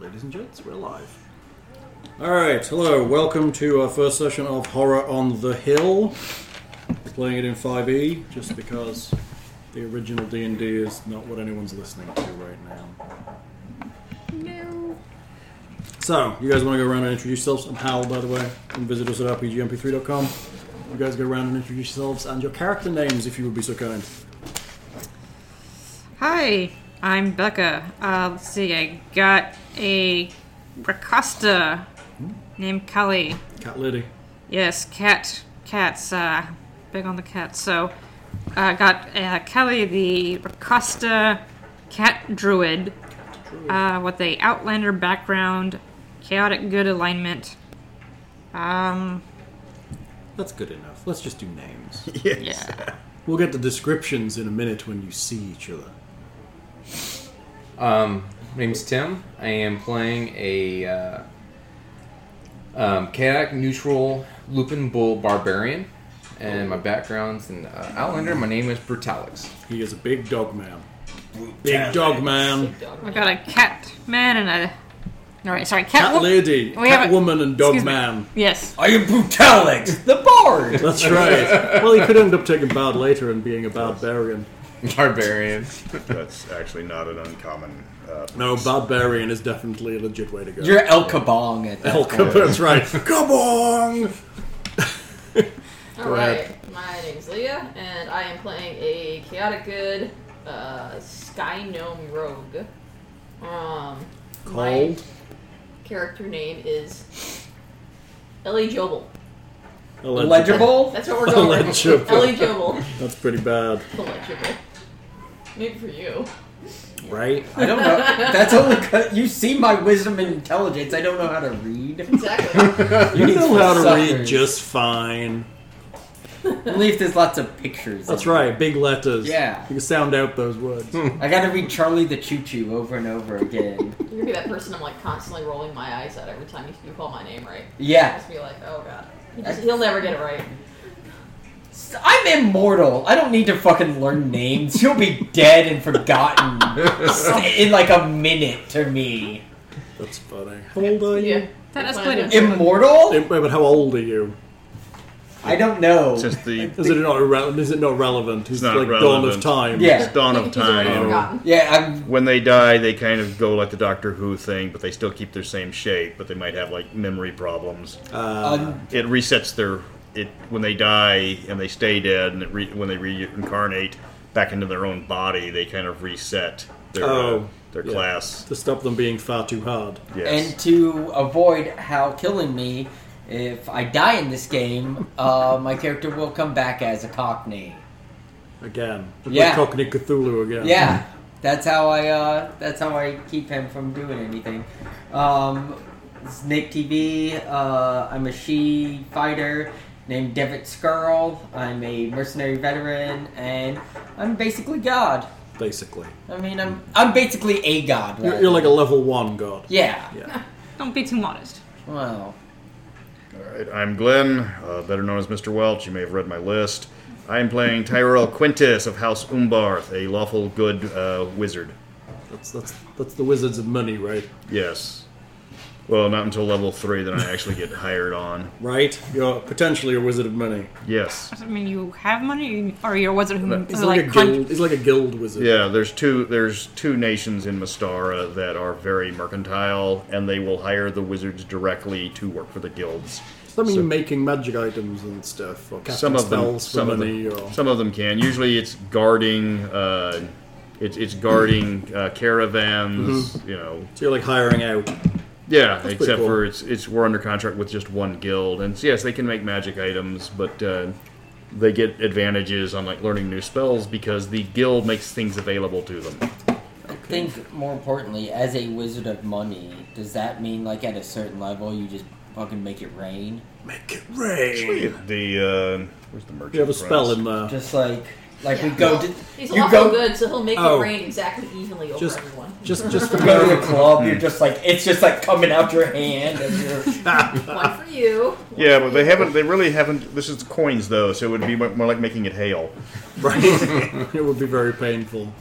Ladies and gents, we're live. All right, hello, welcome to our first session of Horror on the Hill. We're playing it in 5e just because the original D&D is not what anyone's listening to right now. So, you guys want to go around and introduce yourselves? I'm Hal, by the way, and visit us at rpgmp3.com. You guys go around and introduce yourselves and your character names, if you would be so kind. Hi, I'm Becca. Uh, let's see, I got a Racosta named Kali. Cat Lady. Yes, cat. Cats. Uh, big on the cats. So, uh, got uh, Kelly, the Racosta cat druid, uh, with a Outlander background, chaotic good alignment. Um, That's good enough. Let's just do names. yeah. We'll get the descriptions in a minute when you see each other. Um, my name's Tim. I am playing a uh, um, chaotic neutral Lupin Bull Barbarian, and my background's an uh, Outlander. My name is Brutalix. He is a big dog man. Big dog man. I got a cat man and a. Alright, sorry, cat. Cat Lady, We Cat have a- Woman, and Dog Excuse me. Man. Yes. I am Brutalix, the bard. That's right. well, he could end up taking bad later and being a barbarian. Barbarian. That's actually not an uncommon. Uh, No, barbarian is definitely a legit way to go. You're El Kabong at that El point. Kabong, that's right. Kabong! All right, my name's Leah, and I am playing a chaotic good uh, sky gnome rogue. Um, my Called character name is Ellie Jobel. Legible? That's what we're going with. Illegible. Ellie Jobel. That's pretty bad. Illegible. Maybe for you. Right? I don't know. That's only because you see my wisdom and intelligence. I don't know how to read. Exactly. You know how to read Suckers. just fine. Only if there's lots of pictures. That's in it. right, big letters. Yeah. You can sound out those words. I gotta read Charlie the Choo Choo over and over again. You're gonna be that person I'm like constantly rolling my eyes at every time you call my name right. Yeah. Just be like, oh god. He just- he'll never get it right. S- I'm immortal. I don't need to fucking learn names. You'll be dead and forgotten s- in like a minute to me. That's funny. How old are you? Yeah. That That's escalated. fine. Immortal? Eh, Wait, but how old are you? I don't know. since the Is it not, irre- is it not relevant? It's not like dawn of relevant. time. Yeah. dawn of He's already time, forgotten. Yeah, I'm. when they die, they kind of go like the Doctor Who thing, but they still keep their same shape, but they might have like memory problems. Uh. un- It resets their it when they die and they stay dead, and it re, when they reincarnate back into their own body, they kind of reset their uh, Oh, their yeah. class. To stop them being far too hard. Yes. and to avoid Hal killing me if I die in this game, uh, my character will come back as a Cockney. Again. Like Yeah. Cockney Cthulhu again. Yeah, Mm-hmm. that's how I. Uh, that's how I keep him from doing anything. Um, Snake TV. Uh, I'm a she fighter named Devitt Skrull. I'm a mercenary veteran, and I'm basically God. Basically. I mean, I'm I'm basically a god. You're, rather. you're like a level one god. yeah. Yeah. Don't be too modest. Well, All right, I'm Glenn, uh, better known as Mr. Welch. You may have read my list. I am playing Tyrell Quintus of House Umbarth, a lawful good uh, wizard. That's that's that's the wizards of money, right? Yes. Well, not until level three then I actually get hired on. Right? You're potentially a wizard of money. Yes. I mean, you have money, or you're a wizard who He's is like, like, a con- guild. He's like a guild wizard. Yeah, there's two there's two nations in Mastara that are very mercantile, and they will hire the wizards directly to work for the guilds. Does that mean So- making magic items and stuff, or casting some of them, spells some for of money, them, or some of them can. Usually, it's guarding. Uh, it's it's guarding uh, caravans. Mm-hmm. You know, so you're like hiring out. Yeah, pretty except cool. for it's it's we're under contract with just one guild, and yes, they can make magic items, but uh, they get advantages on like learning new spells because the guild makes things available to them. I think more importantly, as a wizard of money, does that mean like at a certain level you just fucking make it rain? Make it rain. The uh, where's the merchant? You have a spell in there. Just like like we Yeah. go Well, to He's you awful go good, so he'll make Oh. it rain exactly evenly over Just- everyone. Just just for you go to a club. You're just like it's just like coming out your hand as you're. One for you. one Yeah, for but they you. haven't. They really haven't. This is coins though, so it would be more like making it hail. right. it would be very painful.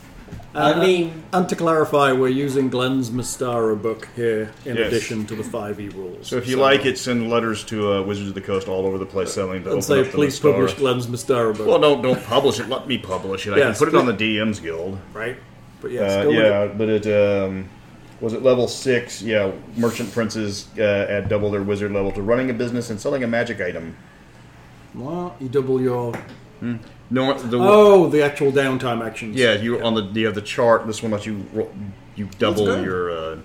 I mean, And to clarify, we're using Glenn's Mistara book here in Yes. addition to the 5e rules. So if you like it, send letters to uh, Wizards of the Coast all over the place selling to open And say, up the please Mistara. publish Glenn's Mistara book. Well, don't don't publish it. Let me publish it. I Yes, can put it on the please. DM's Guild. right? But yes, Uh, go with yeah, it. but it um, was it level six. Yeah, merchant princes uh, add double their wizard level to running a business and selling a magic item. Well, you double your. No, the Oh, the actual downtime actions. yeah, you on the you have the chart. This one lets you ro- you double good. your uh,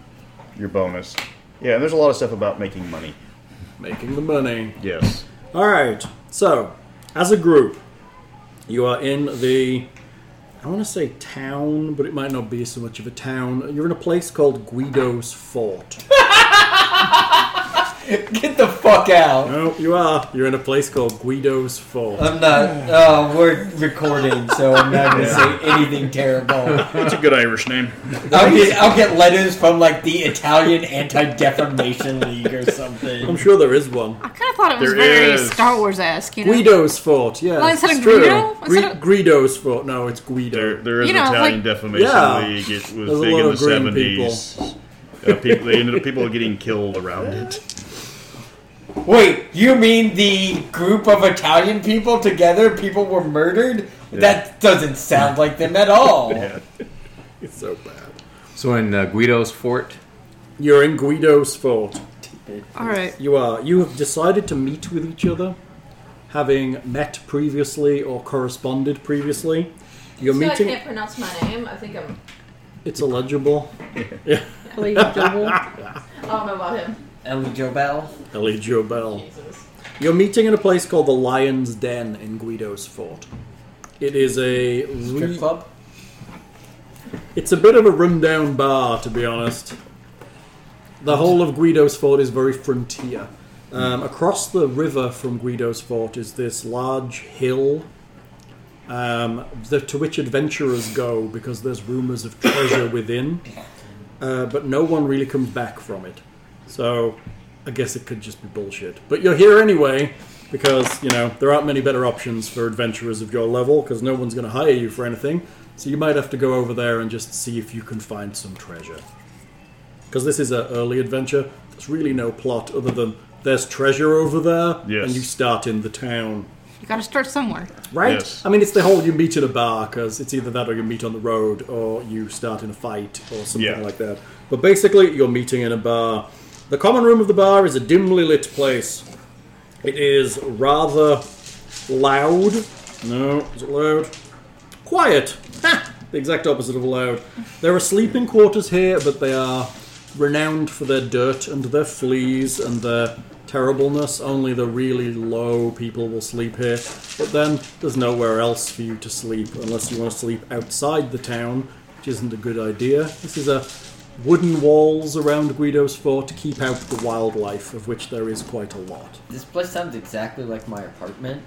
your bonus. Yeah, and there's a lot of stuff about making money. Making the money. Yes, All right. So, as a group, you are in the. I want to say town, but it might not be so much of a town. You're in a place called Guido's Fort. get the fuck out. no, you are. You're in a place called Guido's Fort. I'm not. Uh, we're recording, so I'm not gonna say anything terrible. that's a good Irish name. I'll get, I'll get letters from like the Italian Anti Defamation League or something. I'm sure there is one. I kind of thought it was There very is. Star Wars esque, you know? Guido's Fort, yeah. Well, instead it's of true. Guido? Gri- Instead of- Guido's Fort. No, it's Guido. There, there is You know, an Italian like- defamation Yeah. league. It was There's a big lot in the of green people. seventies. Uh, people, they ended up people getting killed around it. Wait, you mean the group of Italian people together? People were murdered? That doesn't sound like them at all. Yeah. It's so bad. So in uh, Guido's fort, You're in Guido's Fort. All right. You are. You have decided to meet with each other, having met previously or corresponded previously. You're So I meeting. can't pronounce my name. I think I'm. It's illegible. I don't know about him. Ellie Jobel. Eligio Bell. Jesus. You're meeting in a place called the Lion's Den in Guido's Fort. It is a. Strip Re- club? It's a bit of a rundown bar, to be honest. The whole of Guido's Fort is very frontier. Um, across the river from Guido's Fort is this large hill um, the, to which adventurers go because there's rumours of treasure within, uh, but no one really comes back from it. So I guess it could just be bullshit. But you're here anyway because, you know, there aren't many better options for adventurers of your level because no one's going to hire you for anything. So you might have to go over there and just see if you can find some treasure. Because this is an early adventure. There's really no plot other than there's treasure over there Yes. and you start in the town. You gotta start somewhere. Right? Yes. I mean, it's the whole you meet at a bar because it's either that or you meet on the road or you start in a fight or something Yeah. like that. But basically, you're meeting in a bar. The common room of the bar is a dimly lit place. It is rather loud. No, is it loud? Quiet. Ha! The exact opposite of loud. There are sleeping quarters here, but they are renowned for their dirt and their fleas and their terribleness. Only the really low people will sleep here. But then there's nowhere else for you to sleep unless you want to sleep outside the town, which isn't a good idea. This is a wooden walls around Guido's fort to keep out the wildlife, of which there is quite a lot. This place sounds exactly like my apartment.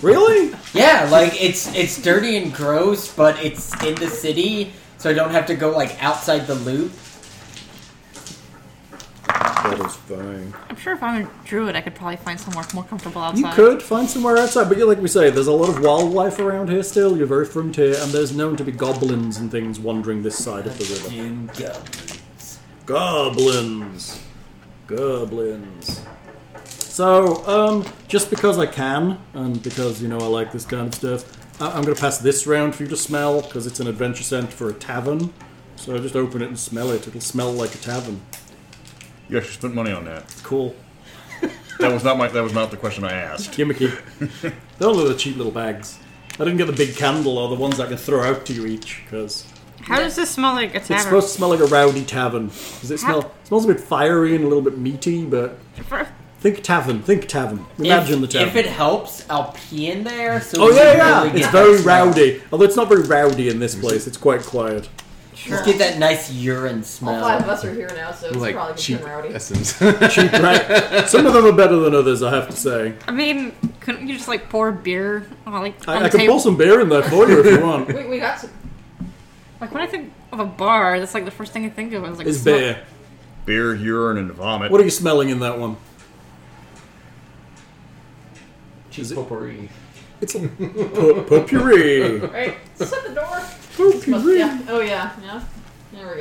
Really? Yeah, like it's it's dirty and gross, but it's in the city, so I don't have to go like outside the loop. That is fine. I'm sure if I'm a druid, I could probably find somewhere more comfortable outside. You could find somewhere outside, but yeah, like we say, there's a lot of wildlife around here still. You're very frontier, and there's known to be goblins and things wandering this side of the river. In go. Goblins! Goblins. So, um, just because I can, and because, you know, I like this kind of stuff, I- I'm going to pass this round for you to smell, because it's an adventure scent for a tavern. So just open it and smell it. It'll smell like a tavern. You actually spent money on that. Cool. That was not my. That was not the question I asked. Gimmicky. They're all the cheap little bags. I didn't get the big candle or the ones I can throw out to you each, because... How does this smell like a It's tavern? supposed to smell like a rowdy tavern. Does it smell? It smells a bit fiery and a little bit meaty, but think tavern, think tavern. Imagine the if, tavern. If it helps, I'll pee in there. So oh we yeah, can yeah. really it's get very that smell. rowdy. Although it's not very rowdy in this place. It's quite quiet. Sure. Just get that nice urine All five of smell. us are here now, so it's probably like gonna cheap turn rowdy. essence. Cheap, right? Some of them are better than others, I have to say. I mean, couldn't you just like pour beer on like on I, the I can table? pour some beer in there for you if you want. We, we got some. Like when I think of a bar, that's like the first thing I think of. I was like, It's smell- beer. Beer, urine, and vomit. What are you smelling in that one? Cheese potpourri. It's a pu- potpourri. Right, set the door. Potpourri. yeah. Oh yeah, yeah. There we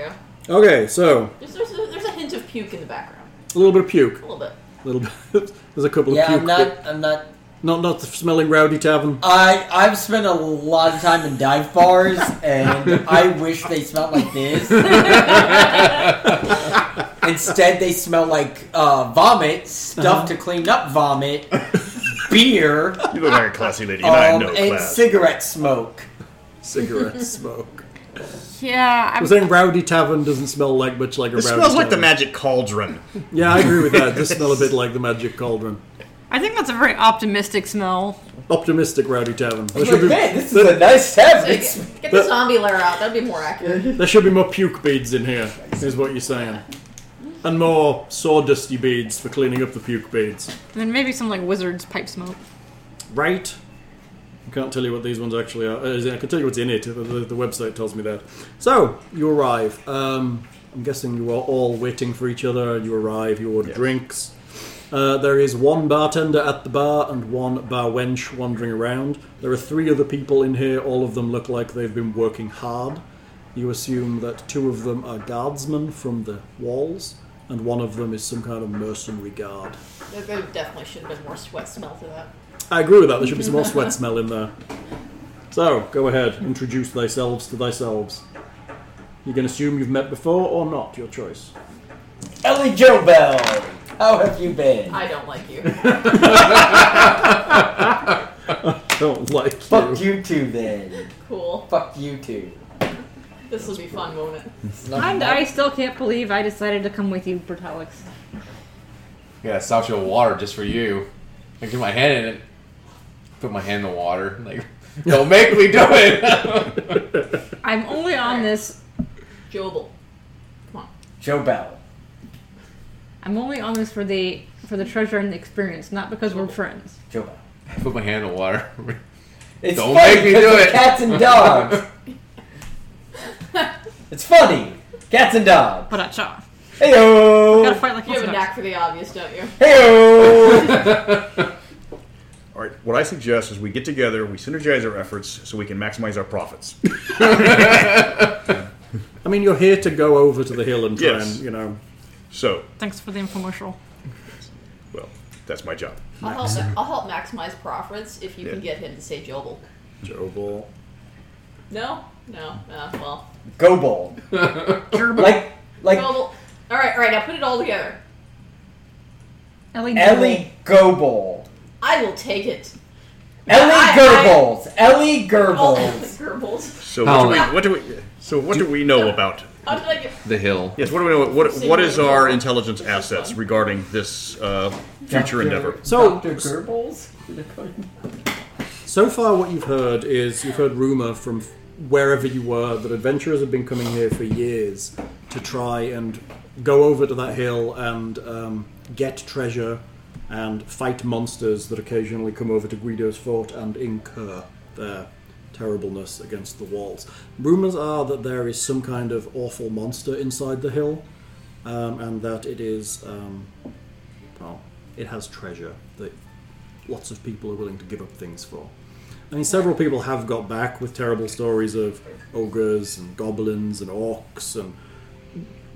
go. Okay, so There's, there's, a, there's a hint of puke in the background. a little bit of puke. A little bit. A little bit. There's a couple Yeah, of puke. I'm not. I'm not. not not the smelling rowdy tavern. I I've spent a lot of time in dive bars, and I wish they smelled like this. Instead, they smell like uh, vomit, stuff to clean up vomit, beer, You look like a classy lady, and I um, know and class. cigarette smoke. Cigarette smoke. Yeah, I'm I'm, saying rowdy tavern doesn't smell like much like a It rowdy smells like the tavern. magic cauldron. Yeah, I agree with that. It does smell a bit like the magic cauldron. I think that's a very optimistic smell. Optimistic rowdy tavern. There Like, should be man, this is a nice So heaven. get, get the zombie layer out. That'd be more accurate. there should be more puke beads in here. Is what you're saying. And more sawdusty beads for cleaning up the puke beads. And then maybe some like wizard's pipe smoke. Right. I can't tell you what these ones actually are. Uh, I can tell you what's in it. The, the, the website tells me that. So you arrive. Um, I'm guessing you are all waiting for each other. You arrive. You order drinks. Uh, there is one bartender at the bar and one bar wench wandering around. There are three other people in here. All of them look like they've been working hard. You assume that two of them are guardsmen from the walls, and one of them is some kind of mercenary guard. There, there definitely should have been more sweat smell to that. I agree with that. There should be some more sweat smell in there. So, go ahead. Introduce thyselves to thyselves. You can assume you've met before or not, your choice. Ellie Joe Bell, how have you been? I don't like you. Don't Oh, like Fuck you. you two then. Cool. Fuck you two. This will be fun, won't it? And I still can't believe I decided to come with you, Bertalix. Yeah, stop your water just for you. I get my hand in it. Put my hand in the water. Like, don't make me do it. I'm only on this. Joel. Come on. Joe Bell. I'm only on this for the for the treasure and the experience, not because we're friends. Joe Bell. Put my hand in the water. It's Don't funny make me 'cause do of it. Cats and dogs. it's funny. Cats and dogs. But that's all. Gotta Heyo. fight like You have a Orthodox. knack for the obvious, don't you? Heyo. All right, what I suggest is we get together, we synergize our efforts so we can maximize our profits. I mean, you're here to go over to the hill and try Yes. and, you know. So, Thanks for the infomercial. well, that's my job. I'll help, I'll help maximize profits if you can Yeah. get him to say Joel. Joble. No? No. Uh, well. Go ball. like, like Joel. Alright, alright, now put it all together. Ellie. Ellie Gobold. I will take it. Ellie I- Goebbels. Ellie All Goebbels. Goebbels. So what do we? How- What do we? So what do we know about? How did I get. the hill. Yes, what do we know? What what is our intelligence assets regarding this uh, future endeavor? So- Dr. Goebbels? So far, what you've heard is you've heard rumor from wherever you were that adventurers have been coming here for years to try and go over to that hill and um, get treasure and fight monsters that occasionally come over to Guido's fort and incur their terribleness against the walls. Rumors are that there is some kind of awful monster inside the hill um, and that it is, um, well, it has treasure that lots of people are willing to give up things for. I mean, several people have got back with terrible stories of ogres and goblins and orcs and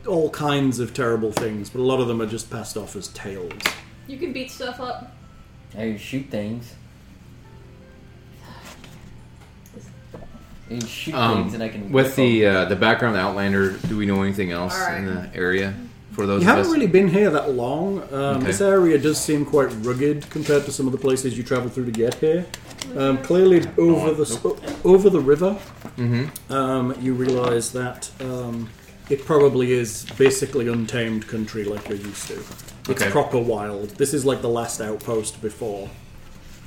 all kinds of terrible things, but a lot of them are just passed off as tales. You can beat stuff up. I shoot things. And shoot things, and I can. Um, with the uh, the background of Outlander, do we know anything else All right. in the area for those You of haven't us? really been here that long. Um, Okay. This area does seem quite rugged compared to some of the places you travel through to get here. Um, clearly, over the sp- over the river, Mm-hmm. um, you realise that um, it probably is basically untamed country like you're used to. It's Okay. proper wild. This is like the last outpost before.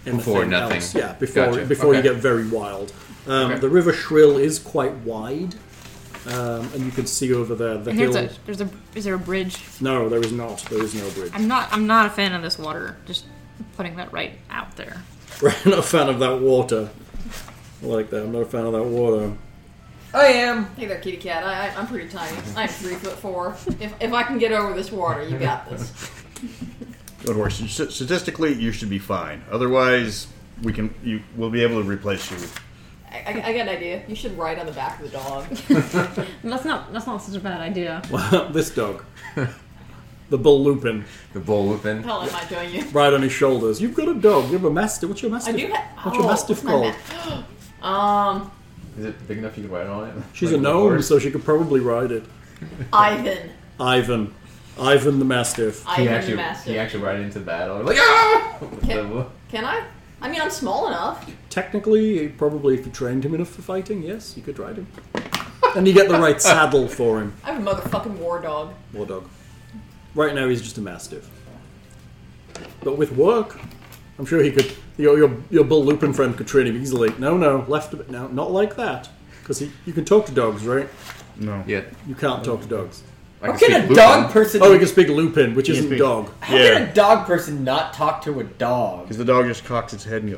anything Before nothing. else. Yeah, before Gotcha. before you Okay. get very wild. Um, Okay. The river Shrill is quite wide, um, and you can see over there the And There's hill. a there's a is there a bridge? No, there is not. There is no bridge. I'm not I'm not a fan of this water. Just putting that right out there. Right, not a fan of that water. I like that. I'm not a fan of that water. I am. Hey there, kitty cat. I, I, I'm pretty tiny. I'm three foot four. If, if I can get over this water, you got this. Don't worry. st- Statistically, you should be fine. Otherwise, we can you we'll be able to replace you. I, I, I got an idea. You should ride on the back of the dog. That's not that's not such a bad idea. Well, this dog. the bull Lupin, The bull whipping. Hell, am I doing you? right on his shoulders. You've got a dog. You have a mastiff. What's your I mastiff? do have. What's your oh, mastiff what's my called? ma- um, Is it big enough you can ride on it? She's a Like little gnome, horse? so she could probably ride it. Ivan. Ivan, Ivan the mastiff. Can Ivan you the actually, Mastiff. can you actually ride into battle? Like, ah! With Can- the- Can I? I mean, I'm small enough. Technically, probably if you trained him enough for fighting, yes, you could ride him. and you get the right saddle for him. I'm a motherfucking war dog. War dog. Right now, he's just a mastiff. But with work, I'm sure he could. Your your, your Bull Lupin friend could train him easily. No, no, left a bit. No, not like that. Because you can talk to dogs, right? No. yeah. You can't talk to dogs. I How speak can a Lupin. dog person? Oh, he can speak Lupin, which isn't speak- dog. How can a dog person not talk to a dog? Because the dog just cocks its head and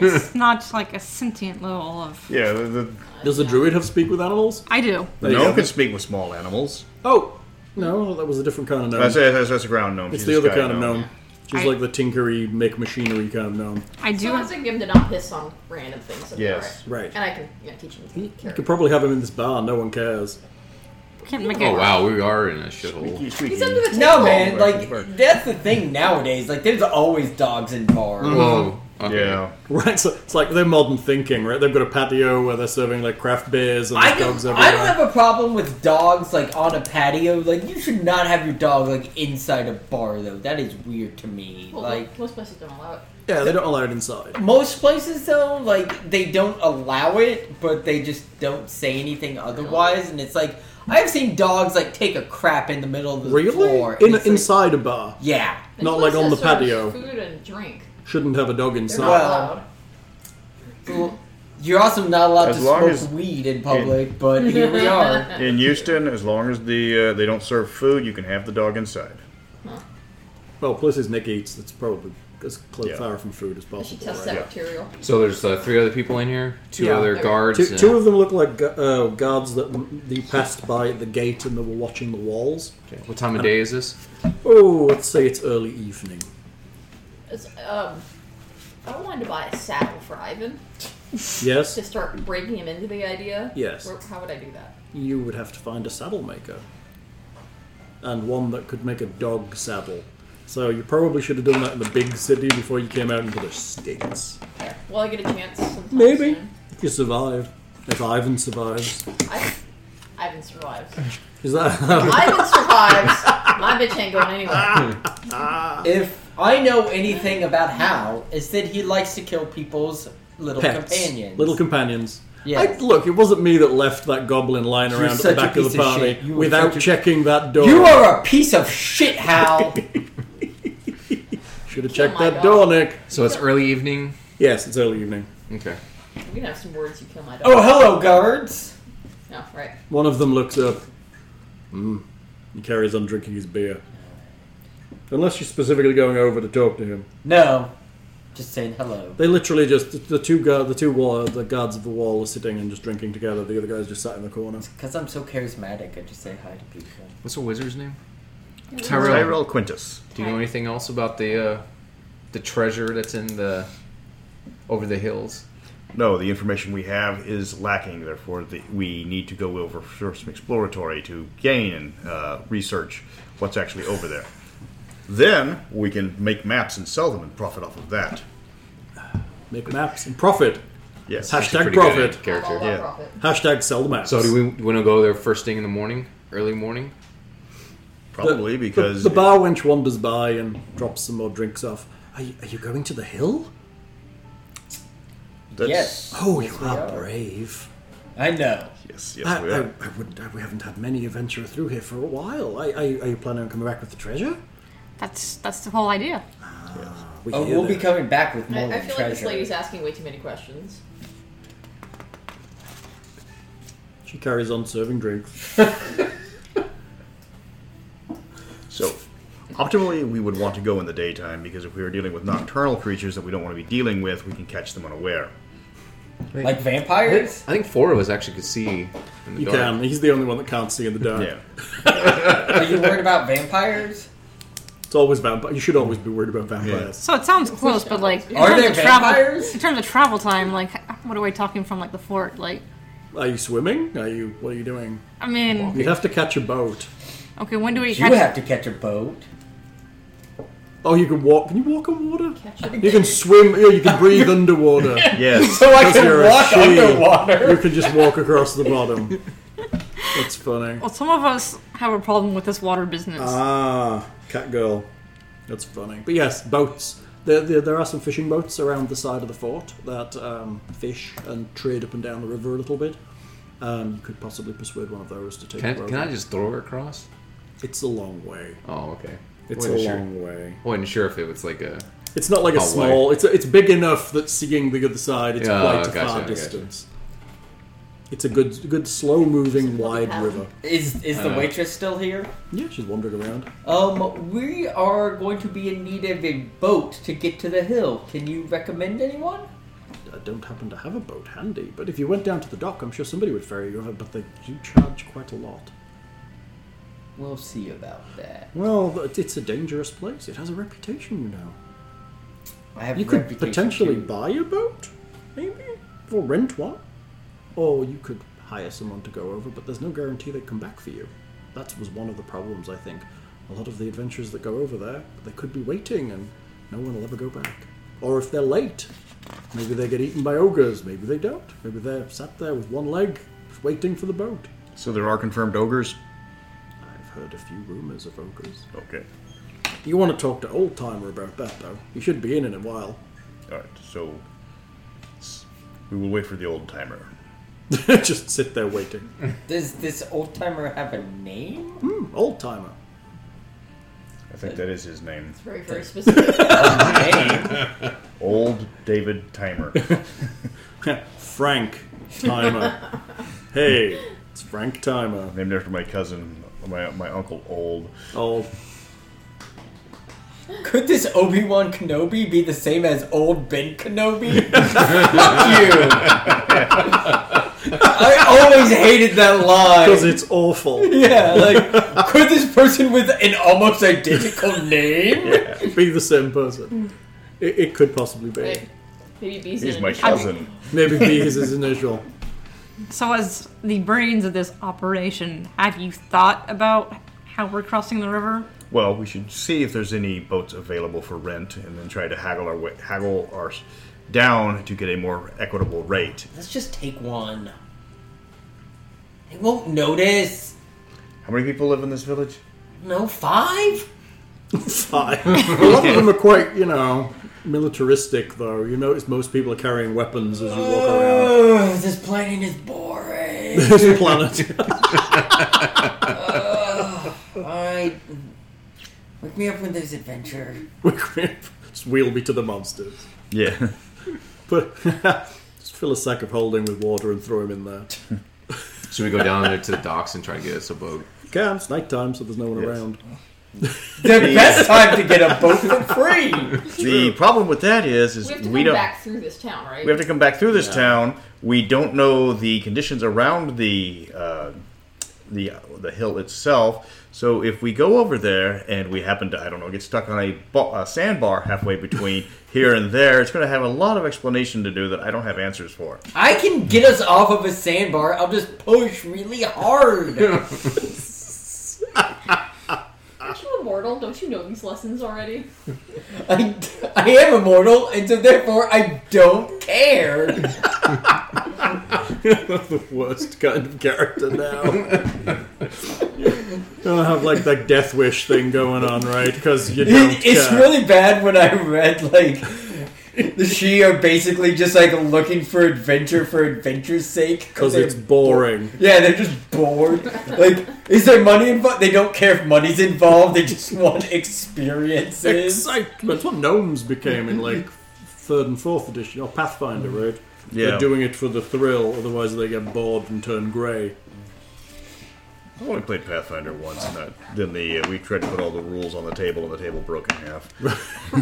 goes. It's not like a sentient little of. Yeah, the, the, Does the druid have speak with animals? I do. the you gnome go. can speak with small animals. Oh, no, that was a different kind of gnome. That's, that's, that's a ground gnome. It's She's the a other sky kind of gnome. She's I- like the tinkery, make machinery kind of gnome. I do. So I can give him to not piss on random things. that are Yes. right. Right. And I can yeah, teach him to You carry. could probably have him in this bar. No one cares. can't make Oh it. wow, we are in a shithole. He's under the table. No, man. Bark, Like bark. that's the thing nowadays. Like there's always dogs in bars. Mm-hmm. Whoa. Okay. Yeah. Right, so it's like they're modern thinking, right? They've got a patio where they're serving like craft beers and I there's don't, dogs I don't everywhere. have a problem with dogs like on a patio. Like you should not have your dog like inside a bar though. That is weird to me. Well, like most places don't allow it. Yeah, they don't allow it inside. most places though, like they don't allow it, but they just don't say anything otherwise. And it's like I've seen dogs like take a crap in the middle of the floor. Really? and In, it's like- inside a bar. yeah. There's Not like places on the that serve patio. Food and drink. Shouldn't have a dog They're inside. not Well, allowed. Well, you're also not allowed As to long smoke as- weed in public, but here we are. In Houston, as long as the uh, they don't serve food, you can have the dog inside. Well, places Nick eats, that's probably as close Yeah. far from food as I should possible. test right? that material. So there's uh, three other people in here, two Yeah. other Okay. guards. Two, and- two of them look like gu- uh, guards that you passed by at the gate and they were watching the walls. Okay. What time of day is this? Oh, let's say it's early evening. It's, um, I wanted to buy a saddle for Ivan Yes, to start breaking him into the idea. Yes. Where, how would I do that? you would have to find a saddle maker, and one that could make a dog saddle. So you probably should have done that in the big city before you came out into the states. Yeah. Will I get a chance? sometime Maybe soon? if you survive, if Ivan survives, I, Ivan survives. is that? Ivan survives. My bitch ain't going anywhere. If I know anything about Hal, is that he likes to kill people's little Pets, companions. little companions. Yes. I, look, it wasn't me that left that goblin lying You're around at the such a back of piece the of party shit. You were without such a- checking that door. you are a piece of shit, Hal. Oh Should have Kill checked my that dog. door, Nick. So it's early evening. Yes, it's early evening. Okay. We can have some words. You kill my dog. oh, hello, guards. No, right. One of them looks up. Mm. He carries on drinking his beer. Unless you're specifically going over to talk to him. No, just saying hello. They literally just the two guard, the two wall, the guards of the wall are sitting and just drinking together. The other guy's just sat in the corner. Because I'm so charismatic, I just say hi to people. What's the wizard's name? Tyrell, Tyrell. Quintus. Do you know anything else about the uh, the treasure that's in the over the hills? No, the information we have is lacking. Therefore, the, we need to go over for some exploratory to gain and uh, research what's actually over there. Then we can make maps and sell them and profit off of that. Make maps and profit. Yes. Hashtag- Pretty good Profit. I'm all character. about yeah. profit. Hashtag sell the maps. So do we want to go there first thing in the morning, early morning? Probably because the, the bar wench wanders by and drops some more drinks off. Are you, are you going to the hill? that's- Yes. Oh, you we are, are. brave. I know. Yes, yes, I, we I, are. I wouldn't. I, we haven't had many adventurer through here for a while. I, I, are you planning on coming back with the treasure? That's that's the whole idea. We Oh, hear we'll that. be coming back with more I, I than feel like this treasure. lady's asking way too many questions. She carries on serving drinks. So, optimally, we would want to go in the daytime because if we are dealing with nocturnal creatures that we don't want to be dealing with, we can catch them unaware. like I think, vampires? I think four of us actually could see. In the You dark. can. He's the only one that can't see in the dark. Yeah. Are you worried about vampires? It's always vampire. You should always be worried about vampires. So it sounds close, but like in Are terms there of travel, vampires? in terms of travel time, like what are we talking from like the fort? Like, Are you swimming? Are you? What are you doing? I mean, You'd have to catch a boat. okay, when do we You catch? have to catch a boat. Oh, you can walk. Can you walk on water? Catch You can swim. Yeah, you can breathe underwater. Yes. So I Because you're can a walk she. You underwater. can just walk across the bottom. That's funny. Well, some of us have a problem with this water business. Ah, cat girl. That's funny. But yes, boats. There, there, there are some fishing boats around the side of the fort that um, fish and trade up and down the river a little bit. Um, you could possibly persuade one of those to take Can, you I- can I over. just throw her across? It's a long way. Oh, okay. It's Wasn't a sure- long way. Wasn't sure if it was like a. It's not like a Oh, way. small. It's it's big enough that seeing the other side, it's Yeah, quite a gotcha, far gotcha. distance. It's a good, good, slow-moving, wide path. river. Is is the Uh-huh. Uh. waitress still here? Yeah, she's wandering around. Um, we are going to be in need of a boat to get to the hill. Can you recommend anyone? I don't happen to have a boat handy, but if you went down to the dock, I'm sure somebody would ferry you over, but they do charge quite a lot. We'll see about that. Well, th- it's a dangerous place. It has a reputation, you know. I have You a could reputation potentially too. buy a boat, maybe, or rent one. Or you could hire someone to go over, but there's no guarantee they come back for you. That was one of the problems, I think. A lot of the adventurers that go over there, they could be waiting and no one will ever go back. Or if they're late, maybe they get eaten by ogres, maybe they don't. Maybe they're sat there with one leg waiting for the boat. So there are confirmed ogres. I've heard a few rumors of ogres. Okay. You want to talk to Old Timer about that, though. You should be in in a while. All right. So s- we will wait for the old timer. Just sit there waiting. Does this old timer have a name? Old timer. I think that is his name. Very, very specific. name? Old David Timer. Frank Timer. hey, it's Frank Timer. Named after my cousin, my, my uncle Old. Old. Could this Obi Wan Kenobi be the same as old Ben Kenobi? Fuck you! I always hated that line. Because it's awful. Yeah, like, could this person with an almost identical name? be the same person. It, it could possibly be. Wait, Maybe B's He's in my it. cousin. Maybe be his his initial. So, as the brains of this operation, have you thought about how we're crossing the river? Well, we should see if there's any boats available for rent, and then try to haggle our way, haggle our s- down to get a more equitable rate. Let's just take one. They won't notice. How many people live in this village? No, five? Five. A lot of them are quite, you know, militaristic, though. You notice most people are carrying weapons as you walk around Ugh, this planning is boring. this planet. I. Wake me up when there's adventure. Just wheel me to the monsters. Yeah. But just fill a sack of holding with water and throw him in there. Should we go down there to the docks and try to get us a boat? Can it's night time, so there's no one Yes. around. The best time to get a boat for free. the problem with that is, is We we, have to come don't. back through this town, right? We have to come back through this town. We don't know the conditions around the uh, the the hill itself. So if we go over there and we happen to, I don't know, get stuck on a, ba- a sandbar halfway between here and there, it's going to have a lot of explanation to do that I don't have answers for. I can get us off of a sandbar. I'll just push really hard. Aren't you immortal? Don't you know these lessons already? I, I am immortal, and so therefore I don't care. the worst kind of character now. I have like that death wish thing going on, right? Because you don't It, it's care. really bad when I read like the she are basically just like looking for adventure for adventure's sake 'Cause they're it's boring. bo- Yeah, they're just bored. Like, is there money involved? They don't care if money's involved. They just want experiences. Excitement. That's what gnomes became in like third and fourth edition, or Pathfinder, right? Yeah. They're doing it for the thrill, otherwise they get bored and turn grey. I only played Pathfinder once, and that, then the uh, we tried to put all the rules on the table, and the table broke in half.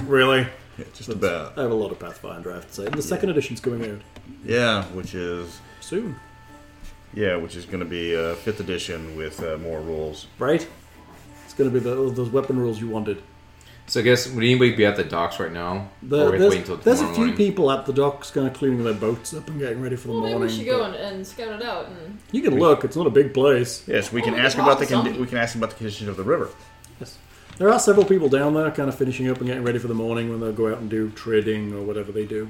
Really? Yeah, just about. I have a lot of Pathfinder, I have to say. And the second edition's coming out Yeah, which is soon, yeah, which is going to be uh, fifth edition with uh, more rules. right? It's going to be the, those weapon rules you wanted. So I guess would anybody be at the docks right now? The- or we have to wait there's until there's a tomorrow few morning? people at the docks kind of cleaning their boats up and getting ready for the Well, maybe morning. we should go but and, and scout it out. And You can look. It's not a big place. Yes, we Oh, can we ask can about the walk condi- some. we can ask about the condition of the river. Yes. There are several people down there, kind of finishing up and getting ready for the morning when they'll go out and do trading or whatever they do.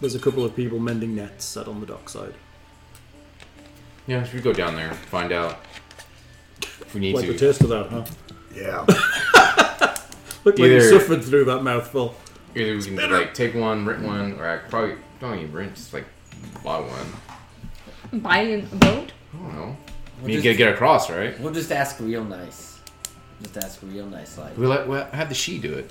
There's a couple of people mending nets set on the dockside, Yeah, should we go down there find out if we need like the to? taste of that, huh? Yeah. Look like you Either- suffered through that mouthful. Either we can like take one, rent one, or I could probably don't even rent, just like buy one. Buying a boat? I don't know. We'll We need just, to get, get across, right? we'll just ask real nice. Just ask real nice, like. We let well, have the she do it.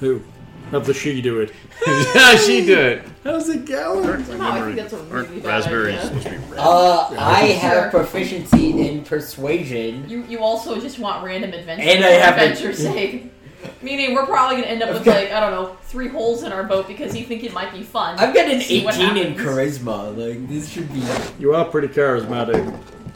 Who? Have the she do it. yeah, she do it. How's it going? somehow I think that's a really bad raspberries idea. supposed to be red. Uh, I Sure. have proficiency in persuasion. You, you also just want random adventures. And I for haven't- adventure's sake. Meaning we're probably gonna end up with like I don't know three holes in our boat because you think it might be fun. I've got an See what 18 in happens. charisma. Like this should be. You are pretty charismatic.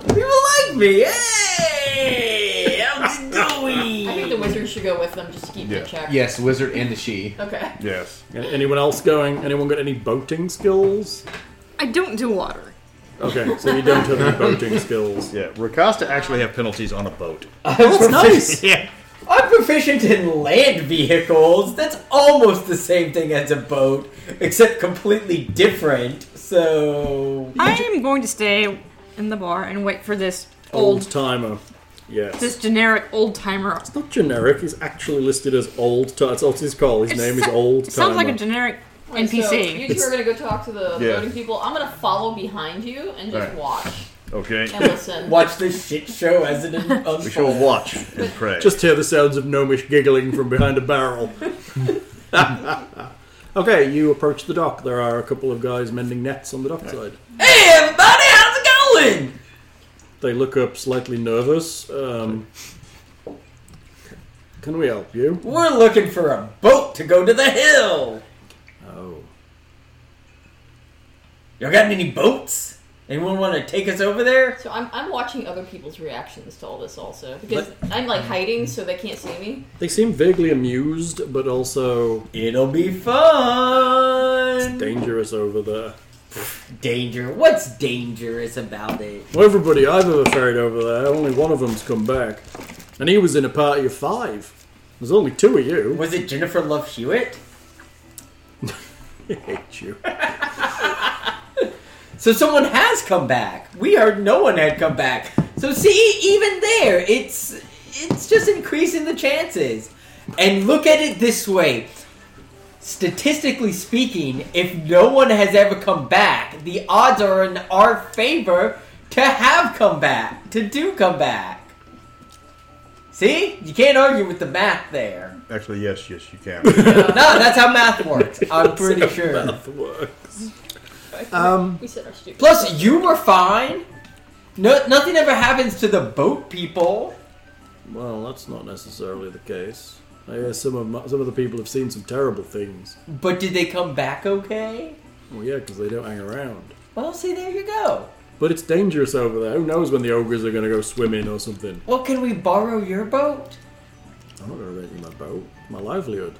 People like me. Hey, how's I think it going? the wizard should go with them just to keep Yeah. the check. Yes, wizard and the she. Okay. yes. Anyone else going? Anyone got any boating skills? I don't do water. Okay, so you don't have any boating skills. Yeah. Ricosta actually have penalties on a boat. I'm, That's profi- nice. Yeah. I'm proficient in land vehicles. That's almost the same thing as a boat, except completely different. So I am going to stay in the bar and wait for this Old old, timer. Yes. this generic old timer. It's not generic. He's actually listed as old. Ti That's what his call. His name is old. It sounds like a Timer. generic Alright, NPC. So you two are gonna go talk to the Yeah. voting people. I'm gonna follow behind you and just Alright. watch Okay. and listen. watch this shit show as it unfolds. We shall watch and pray. Just hear the sounds of gnomish giggling from behind a barrel. okay, you approach the dock. There are a couple of guys mending nets on the dockside. Hey everybody, how's it going? They look up slightly nervous. Um, can we help you? We're looking for a boat to go to the hill. Oh. Y'all got any boats? Anyone want to take us over there? so I'm, I'm watching other people's reactions to all this also because I'm like Mm. hiding so they can't see me. They seem vaguely amused, but also It'll be fun. dangerous over there. Danger. What's dangerous about it? Well, everybody I've ever ferried over there, only one of them's come back. And he was in a party of five. There's only two of you. Was it Jennifer Love Hewitt? I hate you. So someone has come back. We heard no one had come back. So see, even there, it's it's just increasing the chances. And look at it this way. Statistically speaking, if no one has ever come back, the odds are in our favor to have come back, to do come back. See? You can't argue with the math there. Actually, yes, yes, you can. No, that's how math works. I'm pretty sure. That works. Um, we said our stupid. Plus, you were fine. No, nothing ever happens to the boat people. Well, that's not necessarily the case. I hear some of my, some of the people have seen some terrible things. But did they come back okay? Well, yeah, because they don't hang around. Well, see, there you go. But it's dangerous over there. Who knows when the ogres are going to go swimming or something? Well, can we borrow your boat? I'm not going to rent you my boat. It's My livelihood.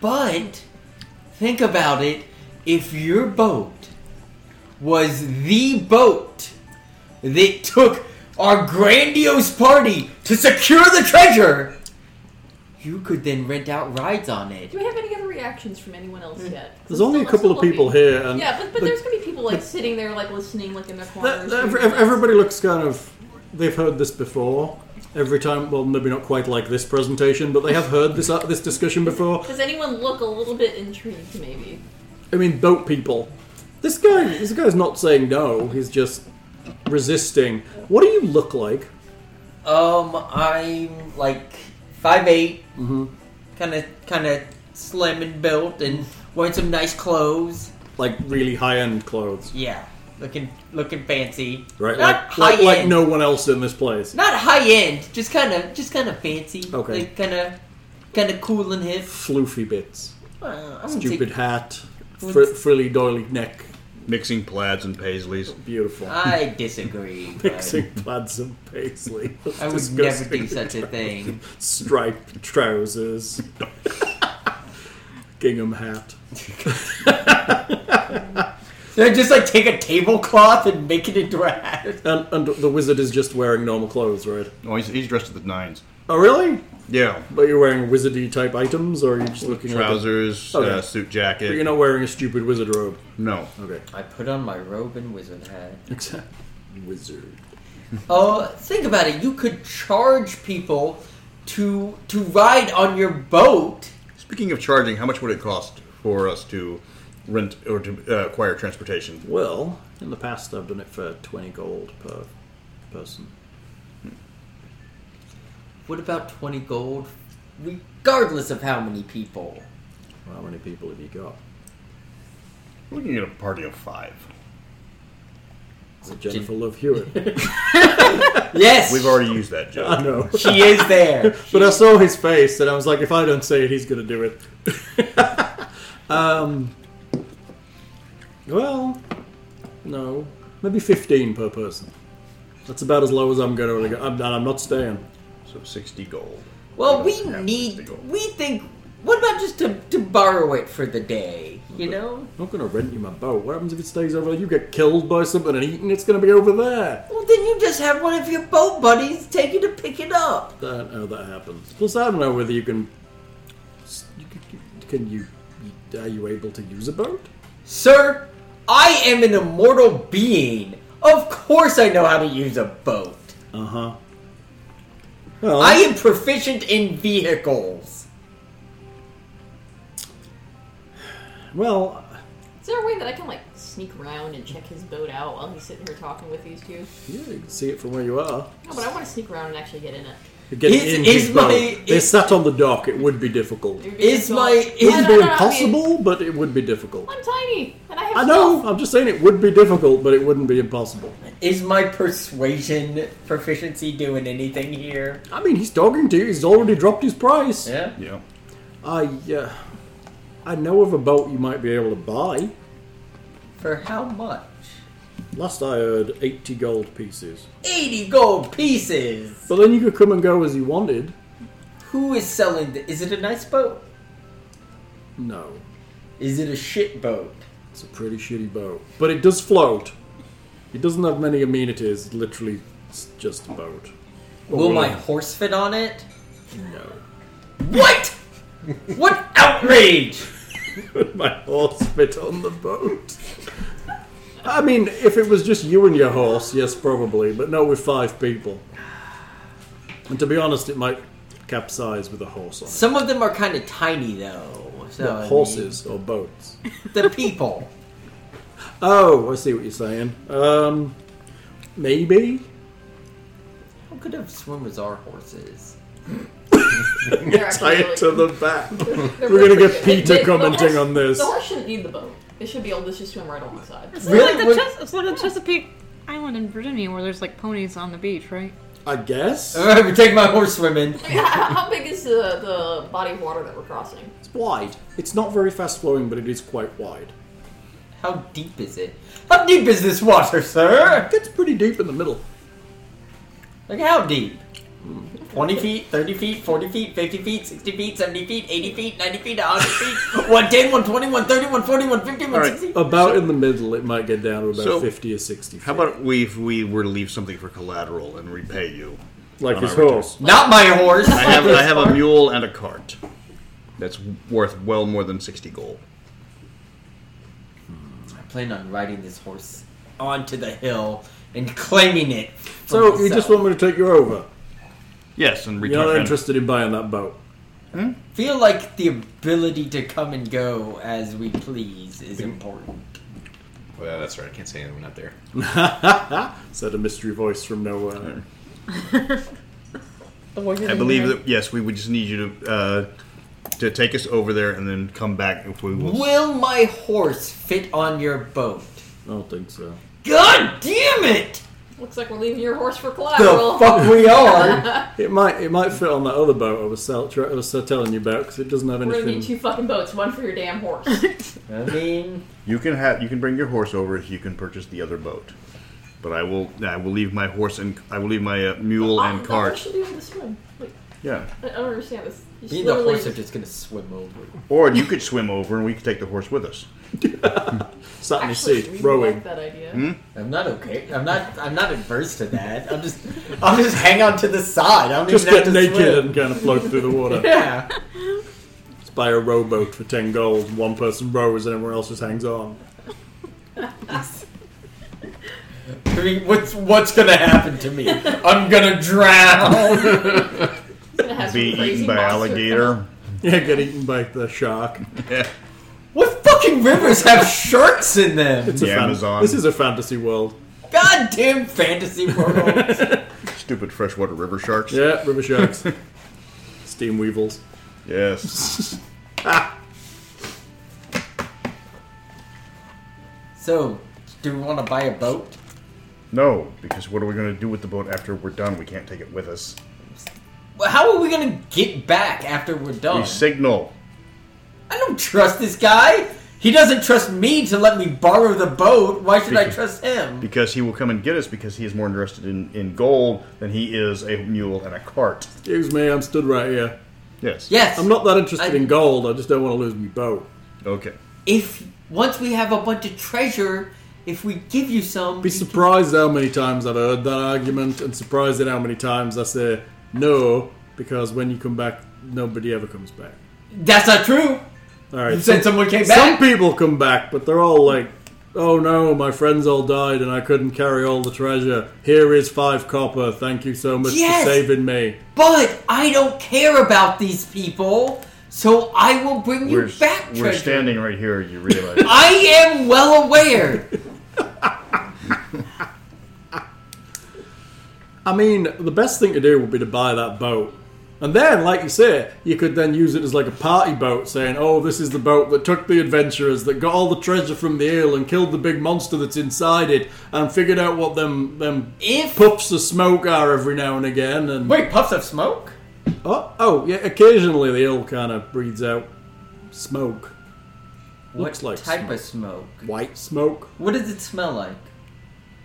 But think about it. If your boat was the boat that took our grandiose party to secure the treasure, you could then rent out rides on it. Do we have any other reactions from anyone else yet? 'Cause Mm. There's only a still- couple of still people looking. here, and Yeah, but, but the- there's gonna be people like sitting there, like listening, like in their That, corners. that- doing ev- this. everybody looks kind of. They've heard this before. Every time, well, maybe not quite like this presentation, but they have heard this uh, this discussion before. Does anyone look a little bit intrigued, maybe? I mean, boat people. This guy, this guy's not saying no. He's just resisting. What do you look like? Um, I'm like five Mm-hmm. kind of kind of slim and built, and wearing some nice clothes. Like really high end clothes, Yeah, looking looking fancy. right? Not Like like, high like end. no one else in this place. Not high end, just kind of just kind of fancy. Okay. like, kind of kind of cool and hip. Floofy bits, Uh, I wouldn't say- stupid hat, fr- What's- frilly doily neck. mixing plaids and paisleys. Beautiful. I disagree. But Mixing plaids and paisley. I would never do such a thing. Striped trousers. Gingham hat. They're just like take a tablecloth and make it into a hat. And, and the wizard is just wearing normal clothes, right? Oh, he's, he's dressed to the nines. Oh, really? Yeah, But you're wearing wizardy type items, or are you just looking like trousers, Okay. uh, suit a, But you're jacket. not wearing a stupid wizard robe. No, Okay. I put on my robe and wizard hat. Exactly. Wizard. Oh, think about it. You could charge people to to ride on your boat. Speaking of charging, how much would it cost for us to rent or to uh, acquire transportation? Well, in the past I've done it for 20 gold per person. What about twenty gold? Regardless of how many people. Well, how many people have you got? We're looking at a party of five. Is it Jennifer Love Hewitt? Yes, We've already used that I joke. know. She is there. But I saw his face, and I was like, if I don't say it, he's going to do it. um, well, no, maybe fifteen per person. That's about as low as I'm going to go. I'm, and I'm not staying. So sixty gold. Well, we Yeah, need. sixty gold. We think. What about just to, to borrow it for the day? You know. I'm not going to rent you my boat. What happens if it stays over there? You get killed by something and eaten. It's going to be over there. Well, then you just have one of your boat buddies take you to pick it up. I don't know that happens. Plus, I don't know whether you can. You can, can you? Are you able to use a boat? Sir, I am an immortal being. Of course I know how to use a boat. Uh huh. Well, I am proficient in vehicles. well, Is there a way that I can like sneak around and check his boat out while he's sitting here talking with these two? yeah, you can see it from where you are. No, but I want to sneak around and actually get in it. You're getting Is- in is his my- boat. They is- sat on the dock. It would be difficult. It It'd be Is difficult. my No, is would no, be no, no, I mean, impossible, but it would be difficult. I'm tiny and I have. I stealth. know. I'm just saying it would be difficult, but it wouldn't be impossible. is my persuasion proficiency doing anything here? I mean, he's talking to you. He's already dropped his price. Yeah. Yeah. I, uh, I know of a boat you might be able to buy. For how much? Last I heard, eighty gold pieces. 80 gold pieces. But then you could come and go as you wanted. Who is selling the, Is it a nice boat? No, Is it a shit boat? it's a pretty shitty boat, but it does float. It doesn't have many amenities. It's Literally, it's just a boat. Will my horse fit on it? No. What? what outrage! Would my horse fit on the boat? I mean, if it was just you and your horse, yes, probably, but not with five people. And to be honest, it might capsize with a horse on it. Some of them are kind of tiny though. So I mean, Horses or boats. the people. Oh, I see what you're saying. Um, maybe. How good of swimmers are horses? They're actually Tie it to the back. they're We're gonna really get good. Peter They- they- the commenting horse- on this. The horse shouldn't need the boat. It should be able to just swim right alongside. It's Really? like the What- Chesa- it's like the Chesapeake Island in Virginia where there's like ponies on the beach, right? I guess. Uh. All right, we take my horse swimming. How how big is the, the body of water that we're crossing? It's wide. It's not very fast flowing, but it is quite wide. How deep is it? How deep is this water, sir? It gets pretty deep in the middle. Like how deep? Twenty feet, thirty feet, forty feet, fifty feet, sixty feet, seventy feet, eighty feet, ninety feet, hundred feet, one ten, one twenty, one thirty, one forty, one fifty, one right. sixty. About in the middle, it might get down to about So- 50 or 60 feet. How about we, if we were to leave something for collateral and repay you? like on his our return? horse? Not my horse. I have I have a mule and a cart. That's worth well more than sixty gold. plan on riding this horse onto the hill and claiming it. for So you myself. just want me to take you over? Yes, and You're not return. interested in buying that boat. feel like the ability to come and go as we please is important. Well, that's right. I can't say anything out there. Said a mystery voice from nowhere. I believe that yes, we would just need you to uh, to take us over there and then come back if we will. Will my horse fit on your boat? I don't think so. God damn it! Looks like we're leaving your horse for The collateral. fuck we are! It might it might fit on that other boat I was, sell, tr- I was telling you about because it doesn't have We're gonna need anything. two fucking boats, one for your damn horse. I mean, You can have you can bring your horse over if you can purchase the other boat. But I will I will leave my horse and I will leave my uh, mule Ah, and the cart. horse should be able to swim. Like, Yeah. I don't understand this. You Me should and the literally horse are just- just gonna swim over. Or you could swim over and we could take the horse with us. Sat in his Actually, seat, we rowing. like that idea. Hmm? I'm not okay. I'm not. I'm not adverse to that. I'm just. I'll just hang on to the side. I'm Just get to naked swim. and kind of float through the water. Yeah. Just buy a rowboat for 10 gold. and One person rows and everyone else just hangs on. I mean, what's what's gonna happen to me? I'm gonna drown. It's gonna have some Be crazy eaten by monster come alligator. Yeah, get eaten by the shark. Yeah. what fucking rivers have sharks in them? It's a The fan- Amazon. This is a fantasy world. Goddamn fantasy world. Stupid freshwater river sharks. Yeah, river sharks. Steam weevils. Yes. so, do we want to buy a boat? No, because what are we going to do with the boat after we're done? We can't take it with us. Well, how are we gonna get back after we're done? Oh. We signal. I don't trust this guy. He doesn't trust me to let me borrow the boat. Why should I trust him? Because he will come and get us because he is more interested in, in gold than he is a mule and a cart. Excuse me, I'm stood right here. Yes. yes. I'm not that interested I- in gold. I just don't want to lose my boat. Okay. if once we have a bunch of treasure, if we give you some, Be surprised how many times I've heard that argument, and surprised at how many times I say no because when you come back, nobody ever comes back. that's not true. All right. You said someone came Some back. people come back, but they're all like, "Oh no, my friends all died, and I couldn't carry all the treasure. Here is five copper. Thank you so much Yes! for saving me." But I don't care about these people, so I will bring you We're, back treasure. we're standing right here, you realize. I am well aware. I mean, the best thing to do would be to buy that boat. And then, like you say, you could then use it as like a party boat, saying, oh, this is the boat that took the adventurers, that got all the treasure from the eel and killed the big monster that's inside it, and figured out what them them If- puffs of smoke are every now and again. And Wait, puffs of smoke? oh, oh, yeah, occasionally the eel kind of breathes out smoke, Looks what like type smoke. of smoke? white smoke. What does it smell like?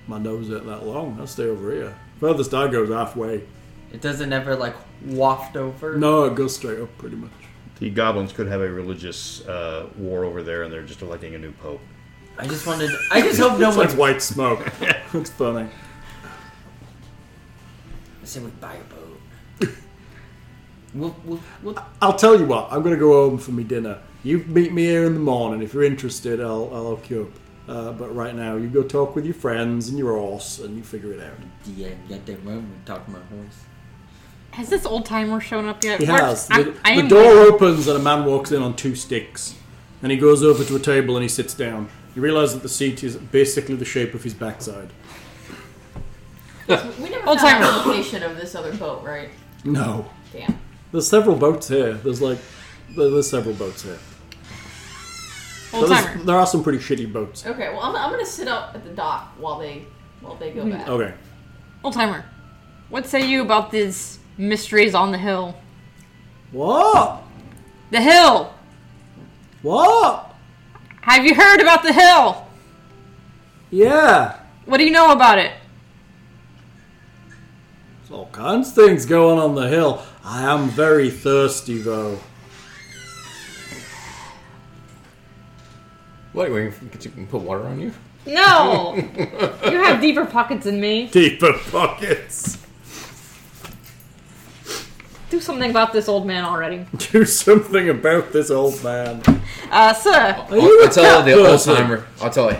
My nose ain't that long. I'll stay over here. Furthest I goes halfway. It doesn't ever like waft over. No, it goes straight up pretty much. the goblins could have a religious uh, war over there, and they're just electing a new pope. I just wanted. I just hope no It's like one's. white smoke. That's funny. I say we buy a boat. We'll, we'll, we'll, I'll tell you what. I'm going to go home for my dinner. You meet me here in the morning. If you're interested, I'll, I'll hook you up. Uh, but right now, you go talk with your friends and your horse, and you figure it out. yeah, goddamn right, we talk about horse. Has this old timer shown up yet? He Mark, has. I'm- The, I the am door opens, and a man walks in on two sticks. And he goes over to a table and he sits down. You realize that the seat is basically the shape of his backside. We never Old found timer. the location of this other boat, right? No. Damn. There's several boats here. There's like. there- There's several boats here. Old There's- timer. there are some pretty shitty boats. Okay, well I'm, I'm gonna sit up at the dock while they while they go Oh. back. Okay. Old timer. What say you about these mysteries on the hill? What? The hill! What? Have you heard about the hill? Yeah. What do you know about it? There's all kinds of things going on the hill. I am very thirsty though. Wait, wait, you can put water on you? No! you have deeper pockets than me. Deeper pockets. Do something about this old man already. Do something about this old man. Uh, sir, Are you I'll, I'll tell a the cat old person? timer. I'll tell it.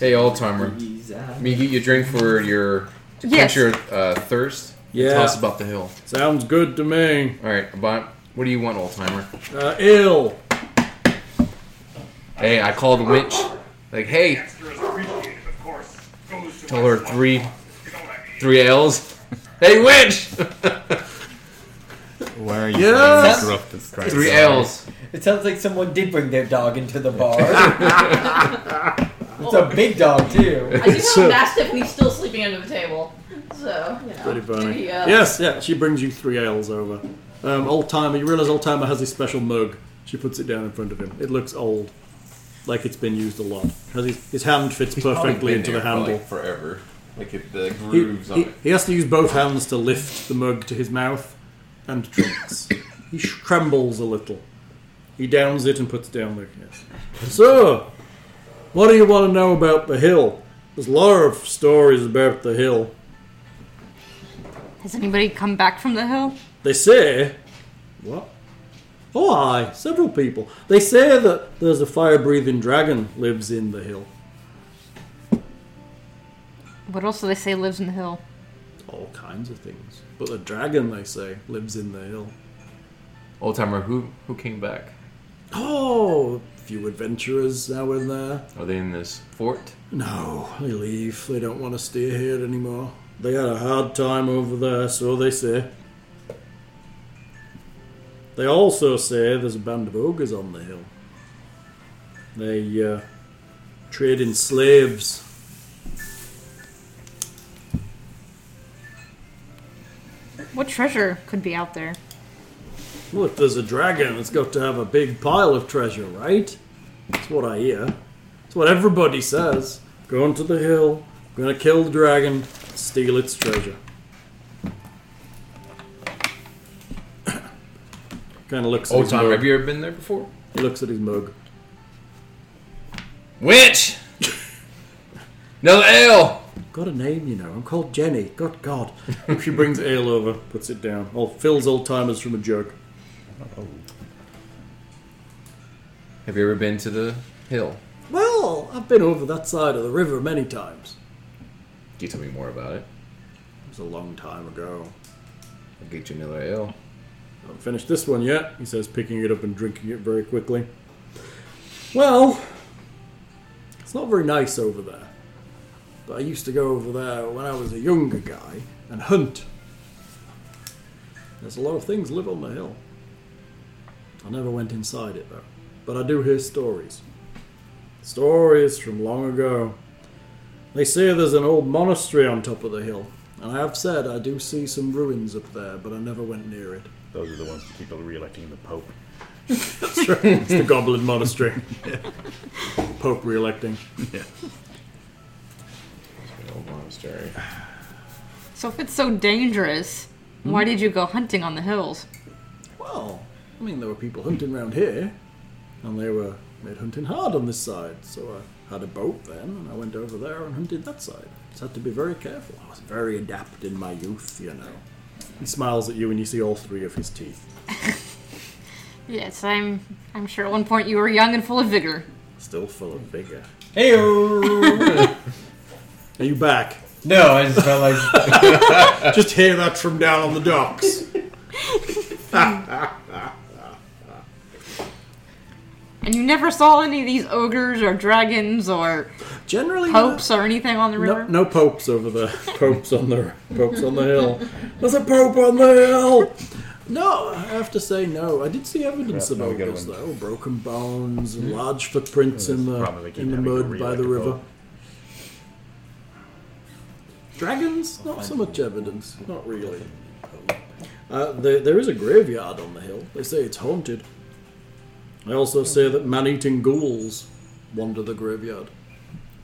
Hey, old timer. He's out. Me get you a drink for your to Yes. quench your uh, thirst. Yeah. Tell us about the hill. Sounds good to me. All right, but what do you want, old timer? Uh, ill. Hey, I called the winch. Like, hey, tell her three, three L's. Hey, winch, Why are you Yes! being corrupt and trying to three die? L's. It sounds like someone did bring their dog into the bar. it's a big dog too. I do have a mastiff and he's still sleeping sleeping under the table. So, you know. Pretty funny. maybe, uh, yes, yeah. She brings you three ales over. Um, old timer. You realize old timer has this special mug. She puts it down in front of him. It looks old, like it's been used a lot. Has his, his hand fits perfectly into the handle. forever. Like it, the He, grooves he, he has to use both hands to lift the mug to his mouth, and drinks. he sh- trembles a little. He downs it and puts it down there. Yes. So, what do you want to know about the hill? There's a lot of stories about the hill. Has anybody come back from the hill? They say, what? Oh, aye, several people. They say that there's a fire-breathing dragon lives in the hill. What else do they say lives in the hill? All kinds of things, but the dragon they say lives in the hill. Old timer, who who came back? Oh, a few adventurers now and there. Are they in this fort? No, they leave. They don't want to stay here anymore. They had a hard time over there, so they say. They also say there's a band of ogres on the hill. They uh, trade in slaves. What treasure could be out there? Well, if there's a dragon, it's got to have a big pile of treasure, right? That's what I hear. That's what everybody says. Going to the hill, gonna kill the dragon, steal its treasure. kind of looks. At Old his timer, mug. have you ever been there before? He looks at his mug. Witch! Another ale! Got a name, you know. I'm called Jenny. Good God. she brings ale over, puts it down. Oh, fills old timers from a jug. Have you ever been to the hill? Well, I've been over that side of the river many times. Can you tell me more about it? It was a long time ago. I'll get you another ale. Haven't finished this one yet, he says, picking it up and drinking it very quickly. Well, it's not very nice over there. But I used to go over there when I was a younger guy and hunt. There's a lot of things live on the hill. I never went inside it though, but I do hear stories. Stories from long ago. They say there's an old monastery on top of the hill, and I have said I do see some ruins up there, but I never went near it. Those are the ones that keep re-electing the Pope. it's the Goblin Monastery. Pope re-electing. Old monastery. So if it's so dangerous, why did you go hunting on the hills? Well, I mean, there were people hunting around here, and they were made hunting hard on this side. So I had a boat then, and I went over there and hunted that side. Just had to be very careful. I was very adept in my youth, you know. He smiles at you, and you see all three of his teeth. Yes, I'm. I'm sure at one point you were young and full of vigor. Still full of vigor. Hey, Are you back? no, I just felt like Just hear that from down on the docks. And you never saw any of these ogres or dragons or Generally, popes or anything on the river. No, no popes over there. Popes on the popes on the hill. There's a pope on the hill. No, I have to say no. I did see evidence of Crap, now we Hmm? got ogres one. though. Broken bones and large footprints in the Problem, they keep in the having to mud by re-elect the the river. pope. Dragons, not so much evidence. Not really. Uh, there, there is a graveyard on the hill. They say it's haunted. They also say that man-eating ghouls wander the graveyard.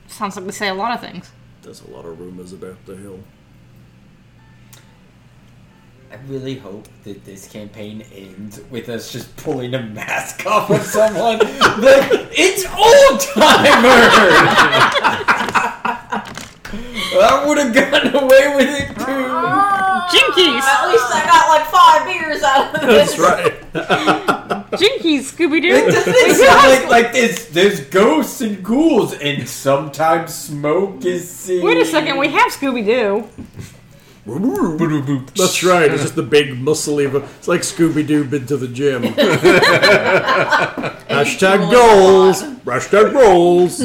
Sounds like they say a lot of things. There's a lot of rumors about the hill. I really hope that this campaign ends with us just pulling a mask off of someone. like, it's old timer! I would have gotten away with it too. Jinkies, At least I got like five beers out of this. right. Jinkies, Scooby It Doo. doesn't sound like like this. There's ghosts and ghouls, and sometimes smoke is seen. Wait a second, we have Scooby Doo. That's right. It's just the big muscly. vo- It's like Scooby Doo been to the gym. Hashtag goals. Hashtag goals.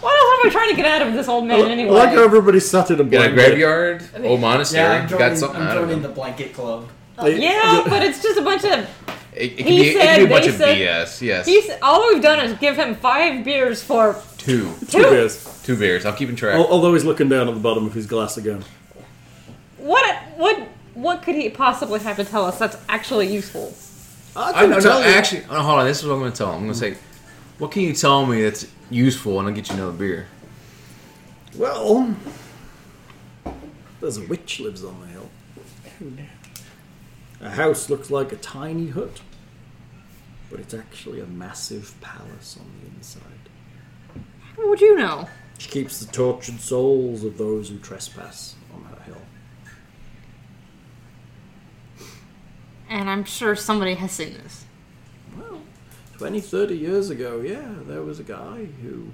What else are we trying to get out of this old man anyway? I like how everybody sat in a Got a blanket. graveyard, mean, old monastery. yeah, I'm got joining, something I'm out of joining it. the blanket club. They- yeah, but it's just a bunch of. It, it, can He be, it can be said, a bunch they of said- BS. Yes. He's all we've done is give him five beers for Two. Two beers. Two bears. I'm keeping track. Al- Although he's looking down at the bottom of his glass again. What? What? What could he possibly have to tell us that's actually useful? I no, no, actually, oh, hold on. This is what I'm going to tell him. I'm going to say, "What can you tell me that's useful?" And I'll get you another beer. Well, there's a witch lives on the hill. A house looks like a tiny hut, but it's actually a massive palace on the inside. How would you know? She keeps the tortured souls of those who trespass on her hill. And I'm sure somebody has seen this. Well, 20, 30 years ago, yeah, there was a guy who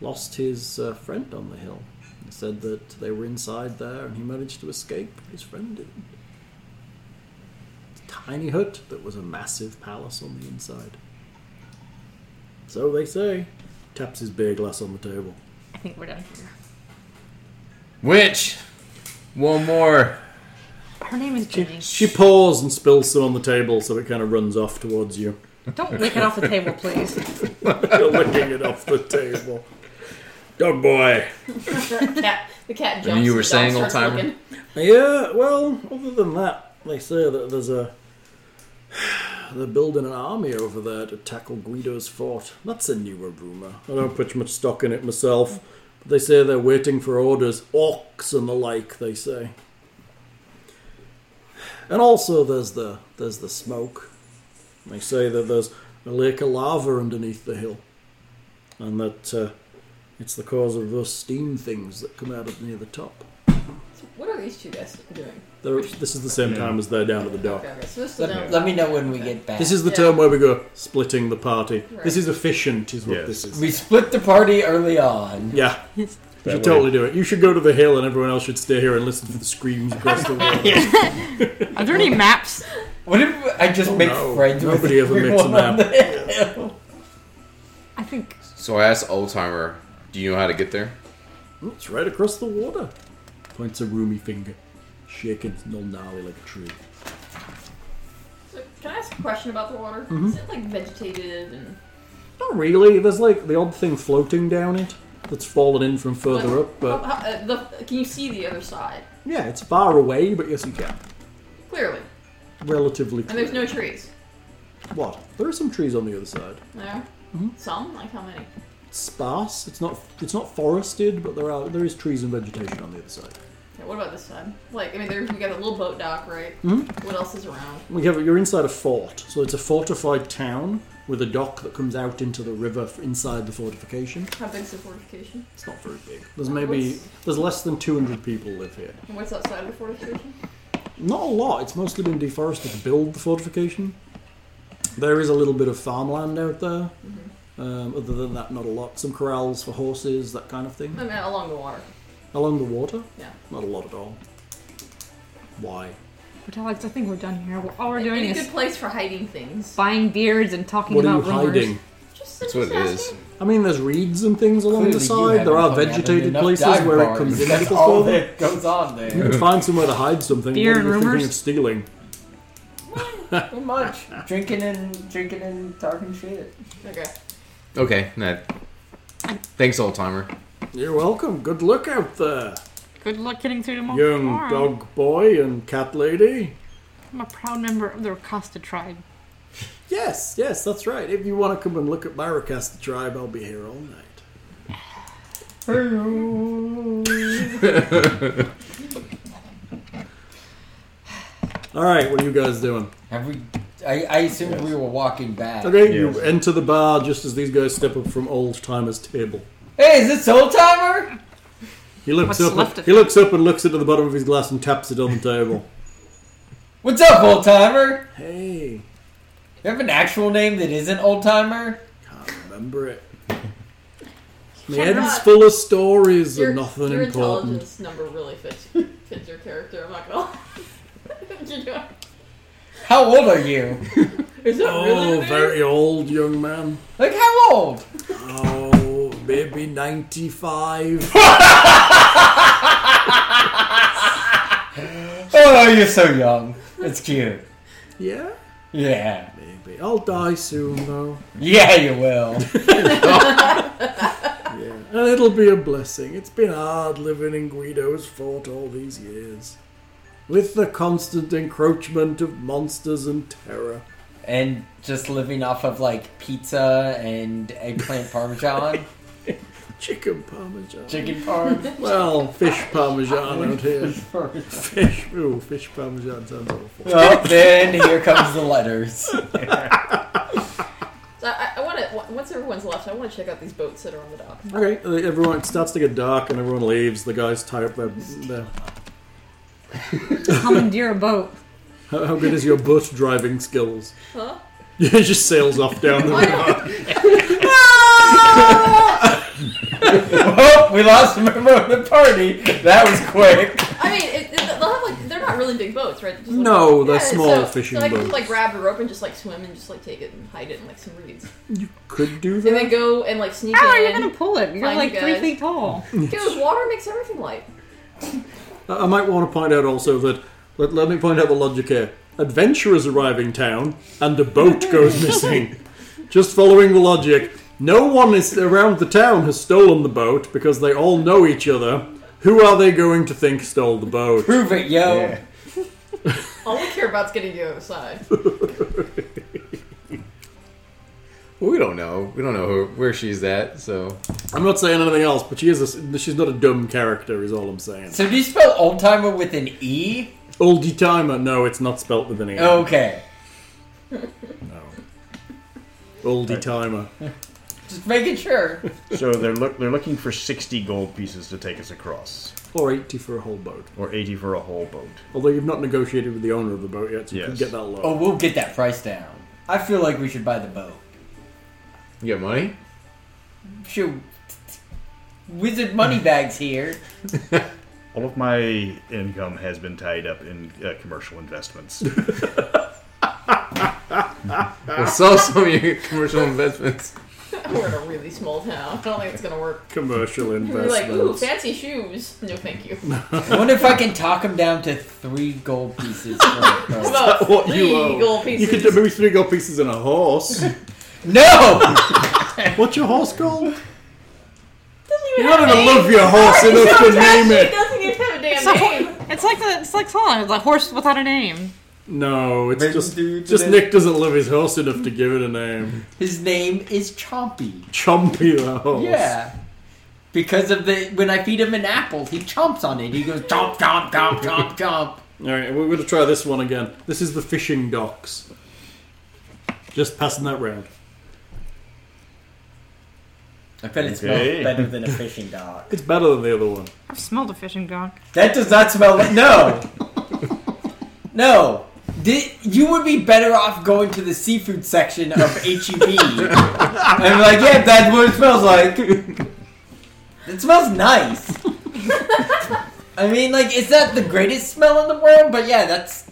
lost his uh, friend on the hill. He said that they were inside there and he managed to escape, but his friend didn't. It's a tiny hut that was a massive palace on the inside. So they say. Taps his beer glass on the table. I think we're done here. Witch. One more. Her name is Jenny. She pours and spills some on the table so it kind of runs off towards you. Don't lick it off the table, please. You're licking it off the table. Good boy. cat, the cat jumps. And you were the dog saying, starts old-timer? looking. Yeah, well, other than that, they say that there's a. They're building an army over there to tackle Guido's fort. That's a newer rumour. I don't put much stock in it myself. But they say they're waiting for orders, orcs and the like, they say. And also there's the there's the smoke. They say that there's a lake of lava underneath the hill. And that uh, it's the cause of those steam things that come out of near the top. So what are these two guys doing? They're, this is the same time as they're down at the dock. Okay, okay. So this is Let, let me know when we get back. This is the Yeah. term where we go splitting the party. This Right. is efficient, is what Yes. this is. we split the party early on. Yeah, you That should way. totally do it. You should go to the hill, and everyone else should stay here and listen to the screams across the world. Are there any maps? What if I just make Oh, no. friends Nobody with ever makes a everyone map. on the hill? I think So I asked old timer, "Do you know how to get there?" it's right across the water. Points a roomy finger, shaking, it's all gnarly like a tree. So can I ask a question about the water? Is it like vegetated and Not really. There's like the odd thing floating down it that's fallen in from further up, but How- how- uh, the, can you see the other side yeah, it's far away. But yes, you can. clearly? Relatively. And there's clear. no trees. what? There are some trees on the other side. There. Some like how many? sparse. It's not it's not forested, but there are there is trees and vegetation on the other side. Okay, what about this side? Like I mean, there's we got a little boat dock, right? What else is around? We have you're inside a fort, so it's a fortified town with a dock that comes out into the river f- inside the fortification. How big's the fortification? It's not very big. There's maybe there's less than 200 people live here. And what's outside of the fortification? Not a lot. It's mostly been deforested to build the fortification. There is a little bit of farmland out there. Mm-hmm. Um, other than that, not a lot. Some corrals for horses, that kind of thing. I mean, along the water. Along the water, Yeah. not a lot at all. Why? But Alex, I think we're done here. We're- All we're doing Any is good place for hiding things? buying beards and talking What are about you rumors. hiding? Just That's what it is. I mean, there's reeds and things along the Clearly you side. There are haven't vegetated enough places dive where it bars. comes in a That's little all further. that goes on there. You can find somewhere to hide something. Beer what and are you thinking rumors? of stealing? Not much. Drinking and drinking and talking shit. Okay. Okay, no. Thanks, old timer. You're welcome. Good luck out there, Good luck getting through tomorrow. young tomorrow. dog boy and cat lady. I'm a proud member of the Rakasta tribe. Yes, yes, that's right. If you want to come and look at my Rakasta tribe, I'll be here all night. all right, what are you guys doing? Have we? I, I assumed we were walking back. Okay, you Yes. enter the bar just as these guys step up from old timers' table. Hey, is this old timer? He looks What's up. left of he it. looks up and looks into the bottom of his glass and taps it on the table. What's up, old timer? hey, You have an actual name that isn't old timer? can't remember it. My Cannot. head's full of stories Your, and nothing your important. intelligence number really fits fits your character. I'm not gonna. You know, How old are you? Is that really Oh, the name? very old young man. Like how old? Oh, maybe ninety-five. Oh, you're so young. It's cute. yeah, Yeah. maybe. I'll die soon though. Yeah, you will. Yeah, And it'll be a blessing. It's been hard living in Guido's fort all these years. With the constant encroachment of monsters and terror. and just living off of like pizza and eggplant parmesan, Chicken parmesan. chicken parm. Well, fish parmesan out here. First. Fish. Ooh, fish parmesan sounds awful. Well, Oh, then here comes the letters. So I, I want to. Once everyone's left, I want to check out these boats that are on the dock. Okay, uh, everyone. It starts to get dark, and everyone leaves. The guys tie up their. their Commandeer a boat. how, how good is your boat driving skills? Huh? It just sails off down the river. oh, we lost a member of the party. That was quick. I mean, it, it- they'll have like they're not really big boats, right? They're just, like- No, they're small so, fishing so I can boats. Just, like grab a rope and just like swim and just like take it and hide it in like some reeds, Could do and then that. go and like sneak How are in. you gonna pull it? You're Fine, like you three guys. feet tall. Dude, water makes everything light. I I might want to point out also that. Let, let me point out the logic here. Adventurers arrive in town, and a boat goes missing. just following the logic. No one is around the town has stolen the boat because they all know each other. Who are they going to think stole the boat? Prove it, yo. Yeah. All we care about is getting to the other side. Well, we don't know. We don't know who, where she's at. So I'm not saying anything else, but she is. A, she's not a dumb character, is all I'm saying. So do you spell old timer with an E? Oldie timer. No, it's not spelt with an e. Oh, Okay. Oldie timer. Just making sure. So they're look they're looking for sixty gold pieces to take us across, Or 80 for a whole boat. or eighty for a whole boat. Although you've not negotiated with the owner of the boat yet, so you can Yes. get that low. Oh, we'll get that price down. I feel like we should buy the boat. you got money? Shoot. Wizard Moneybags here. All of my income has been tied up in uh, commercial investments. Well, sell some of your commercial investments. We're in a really small town. I don't think it's gonna work. Commercial We're like, ooh, investments. fancy shoes. No, thank you. I wonder if I can talk him down to three gold pieces. For the How price. about what three you owe. gold pieces? You could do maybe three gold pieces and a horse. no! What's your horse called? Doesn't even You're not have gonna a name. love your horse Sorry, enough to sometimes name She it. doesn't even have a It's, a damn name. hor- it's like the, it's like song, the horse without a name. No, it's Maybe just do it just today. Nick doesn't love his horse enough to give it a name. His name is Chompy. Chompy the horse. Yeah. Because of the when I feed him an apple, he chomps on it. He goes chomp chomp chomp chomp chomp. All right, we're going to try this one again. This is the fishing docks. Just passing that round. I bet it Okay. smells better than a fishing dog. It's better than the other one. I've smelled a fishing dog. That does not smell like no. no. Di- you would be better off going to the seafood section of HEB and be like, yeah, that's what it smells like. It smells nice. I mean, like, it's not the greatest smell in the world, but yeah, that's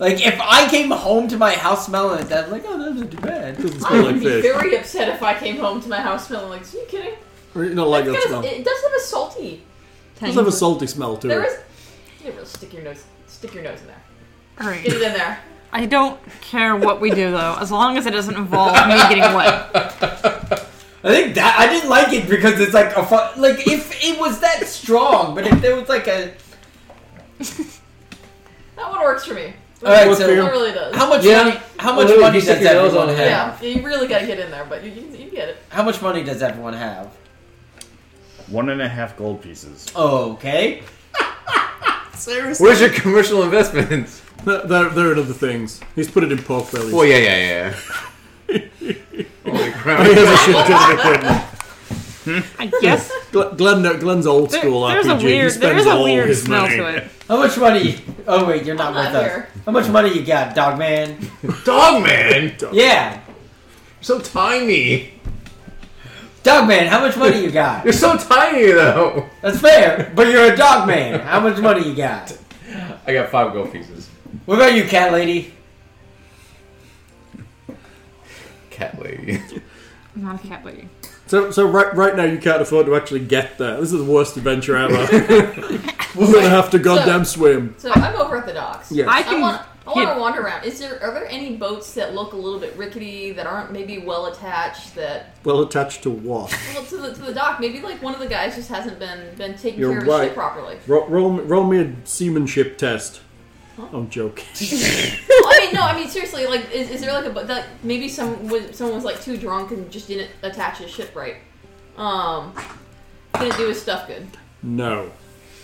like if I came home to my house smelling it, that's like, oh, that's not too bad. Doesn't I smell would like be fish. very upset if I came home to my house smelling like. Are you kidding? Or you not like that It's got smell. a- It it does have a salty. does have a salty smell to There it. is. You really stick your nose. Stick your nose in there. All Get right. it in there. I don't care what we do though, as long as it doesn't involve me getting wet. I think that I didn't like it because it's like a fun, like if it was that strong, but if there was like a That one works for me. all right, It so really does. how much Yeah. money? How much Although money you stick does your nose everyone on have? it. yeah, you really gotta get in there, but you, you, can- you can get it. How much money does everyone have? One and a half gold pieces. Okay, Where's your commercial investments? There, there, there are other things. He's put it in pork bellies. Well, yeah, yeah, yeah. Holy crap! He has a shit ton of equipment. I guess Gl- Glenn, Glenn's old there, school there's a RPG. he weird spends there's a all weird his smell money. to it. how much money? Oh wait, you're not I'm with not us. here. How much money you got, dog man? Dog man, You're Yeah, so tiny. dog man. How much money you got? You're so tiny though. That's fair, but you're a dog man. How much money you got? I got five gold pieces. What about you, cat lady? Cat lady. I'm not a cat lady. So, so right, right now you can't afford to actually get there. This is the worst adventure ever. We're going to have to goddamn swim. So I'm over at the docks. Yes. I can I want. I want to wander around. Is there are there any boats that look a little bit rickety that aren't maybe well attached that Well attached to what? well to the to the dock? Maybe like one of the guys just hasn't been been taking You're care of his right. ship properly. Roll, roll, roll me a seamanship test. I'm joking. well, I mean, no, I mean seriously, like is, is there like a boat that maybe some was, someone was like too drunk and just didn't attach his ship right? Um, didn't do his stuff good. No.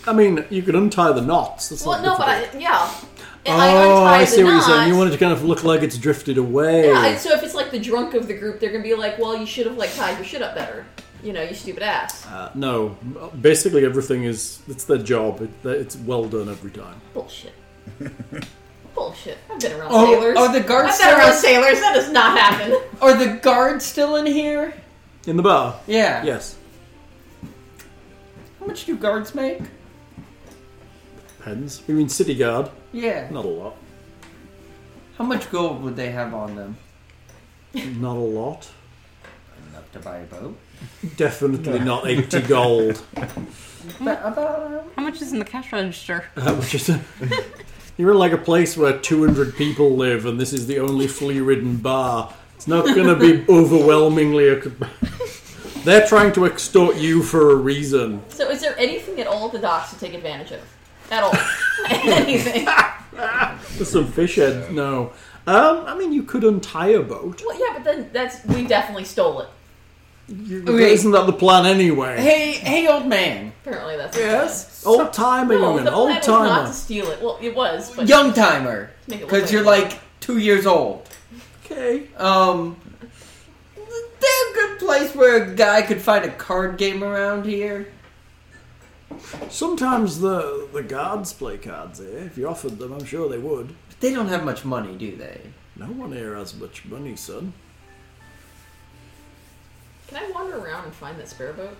I mean, you could untie the knots. That's Well, not no, but difficult. I yeah. If Oh, untie I the see what you're saying. You knots- want it to kind of look like it's drifted away. Yeah, and so if it's like the drunk of the group, they're gonna be like, "Well, you should have like tied your shit up better." You know, you stupid ass. Uh, no, basically everything is. It's their job. It, it's well done every time. Bullshit. Bullshit. I've been around Oh, sailors. are the guards I've been still- around sailors. That does not happen. Are the guards still in here? In the bar. Yeah. Yes. How much do guards make? Depends. You mean city guard? Yeah. Not a lot. How much gold would they have on them? Not a lot. Enough to buy a boat. Definitely not 80 gold. Hmm. But about How much is in the cash register? Uh, which is a- you're in like a place where 200 people live, and this is the only flea-ridden bar. It's not going to be overwhelmingly. ac- They're trying to extort you for a reason. So, is there anything at all at the docks to take advantage of? At all? anything? There's some fish heads. No, um, I mean you could untie a boat. Well, yeah, but then that's we definitely stole it. You, Okay. Isn't that the plan anyway? Hey, hey, old man. Apparently, that's old timer, The plan. No, young'un. the plan Old was not timer. to steal it. Well, it was, but Young timer. Make it look Because like- you're like two years old. Okay. Um. They're a good place where a guy could find a card game around here. Sometimes the the guards play cards here. If you offered them, I'm sure they would. But they don't have much money, do they? No one here has much money, son. can I wander around and find that spare boat?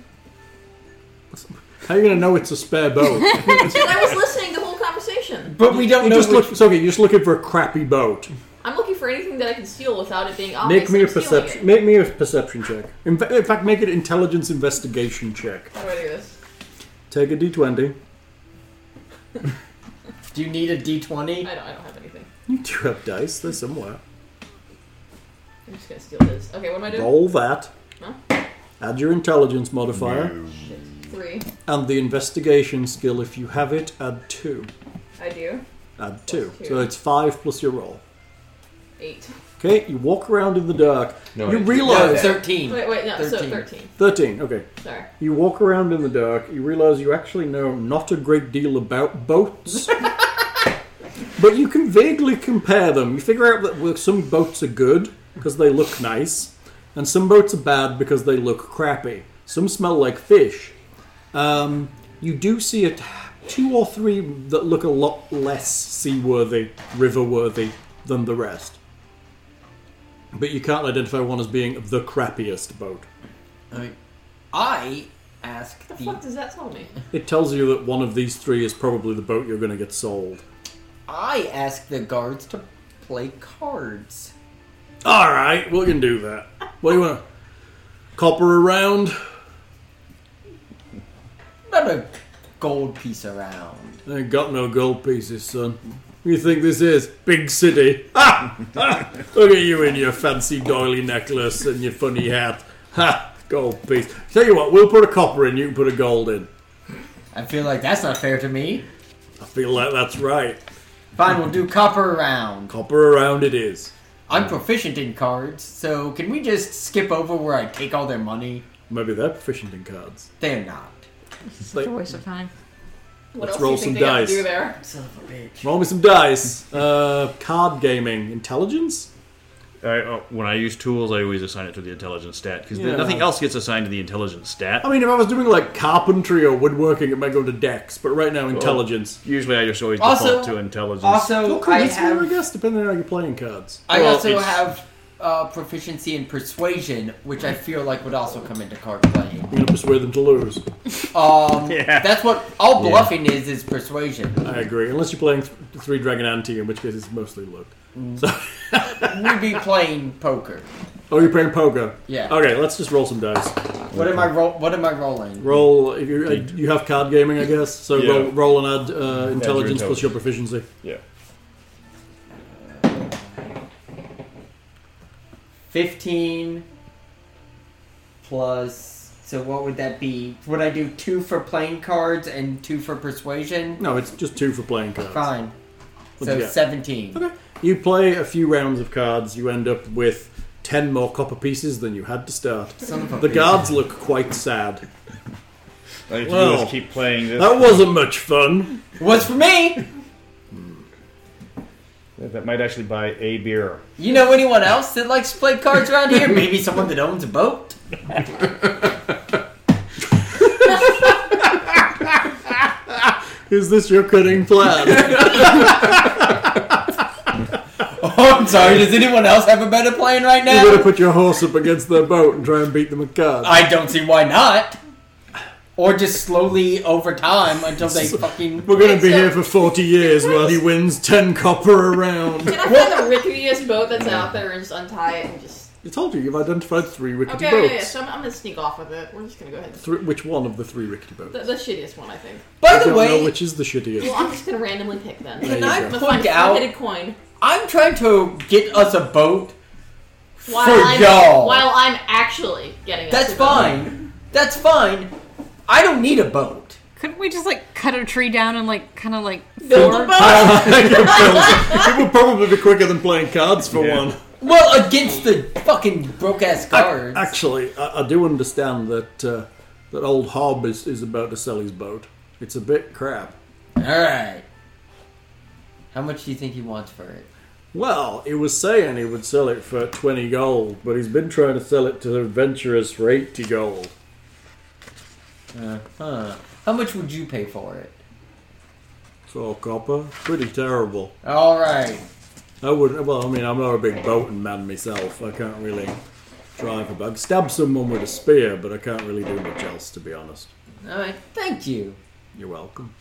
How are you going to know it's a spare boat? Dude, I was listening to the whole conversation. But we don't You know. just which- look. It's okay. You're just looking for a crappy boat. I'm looking for anything that I can steal without it being Make obvious. me a I'm stealing perception. It. Make me a perception check. In, fa- in fact, make it intelligence investigation check. How do I do this? Take a d20. Do you need a d20? I don't. I don't have anything. You do have dice. They're somewhere. I'm just gonna steal his. Okay, what am I doing? Roll that. Huh? Add your intelligence modifier Three. and the investigation skill if you have it. Add two. I do. Add two. Plus two. So it's five plus your roll. Eight. Okay. You walk around in the dark. No, you it's- No, realize 13. Wait, wait, no. So 13. thirteen. thirteen. Okay. Sorry. You walk around in the dark, you realize you actually know not a great deal about boats. but you can vaguely compare them. You figure out that well, some boats are good because they look nice, and some boats are bad because they look crappy. Some smell like fish. Um, you do see a t- two or three that look a lot less seaworthy, river-worthy than the rest. But you can't identify one as being the crappiest boat. I, mean, I ask the. The fuck does that tell me? It tells you that one of these three is probably the boat you're going to get sold. I ask the guards to play cards. All right, we can do that. What do you want? Copper around? Not a gold piece around. I ain't got no gold pieces, son. What You think this is big city? Ha! Ha! Look at you in your fancy doily necklace and your funny hat. Ha! Gold piece. Tell you what, we'll put a copper in. You can put a gold in. I feel like that's not fair to me. I feel like that's right. Fine, we'll do copper round. Copper around it is. I'm proficient in cards, so can we just skip over where I take all their money? Maybe they're proficient in cards. They're not. It's a waste of time. What Let's else roll do you think some they have dice. to do there? Son of a bitch. Roll me some dice. Uh, card gaming, intelligence. I, uh, when I use tools, I always assign it to the intelligence stat because Yeah. nothing else gets assigned to the intelligence stat. I mean, if I was doing like carpentry or woodworking, it might go to dex, but right now, intelligence. Usually, I just always Also- default to intelligence. Also, Okay, I that's fair, I have, guess, depending on how you're playing cards. I Well, also it's- have uh, proficiency in persuasion, which I feel like would also come into card playing. You're going to persuade them to lose. Um, Yeah. that's what all bluffing is—is persuasion. I agree. Unless you're playing th- Three Dragon Ante, in which case it's mostly luck. We'd be playing poker. Oh, you're playing poker? Yeah. Okay, let's just roll some dice. What am I roll? What am I rolling? Roll, if you, uh, you have card gaming, I guess, so Yeah. roll, roll and add uh, intelligence intelligence. plus your proficiency. yeah, 15 plus. So what would that be? Would I do two for playing cards and two for persuasion? No, it's just two for playing cards. Fine. What'd So you get? 17. Okay. You play a few rounds of cards, you end up with 10 more copper pieces than you had to start. Son of a The bitch. guards look quite sad. All you have to do Well, is keep playing this. That wasn't much fun. What's for me? That might actually buy a beer. You know anyone else that likes to play cards around here? Maybe someone that owns a boat? Is this your cunning plan? Oh, I'm sorry. Does anyone else have a better plan right You're going to now? put your horse up against their boat and try and beat them at cards. I don't see why not. Or just slowly over time until they fucking. We're going to be So- here for 40 years while he wins 10 copper a round. Can I find the ricketyest boat that's out there and just untie it and just. I told you, you've identified three rickety Okay, boats. okay, so I'm, I'm gonna sneak off with it. We're just gonna go ahead. and- Three- which one of the three rickety boats? The, the shittiest one, I think. By I the don't know way, which is the shittiest. Well, I'm just gonna randomly pick then. There can you I go. I'm gonna point find a out? four-headed coin. I'm trying to get us a boat While for I'm, y'all. While I'm actually getting. us That's a boat. fine. That's fine. I don't need a boat. Couldn't we just like cut a tree down and like kind of like Build a forge- boat. it would probably be quicker than playing cards for Yeah. one. Well, against the fucking broke ass cards. Actually, I, I do understand that uh, that old Hob is, is about to sell his boat. It's a bit crap. All right. How much do you think he wants for it? Well, he was saying he would sell it for 20 gold, but he's been trying to sell it to adventurers for 80 gold. Huh. How much would you pay for it? So, copper, pretty terrible. All right. I wouldn't, well, I mean, I'm not a big boating man myself. I can't really drive a boat. I can stab someone with a spear, but I can't really do much else, to be honest. All right. Thank you. You're welcome.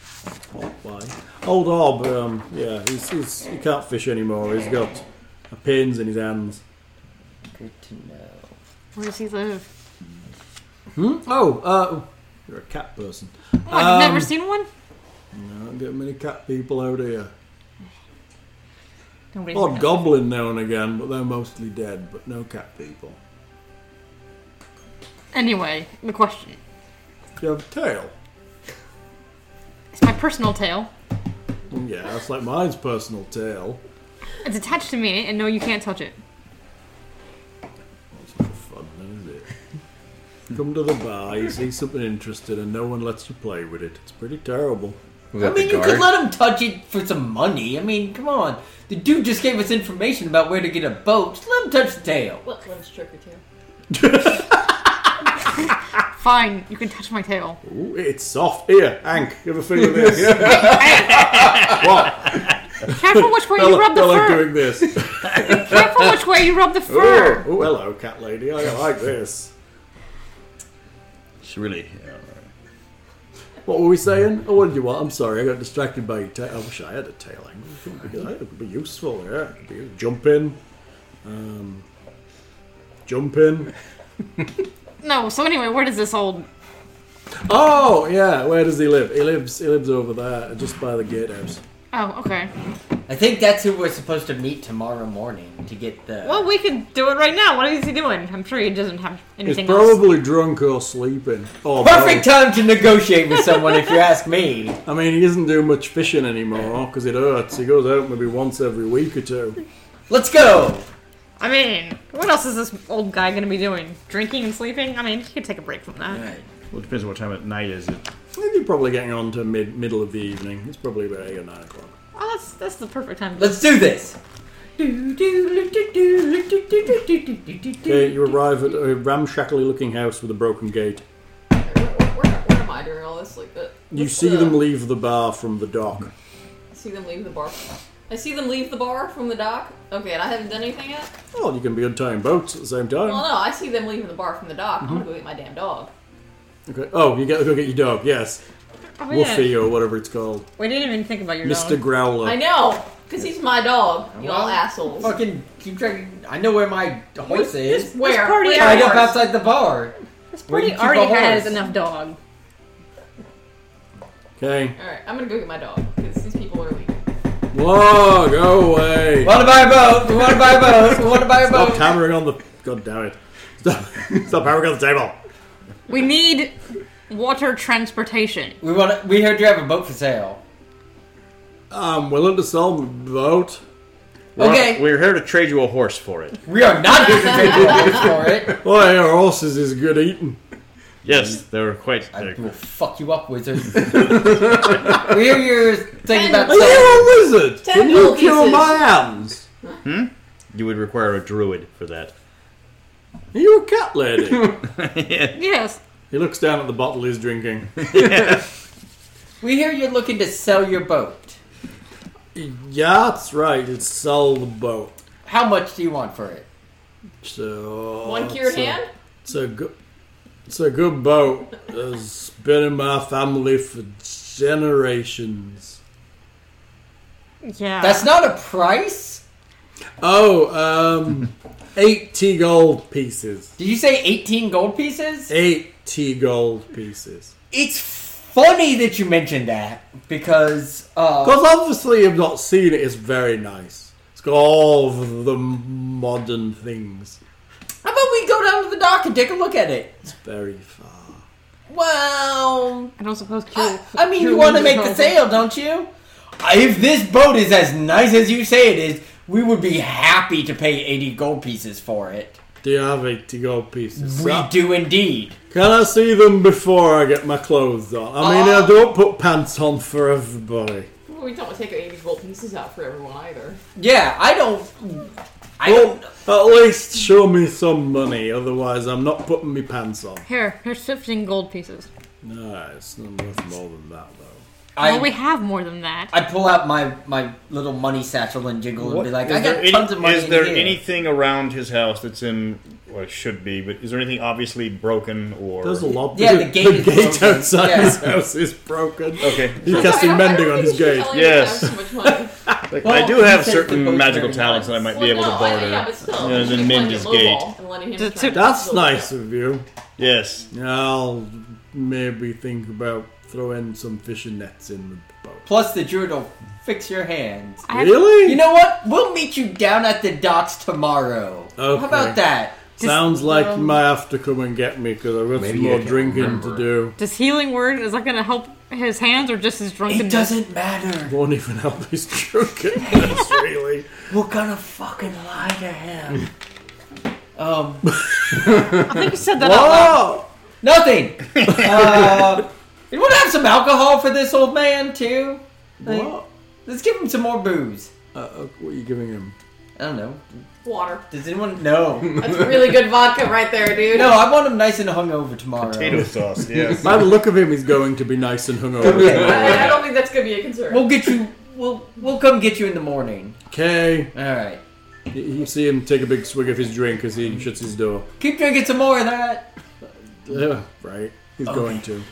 Oh, why? Old Orb, um, yeah, he's, he's, he can't fish anymore. He's got a pins in his hands. Good to know. Where does he live? Hmm? Oh, uh, you're a cat person. Oh, I've never Um, seen one. I don't get many cat people out here. Nobody's Odd goblin now and again, but they're mostly dead, but no cat people. Anyway, the question. Do you have a tail? It's my personal tail. Mm, Yeah, that's like mine's personal tail. It's attached to me, and no, you can't touch it. It's not fun, is it? Come to the bar, you see something interesting, and no one lets you play with it. It's pretty terrible. Was I that mean, the you guard? could let him touch it for some money. I mean, come on. The dude just gave us information about where to get a boat. Just let him touch the tail. What one's trick or two? Fine, you can touch my tail. Ooh, it's soft. Here, Hank, you have a feel of this. what? Careful which way you Bella, rub the Bella fur. doing this. Careful which way you rub the fur. Oh, hello, cat lady. I like this. She really. Yeah. What were we saying? Oh, what did you want? I'm sorry, I got distracted by your tail. I wish I had a tail angle. It would be, it would be useful, yeah. It could be- um, Jump in. Um, jump in. No, so anyway, where does this old Oh, yeah, where does he live? He lives he lives over there, just by the gatehouse. Oh, okay. I think that's who we're supposed to meet tomorrow morning to get the. Well, we can do it right now. What is he doing? I'm sure he doesn't have He's anything else. probably drunk or sleeping. Oh, Or Perfect time to negotiate with someone, if you ask me. both. I mean, he doesn't do much fishing anymore because it hurts. He goes out maybe once every week or two. Let's go. I mean, what else is this old guy going to be doing? Drinking and sleeping? I mean, he could take a break from that. Well, it depends on what time at night is it. I think you're probably getting on to mid middle of the evening. It's probably about eight or nine o'clock. Oh, that's that's the perfect time. Let's do this. Okay, you arrive at a ramshackly looking house with a broken gate. Where, where, where, where am I during all this? Like, uh, You what's see the- Hmm. them leave the bar from the dock. I see them leave the bar. I see them leave the bar from the dock. Okay, and I haven't done anything yet. Well, you can be untying boats at the same time. Well, no, I see them leaving the bar from the dock. I'm Mm-hmm. gonna go get my damn dog. Okay. Oh, you got to go get your dog. Yes, Oh, yeah. Woofy or whatever it's called, We didn't even think about your Mister dog. Growler. I know, cause he's my dog. You all Well, assholes. Fucking keep tracking. I know where my horse is. Where? party Where? Tied up outside the bar. This Where do party you keep already a horse? has enough dog. Okay. All right, I'm gonna go get my dog because these people are leaving. Whoa, go away. Want to buy a boat? We want to buy a boat. We want to buy a Stop boat. hammering on the God damn it. Stop, stop hammering on the table. We need water transportation. We want. To, we heard you have a boat for sale. I'm willing to sell the boat. We're- Okay. We're here to trade you a horse for it. We are not here to take Thank you for it. Boy, our horses is good eating. Yes, they're quite. I they're- will fuck you up, wizard. we hear your thing about Are Are you selling. a wizard? Ten Can you gold kill pieces. my hams? You would require a druid for that. Are you a cat lady? Yes. he looks down at the bottle he's drinking. We hear you're looking to sell your boat. yeah, that's right. It's sell the boat. How much do you want for it? So One cured it's a- hand? It's a good. It's a good boat. It's been in my family for generations. Yeah. That's not a price. Oh, um, eighty gold pieces. Did you say 18 gold pieces? Eighty gold pieces. It's funny that you mentioned that because uh, Because obviously you've not seen it. It's very nice. It's got all of the modern things. how about we go down to the dock and take a look at it? It's very far. Well, I don't suppose I, cure. I mean, cure you want to wounds make is the over. sale, don't you? If this boat is as nice as you say it is, we would be happy to pay 80 gold pieces for it. Do you have eighty gold pieces? We Sir? do indeed. Can I see them before I get my clothes on? I mean, Uh, I don't put pants on for everybody. Well, we don't take 80 gold pieces out for everyone either. Yeah, I don't. I Well, don't. at least show me some money, otherwise I'm not putting my pants on. Here, here's 15 gold pieces. No, it's not worth more than that, though. I, well, we have more than that. I pull out my, my little money satchel and jiggle What- and be like, is I got there any- tons of money. Is in there here." anything around his house that's in, well, it should be, but is there anything obviously broken or? There's a lot. Yeah, the gate is broken. outside Yeah. his house is broken. Okay. He's I casting don't- I don't mending on think his we should gate. tell anyone Yes. that was too much money. Like, Well, I do have he says the certain boat's magical very talents that nice. I might Well, be able no, to I, barter. yeah, but still. Yeah, we then should mend play his the gate. lowball and let him That's try it. to That's build it. nice of you. Yes. I'll maybe think about throwing some fishing nets in the boat. Plus, the druid will fix your hands. I have- really? You know what? We'll meet you down at the docks tomorrow. Okay. How about that? Sounds like Um, you might have to come and get me because I've got Maybe some I more can drinking remember. to do. Does healing word is that going to help his hands or just his It drunkenness? doesn't matter. Won't even help his drinking. That's really. We're gonna fucking lie to him. um, I think you said that out loud. Oh! nothing. Uh, you want to have some alcohol for this old man too? Like, What? Let's give him some more booze. Uh, uh, what are you giving him? I don't know. Water. Does anyone know? That's really good vodka right there, dude. no, I want him nice and hungover tomorrow. Potato sauce, yes. By the look of him, he's going to be nice and hungover. Yeah. I, I don't think that's gonna be a concern. We'll get you. We'll we'll come get you in the morning. Okay. All right. You- You see him take a big swig of his drink as he shuts his door. Keep drinking some more of that. Yeah, Oh. right. He's going to.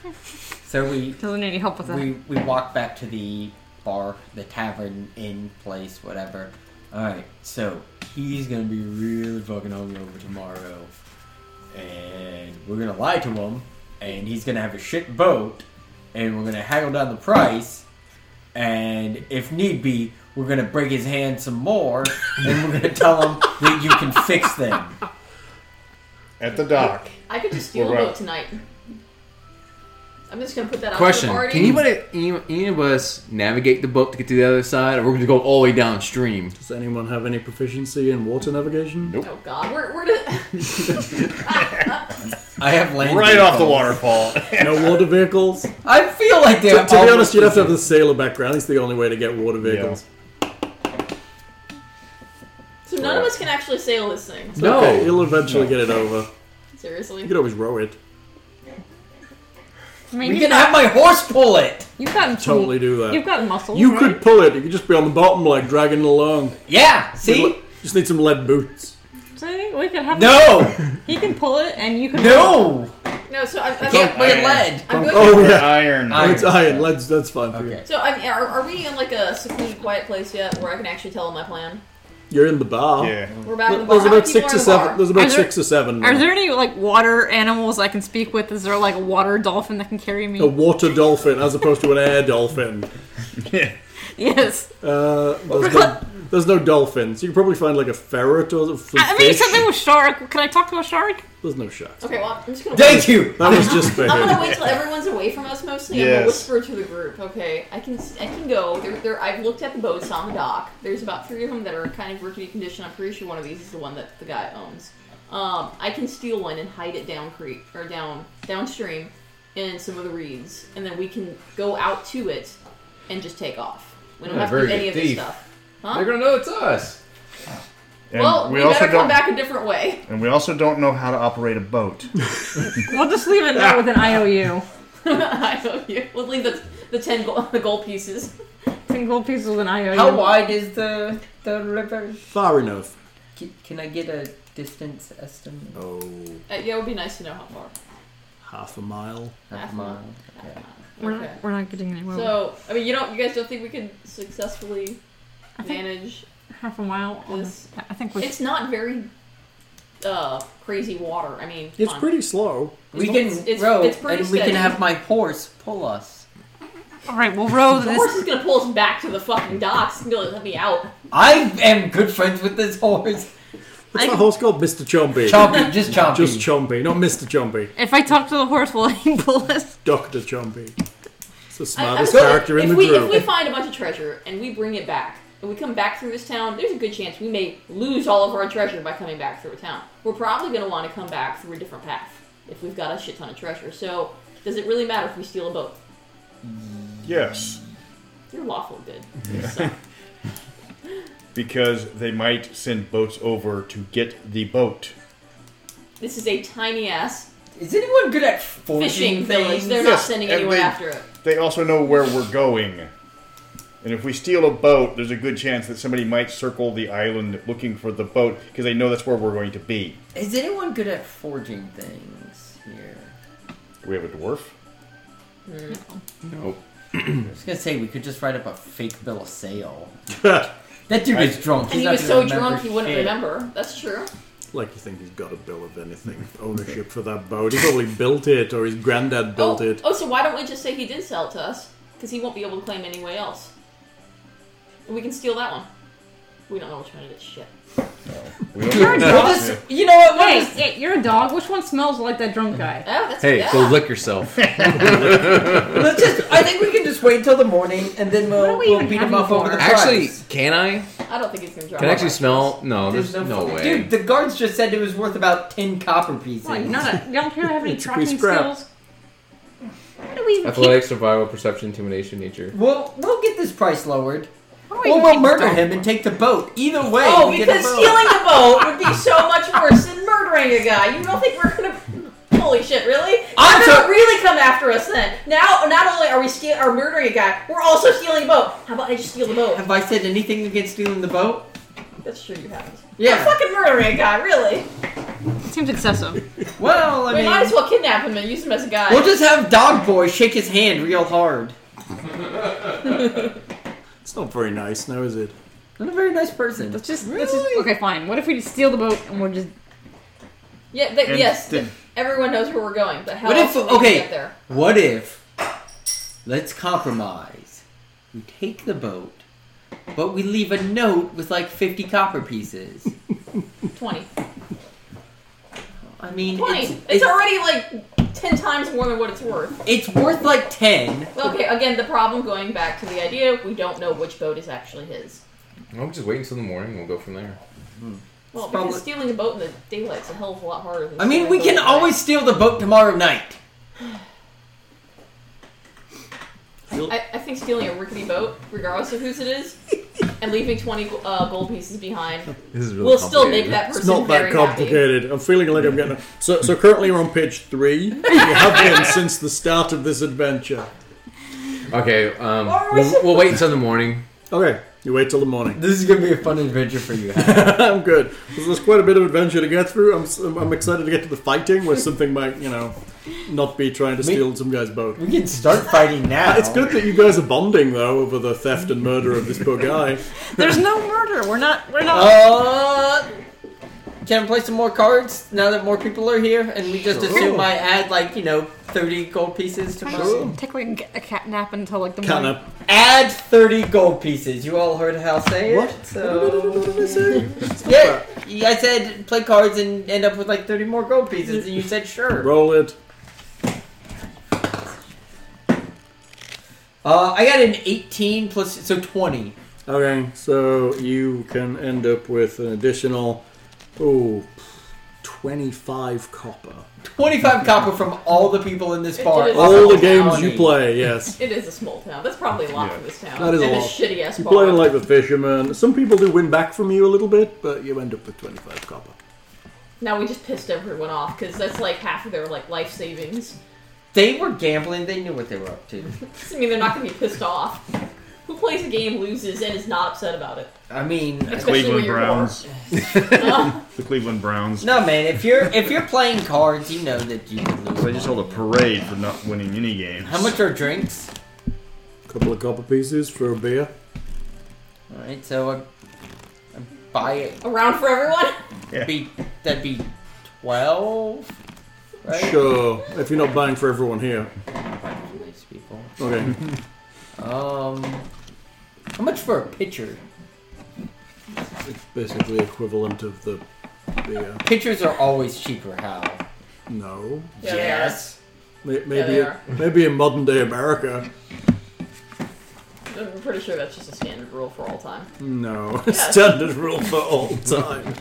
So we Doesn't need any help with that. we we walk back to the bar, the tavern, inn, place, whatever. All right. So he's gonna be really fucking hungover tomorrow, and we're gonna lie to him, and he's gonna have a shit boat, and we're gonna haggle down the price, and if need be, we're gonna break his hand some more, and we're gonna tell him that you can fix them. At the dock. I could just steal We're a right. boat tonight. I'm just gonna put that Question: out to the party. Can anybody, any, any of us, navigate the boat to get to the other side, or we're going to go all the way downstream? Does anyone have any proficiency in water navigation? Nope. Oh God, we're we're to I have land Right off the vehicles. waterfall. No water vehicles? I feel like To, they're. to be almost honest, you'd have to the have the sailor background. It's the only way to get water vehicles. So none of us can actually sail this thing. No. Okay, he'll eventually get it over. Seriously. You could always row it. I mean, We you can have my horse pull it. you've gotten some- Totally do that. You've got muscles. you right? could pull it. You could just be on the bottom, like dragging it along. Yeah. See? Just need some lead boots. See, we could have. No. He can pull it, and you can. No. No, so I'm, I'm, Can't I'm, play iron. lead. I'm going. Oh yeah, Iron. Iron. it's iron. Lead's that's fine. For you. Okay. So I'm, are, are we in like a secluded, quiet place yet, where I can actually tell him my plan? You're in the bar. Yeah. We're back in the bar. There's How many about six people or are in the seven. bar? There's about Are there- six or seven. Are now. there any like water animals I can speak with? Is there like a water dolphin that can carry me? a water dolphin as opposed to an air dolphin? Yes. Uh, there's, been, There's no dolphins. You can probably find like a ferret or a f- I I mean, fish. something with shark. Can I talk to a shark? There's no sharks. Okay, well, I'm just gonna. Thank you. That was just I'm gonna bad. wait till everyone's away from us mostly. I'm Yes. gonna whisper to the group. Okay, I can I can go. There, there. I've looked at the boats on the dock. There's about three of them that are kind of rickety condition. I'm pretty sure one of these is the one that the guy owns. Um, I can steal one and hide it down creek or down downstream in some of the reeds, and then we can go out to it and just take off. We don't Yeah, have to very do any good of this thief. stuff. They're Huh? gonna know it's us. And Well, we, also better don't, come back a different way. and we also don't know how to operate a boat. We'll just leave it there with an IOU. I know you. We'll leave the the ten gold, the gold pieces. Ten gold pieces with an IOU. How wide is the the river? Far enough. Can, can I get a distance estimate? Oh, Uh, yeah, it would be nice to know how far. half a mile. Half a mile. Half a mile. We're, Okay. not, we're not getting anywhere. So, I mean, you don't. You guys don't think we could successfully I think- manage half a mile. On This- this. I think we. It's not very uh crazy water. I mean, It's on- pretty slow. We can It's- it's- row, it's pretty and we can steady. have my horse pull us. All right, we'll row The horse this. is gonna pull us back to the fucking docks and let me out. I am good friends with this horse. What's I- that horse called? Mr. Chompy. Chompy, just chompy. Just Chompy, not Mr. Chompy. If I talk to the horse, will he pull us? Dr. Chompy. It's the I- I'm smartest sorry, character in if the we, group. If we find a bunch of treasure and we bring it back, and we come back through this town, there's a good chance we may lose all of our treasure by coming back through a town. We're probably gonna want to come back through a different path if we've got a shit ton of treasure. So, does it really matter if we steal a boat? yes, You're lawful good. because they might send boats over to get the boat. This is a tiny ass Is anyone good at forging fishing village. things? They're not Yes, sending and anyone they- after it. They also know where we're going. And if we steal a boat, there's a good chance that somebody might circle the island looking for the boat because they know that's where we're going to be. Is anyone good at forging things here? Do we have a dwarf? No. I was gonna say we could just write up a fake bill of sale. That dude I- is drunk. And He's he not was gonna so drunk he shit. wouldn't remember. That's true. like you think he's got a bill of anything ownership for that boat. He probably built it, or his granddad built oh, it. oh, so why don't we just say he did sell it to us? Because he won't be able to claim any way else. And we can steal that one. We don't know which one it is. Shit. We don't You're a know. dog. We'll just- you know what? we'll Hey, just- hey, you're a dog. Which one smells like that drunk Oh, guy? that's Hey, yeah. go lick yourself. Let's just. I think we can just wait till the morning and then What we'll, are we we'll even beat him having up over for? the actually, prize. can I? I don't think he's gonna drop. Can I actually it. smell? No, there's, There's no no, way. Dude, the guards just said it was worth about ten copper pieces. What, you're not a, you don't care to have any It's a tracking piece of crap. skills? How do we even keep Athletics, survival, perception, intimidation, nature. We'll we'll get this price lowered, Or or we'll murder him and take the boat. Either way, Oh, we get a because boat. stealing the boat would be so much worse than murdering a guy. You don't think we're gonna? Holy shit! Really? I'm They're gonna so- really come after us then. Now, not only are we steal are murdering a guy, we're also stealing a boat. How about I just steal the boat? Have I said anything against stealing the boat? That's true, you haven't. Yeah. Fucking murdering a guy, really. Seems excessive. Well, I we mean, might as well kidnap him and use him as a guy. we'll just have Dog Boy shake his hand real hard. It's not very nice now, is it? Not a very nice person. Let's just, let's just okay, fine. What if we just steal the boat and we're just yeah, th- And yes, the- th- everyone knows where we're going, but how What else if- do we okay. get there? What if? Let's compromise. We take the boat, but we leave a note with like fifty copper pieces. 20. I mean, 20. It's, it's, it's, already like 10 times more than what it's worth. it's worth like ten. Well, okay, again, the problem going back to the idea we don't know which boat is actually his. I'm just waiting until the morning. We'll go from there. Well, It's because probably- stealing a boat in the daylight's a hell of a lot harder than I mean, we stealing a can boat at always steal the boat tomorrow night. night. I, I think stealing a rickety boat, regardless of whose it is, and leaving 20 uh, gold pieces behind, This is really will still make complicated. that person It's not very that complicated. I'm feeling like I'm getting. A... So, so currently we're on page three. You have been since the start of this adventure. Okay, um, Or we we'll, should- we'll wait until the morning. Okay, you wait till the morning. This is gonna be a fun adventure for you. I'm good. There's, there's quite a bit of adventure to get through. I'm, s- I'm I'm excited to get to the fighting where something might, you know, not be trying to steal some guy's boat. we can start fighting now. It's good that you guys are bonding though over the theft and murder of this poor guy. There's no murder. We're not we're not Uh, can I play some more cards now that more people are here? And we just assume I add like you know thirty gold pieces to Can I my. just take like a cat nap until like the Kind morning? of. Add thirty gold pieces. You all heard how I say What? it. So Roll yeah, I said play cards and end up with like thirty more gold pieces, and you said sure. it. Uh, I got an eighteen plus so twenty. Okay, so you can end up with an additional, oh, 25 copper. 25 copper from all the people in this It bar. Oh. is- All the Hospitality. games you play, yes. It is a small town. That's probably a lot for this town. That is a and lot. shitty ass You bar. play like the fisherman. Some people do win back from you a little bit, but you end up with 25 copper. now we just pissed everyone off because that's like half of their like life savings. They were gambling. They knew what they were up to. I mean, they're not going to be pissed off. Who plays a game loses and is not upset about it? I mean, Especially when Cleveland you're Browns. poor. The Cleveland Browns. no man. If you're if you're playing cards, you know that you can lose. They just held a parade for not winning any games. How much are drinks? couple of copper pieces for a beer. All right, so I, I buy it. Around for everyone. Be that'd be twelve, right? Sure, if you're not buying for everyone here. Nice people. Okay. Um, how much for a pitcher? It's basically equivalent of the beer. Pitchers are always cheaper. How? No. Yeah, May- they Maybe, are. maybe in modern day America. they are. I'm pretty sure that's just a standard rule for all time. No, Yeah. standard rule for all time.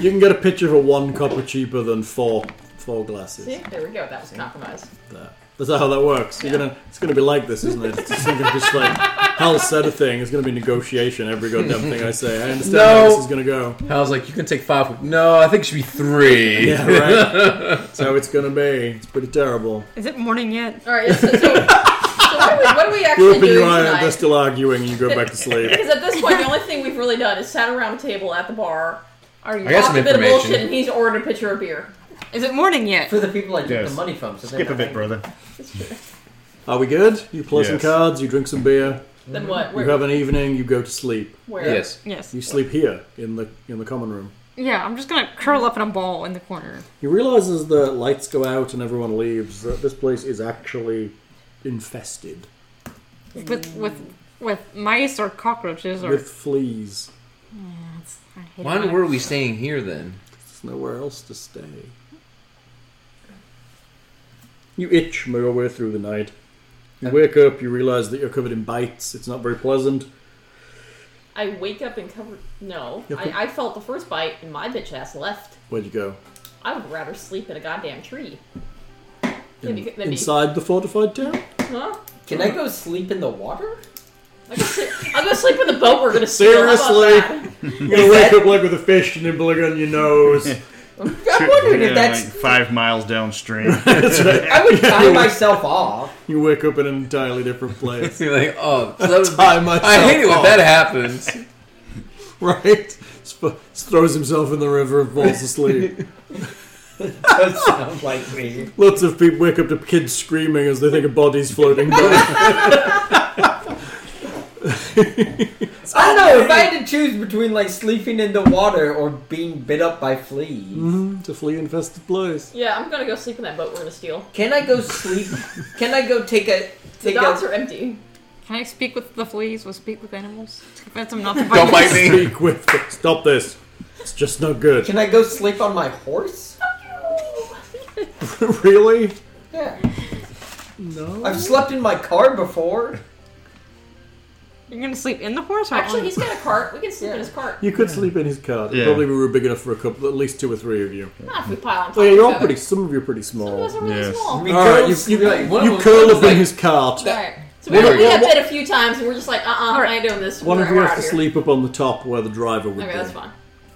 You can get a pitcher for one copper cheaper than four four glasses. See, there we go. That was a compromise. There. That's how that works. You're Yeah. gonna it's gonna be like this, isn't it? It's just gonna be just like Hal said a thing. It's gonna be negotiation every goddamn thing I say. I understand how this is gonna go. I was like, you can take five. No, I think it should be three. Yeah, right. That's how it's gonna be. It's pretty terrible. Is it morning yet? All right. So, so, so what, are we, what are we You actually open doing your eye and tonight? they're still arguing, and you go back to sleep. Because at this point, the only thing we've really done is sat around a table at the bar. Are you? I got some talked a bit of information. bullshit, and he's ordered a pitcher of beer. Is it morning yet? For the people I took Yes. the money from. So they're Skip a not bit, like- brother. Are we good? You play some Yes. cards. You drink some beer. Then what? Where? You have an evening. You go to sleep. where? Yes. Yes. You sleep here in the in the common room. Yeah, I'm just gonna curl up in a ball in the corner. He realizes that lights go out and everyone leaves. That this place is actually infested With with with mice or cockroaches or with fleas. I hate Why mice. were we staying here then? There's nowhere else to stay. You itch your way through the night. You wake up, you realize that you're covered in bites. It's not very pleasant. I wake up and cover. No, You're co- I, I felt the first bite, and my bitch ass left. Where'd you go? I would rather sleep in a goddamn tree. Than be, than be- Inside the fortified town? huh? Can I go sleep in the water? I'll go, sleep, I'll go sleep in the boat we're gonna steal. How about that? Seriously? You're gonna wake up like with a fish nibbling on your nose. I'm wondering Yeah, if that's. like five miles downstream. I would tie myself off. you wake up in an entirely different place. You're like, oh, so that was- Tie myself I hate it when off. that happens. Right? Sp- throws himself in the river and falls asleep. That sounds like me. Lots of people wake up to kids screaming as they think a body's floating by. I don't know. If I had to choose between like sleeping in the water or being bit up by fleas, it's a flea infested place. Yeah, I'm gonna go sleep in that boat we're gonna steal. can I go sleep? Can I go take a The take docks a? are empty. Can I speak with the fleas? Will speak with animals? Convince them not to bite Don't bite us. me. Speak with it. Stop this. It's just not good. Can I go sleep on my horse? really? Yeah, No. I've slept in my car before. You're gonna sleep in the horse? Or Actually, on- he's got a cart. We can sleep in Yeah. his cart. You could sleep in his car. Yeah. Probably we were big enough for a couple, at least two or three of you. Not if we pile on top Oh yeah, you're of each all other. pretty. Some of you are pretty Some small. of us are really Yes. small. We All right, you, sleep- you, like, one of you us curl was up in like- his cart. Alright. So we, One of- we got bit a few times, and we're just like, uh, uh I ain't doing this. One we're, of you we're has out to of here. sleep up on the top where the driver would Okay, be. that's fine.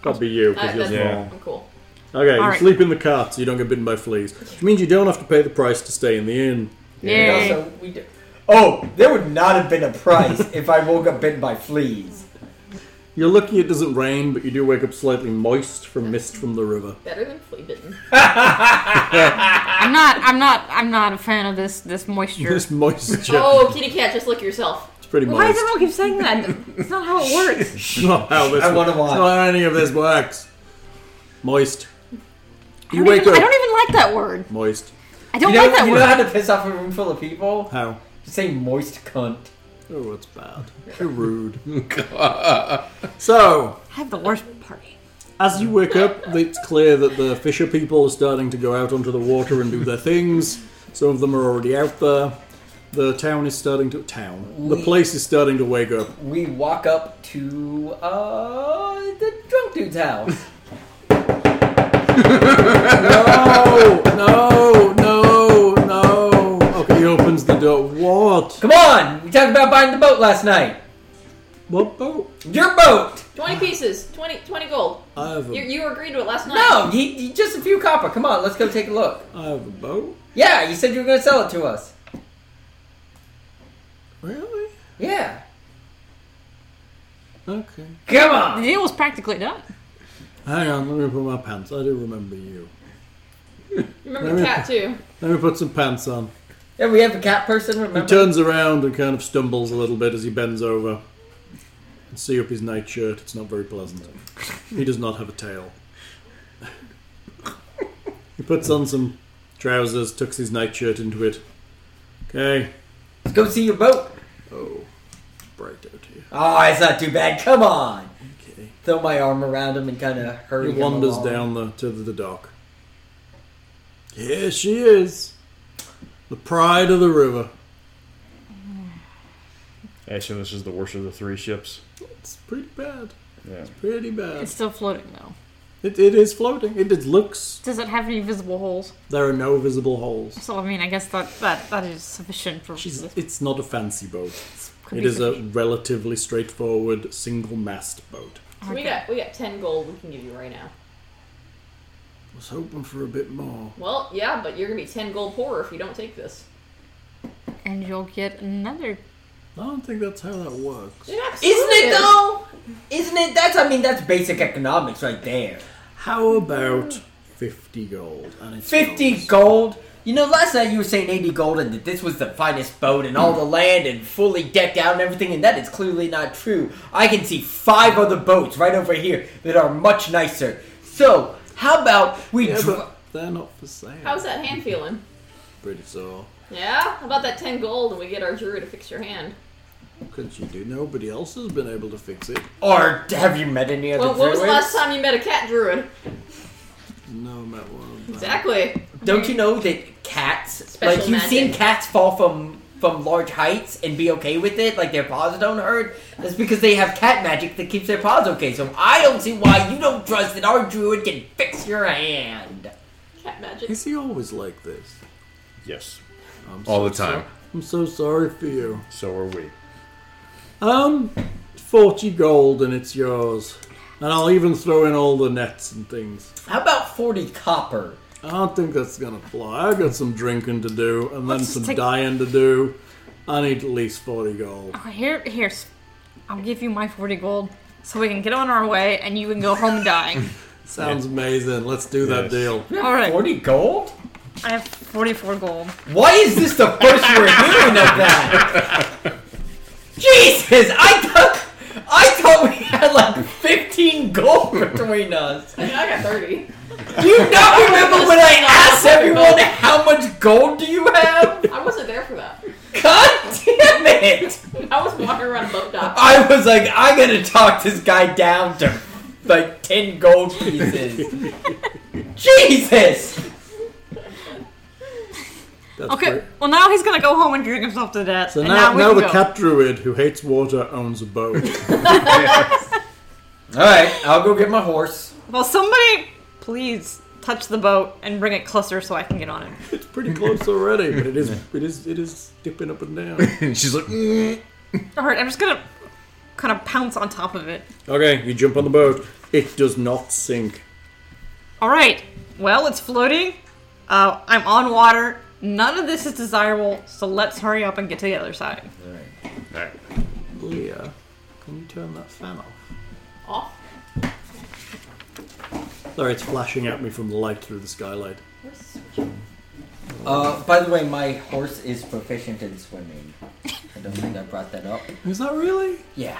That'd be you because Alright, you're that's small. Yeah. I'm cool. Okay, you All right. sleep in the cart so you don't get bitten by fleas, which means you don't have to pay the price to stay in the inn. Yay. Also, we do. Oh, there would not have been a price if I woke up bitten by fleas. You're lucky it doesn't rain, but you do wake up slightly moist from mist from the river. Better than flea bitten. I'm not. I'm not. I'm not a fan of this. This moisture. This moisture. Oh, kitty cat, just look at yourself. It's pretty Why moist. does everyone keep saying that? It's not how it works. It's not how this I wanna it's watch. not how any of this works. Moist. I don't You wake even- up. I don't even like that word. Moist. I don't You know, like that you word. know how to piss off a room full of people? How? Just say moist cunt. Oh, that's bad. You're rude. God. So, I have the worst party. as you wake up, it's clear that the fisher people are starting to go out onto the water and do their things. Some of them are already out there. The town is starting to town. The place is starting to wake up. We walk up to uh the drunk dude's house. No, no, no, no. Okay, he opens the door. What? Come on, we talked about buying the boat last night. What boat? Your boat. 20 pieces. 20, 20 gold. I have You, a, you agreed to it last night. No, you, you- just a few copper. Come on, let's go take a look. I have a boat. Yeah, you said you were gonna sell it to us. Really? Yeah. Okay. Come The on. deal was practically done. Hang on, let me put my pants. I do remember you. Remember the cat, too. Let me put some pants on. Yeah, we have a cat person. Remember? He turns around and kind of stumbles a little bit as he bends over. And see up his nightshirt. It's not very pleasant. He does not have a tail. he puts on some trousers, tucks his nightshirt into it. Okay, Let's go see your boat. Oh, bright out here. Oh, it's not too bad. Come on. Okay. Throw my arm around him and kind of hurry He him wanders along. down the to the dock. Here she is, the pride of the river. Actually, this is the worst of the three ships. It's pretty bad. Yeah. Pretty bad. It's still floating though. It, it is floating. It, it looks. Does it have any visible holes? There are no visible holes. So I mean, I guess that that, that is sufficient for. She's, this. it's not a fancy boat. could It be is a sufficient. relatively straightforward single mast boat. So we got we got 10 gold we can give you right now. I was hoping for a bit more. Well, yeah, but you're going to be 10 gold poorer if you don't take this. and you'll get another. I don't think that's how that works. It absolutely Isn't it is. though? Isn't it? That's I mean that's basic economics right there. How about 50 gold? And it's Fifty yours. gold. You know, last night you were saying eighty gold and that this was the finest boat and all the land and fully decked out and everything, and that is clearly not true. I can see five other boats right over here that are much nicer. So how about we? Yeah, dri- but they're not for sale. How's that hand feeling? Pretty sore. Yeah? How about that 10 gold and we get our druid to fix your hand? Because you do. Nobody else has been able to fix it. or have you met any other? Well, when was the druids? last time you met a cat druid? No, Matt, one of them. Exactly. Don't you know that cats, Special like you've seen magic. cats fall from from large heights and be okay with it, like their paws don't hurt? That's because they have cat magic that keeps their paws okay. So I don't see why you don't trust that our druid can fix your hand. Cat magic. Is he always like this? Yes. I'm so All the time. sor- I'm so sorry for you. So are we. Um, 40 gold and it's yours. And I'll even throw in all the nets and things. How about forty copper? I don't think that's gonna fly. I've got some drinking to do, and then Let's just some take- dying to do. I need at least forty gold. Oh, Here, here's. I'll give you my forty gold, so we can get on our way, and you can go home and die. Sounds amazing. Let's do that Yes. deal. All right. Forty gold? I have forty-four gold. Why is this the first we're hearing of that? Jesus, I thought I thought we had like fifteen gold between us. I mean, I got 30. Do you not remember when I asked everyone how much gold do you have? I wasn't there for that. God damn it! I was walking around a boat dock. I was like, I gotta talk this guy down to like ten gold pieces. Jesus! That's Okay. great. Well, now he's gonna go home and drink himself to death. So and now, we now can the go. cat druid who hates water owns a boat. All right, I'll go get my horse. Well, somebody, please touch the boat and bring it closer so I can get on it. it's pretty close already, but it is it is it is dipping up and down. And she's like, "Mm." All right. I'm just gonna kind of pounce on top of it. Okay, you jump on the boat. It does not sink. All right. Well, it's floating. Uh, I'm on water. None of this is desirable, so let's hurry up and get to the other side. All right. Leah, can you turn that fan off? Off. Sorry, it's flashing at me from the light through the skylight. Where's the switch? Uh, by the way, my horse is proficient in swimming. I don't think I brought that up. Is that really? Yeah,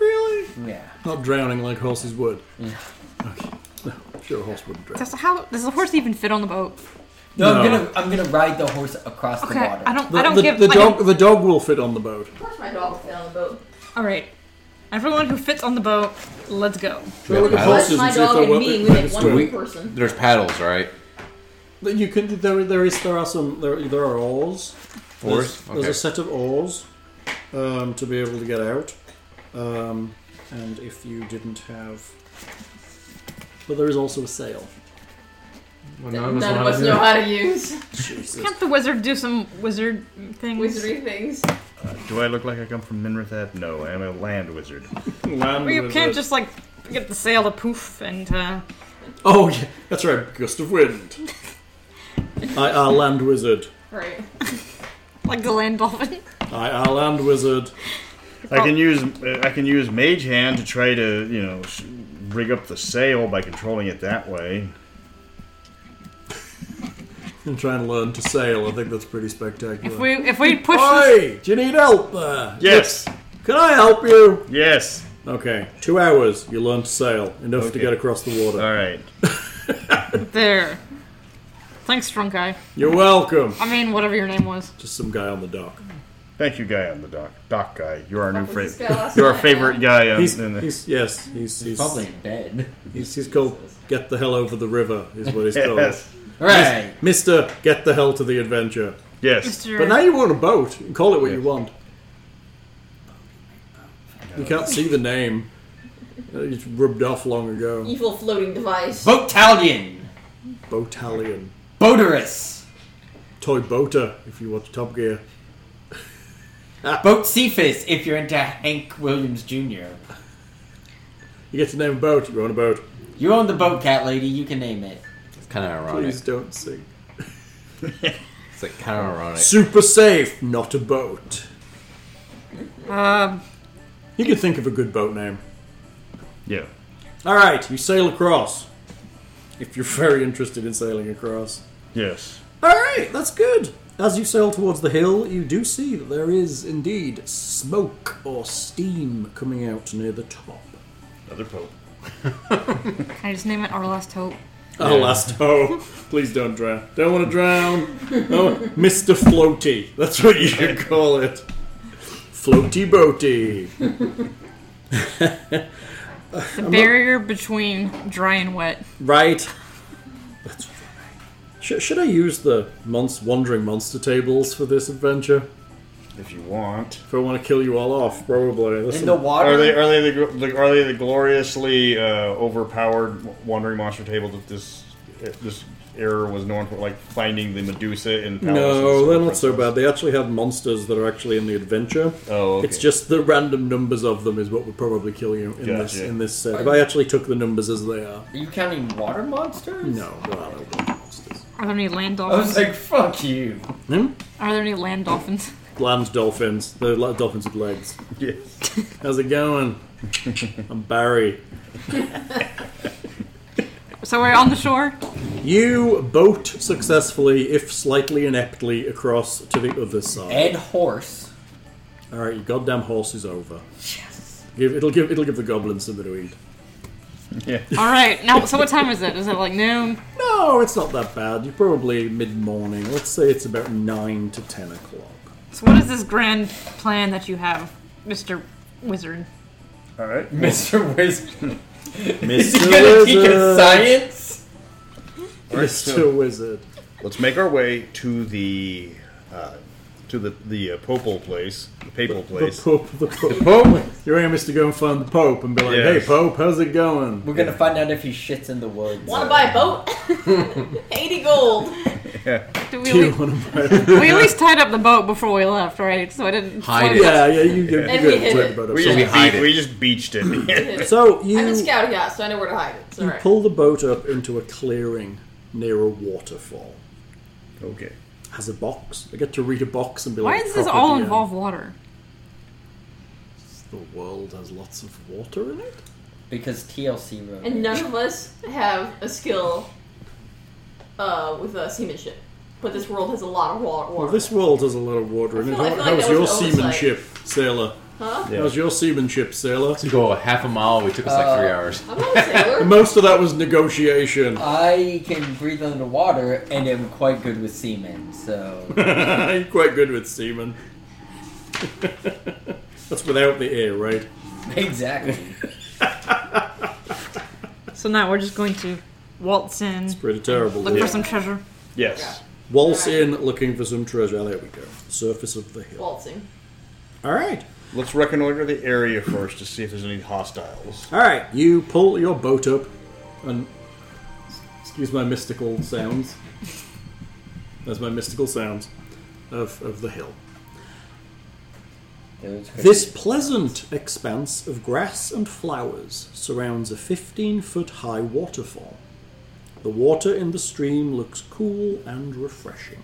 Really? yeah. Not drowning like horses would. Okay. horse. No, I'm sure a horse wouldn't drown. Does the, how does the horse even fit on the boat? No, I'm No. gonna I'm gonna ride the horse across Okay, the water. I don't. The, I don't the, give. the I dog. don't- The dog will fit on the boat. Of course, my dog fell on the boat. all right, everyone who fits on the boat, let's go. Try to look at Yeah, Plus, horses my and see if dog they're and wel- me, we they had can one swim. we- person. There's paddles, right? But You can. There, there is. There are some. There, there are oars. Oars? There's, there's Okay. a set of oars um, to be able to get out. Um, and if you didn't have, but there is also a sail. Well, None of us know how to use Jesus. Can't the wizard do some wizard things? wizardry things. Uh, Do I look like I come from Minrathath? No, I'm a land wizard. Land Or you with can't it. just like get the sail to poof and uh, Oh yeah, that's right. Gust of wind. I are land wizard. Right. like the land dolphin. I are land wizard. I can use uh, I can use mage hand to try to you know sh- rig up the sail by controlling it that way. I'm trying to learn to sail. I think that's pretty spectacular. If we if we push this, Oi! Do you need help there? Yes, Can I help you? yes. Okay, two hours. You learn to sail enough to Okay. get across the water. All right. there. Thanks, drunk guy. You're welcome. I mean, whatever your name was. Just some guy on the dock. Thank you, guy on the dock. Dock guy, you're our new What was this favorite. guy last You're our night? favorite guy. On, He's, in the- he's yes, he's he's, Probably in bed. he's he's called Get the Hell Over the River is what he's called. yes, All right. Mister Get the Hell to the Adventure. yes. Mr. But now you own a boat. You can call it what you want. You can't see the name. Uh, It's rubbed off long ago. Evil floating device. Boatalion, Boatalion. Boaterus, Toy boater, if you watch Top Gear. Boat Cephas. If you're into Hank Williams Jr., You get to name a boat, you own a boat. you own the boat, cat lady. You can name it. It's kind of ironic. Please don't sing. It's like kind of ironic. Super safe, not a boat. Um, You can think of a good boat name. Yeah. All right, you sail across. If you're very interested in sailing across. Yes. All right, that's good. As you sail towards the hill, you do see that there is indeed smoke or steam coming out near the top. Another pope. can I just name it Our Last Hope? Oh, last hope. Please don't drown. Don't want to drown. Oh, Mr. Floaty. That's what you should call it. Floaty boaty. The barrier between dry and wet. Right. That's should, should I use the monst- wandering monster tables for this adventure? If you want. If I want to kill you all off, probably. There's In some- the water. Are they are they the, gl- the are they the gloriously uh, overpowered wandering monster table that this uh, this error was known for, like finding the Medusa in Palace? no, and they're not so bad. Serpent? They actually have monsters that are actually in the adventure. Oh, okay. It's just the random numbers of them is what would probably kill you in this Gotcha. in this set. If I actually took the numbers as they are, Are you counting water monsters? no, there are no blood monsters. Are there any land I was dolphins? like, fuck you. Are there any land dolphins? Land dolphins. They're like dolphins with legs. yes. How's it going? I'm Barry. So we're on the shore. You boat successfully, if slightly ineptly, across to the other Eh? side. Ed Horse. All right, your goddamn horse is over. Yes. Give, it'll give it'll give the goblins something to eat. All right. Now, so what time is it? Is it like noon? No, Oh, it's not that bad. You're probably mid morning. Let's say it's about nine to ten o'clock. So what is this grand plan that you have, Mister Wizard? All right. Mr. Wizard. Is Mister he gonna teach us science? Mister Wizard. Let's make our way to the uh, to the the uh, popal place, the papal The place. Pope. The Pope. Pope. Your aim is to go and find the Pope and be like, Yes. "Hey, Pope, how's it going?" We're gonna find out if he shits in the woods. Want to buy a boat? 80 gold. Do Do we, you want to? we at least tied up the boat before we left, right? So I didn't Hide it. yeah, yeah, you, you, And you we hit talk it. about it. we, So just we beat- hide it. we just beached it. so I'm a you scouting guy, so I know where to hide it. It's you alright. pull the boat up into a clearing near a waterfall. okay. Has a box. I get to read a box and be Why like, does this "Proper all DM." involve water? The world has lots of water in it. Because TLC wrote. it. And none of us have a skill uh, with uh, seamanship. But this world has a lot of water. Well, Oh, this world has a lot of water in I it. feel- I How, feel like how's that your was an oversight. seamanship, sailor? Huh? That was your seamanship, sailor. To go a half a mile, we took us like three hours. I'm not a sailor. Most of that was negotiation. Oh. I can breathe underwater and am quite good with seamen, so. You're quite good with seamen. That's without the air, right? exactly. So now we're just going to waltz in, Pretty terrible. look yeah. for some treasure. Yes. Waltz in looking for some treasure. There we go. Surface of the hill. Waltzing. All right. Let's reconnoiter the area first to see if there's any hostiles. All right. You pull your boat up and. Excuse my mystical sounds. That's my mystical sounds of, of the hill. Those could- This pleasant expanse of grass and flowers surrounds a 15 foot high waterfall. The water in the stream looks cool and refreshing.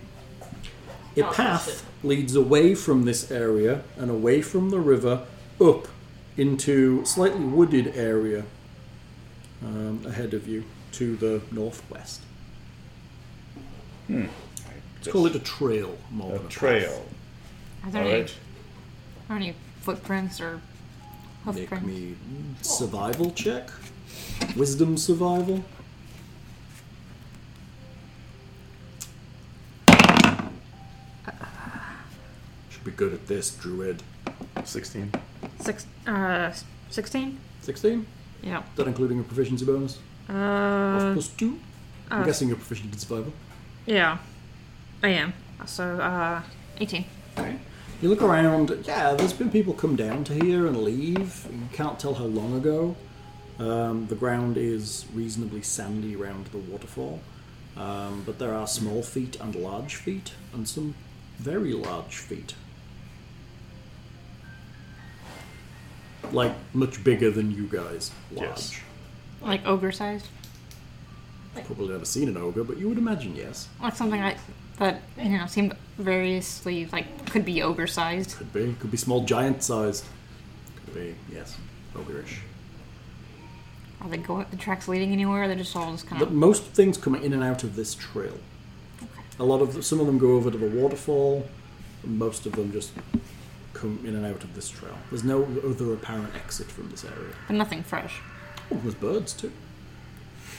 A Oh, path leads away from this area and away from the river up into slightly wooded area um, ahead of you to the northwest. Let's call it a trail more than A a path. trail. Are there, All any, right. are any footprints or Make hoofprints? me survival check. Wisdom survival. Should be good at this, druid. 16. Six, uh, 16? 16? Yeah. That including a proficiency bonus? Uh, Plus 2? I'm guessing you're proficient in survival. yeah. I am. So, uh, 18. Okay. You look around, yeah, there's been people come down to here and leave. You can't tell how long ago. Um, the ground is reasonably sandy around the waterfall, um, but there are small feet and large feet, and some very large feet. Like, much bigger than you guys. Large. Yes. Like ogre sized? Probably never seen an ogre, but you would imagine yes. Like something like that, you know, seemed variously, like, could be ogre sized. Could be. Could be small giant sized. Could be, yes. Ogreish. Are they going, the tracks leading anywhere? They're just all just kind But of. most things come in and out of this trail. A lot of some of them go over to the waterfall. Most of them just come in and out of this trail. There's no other apparent exit from this area. But nothing fresh. Oh, there's birds too.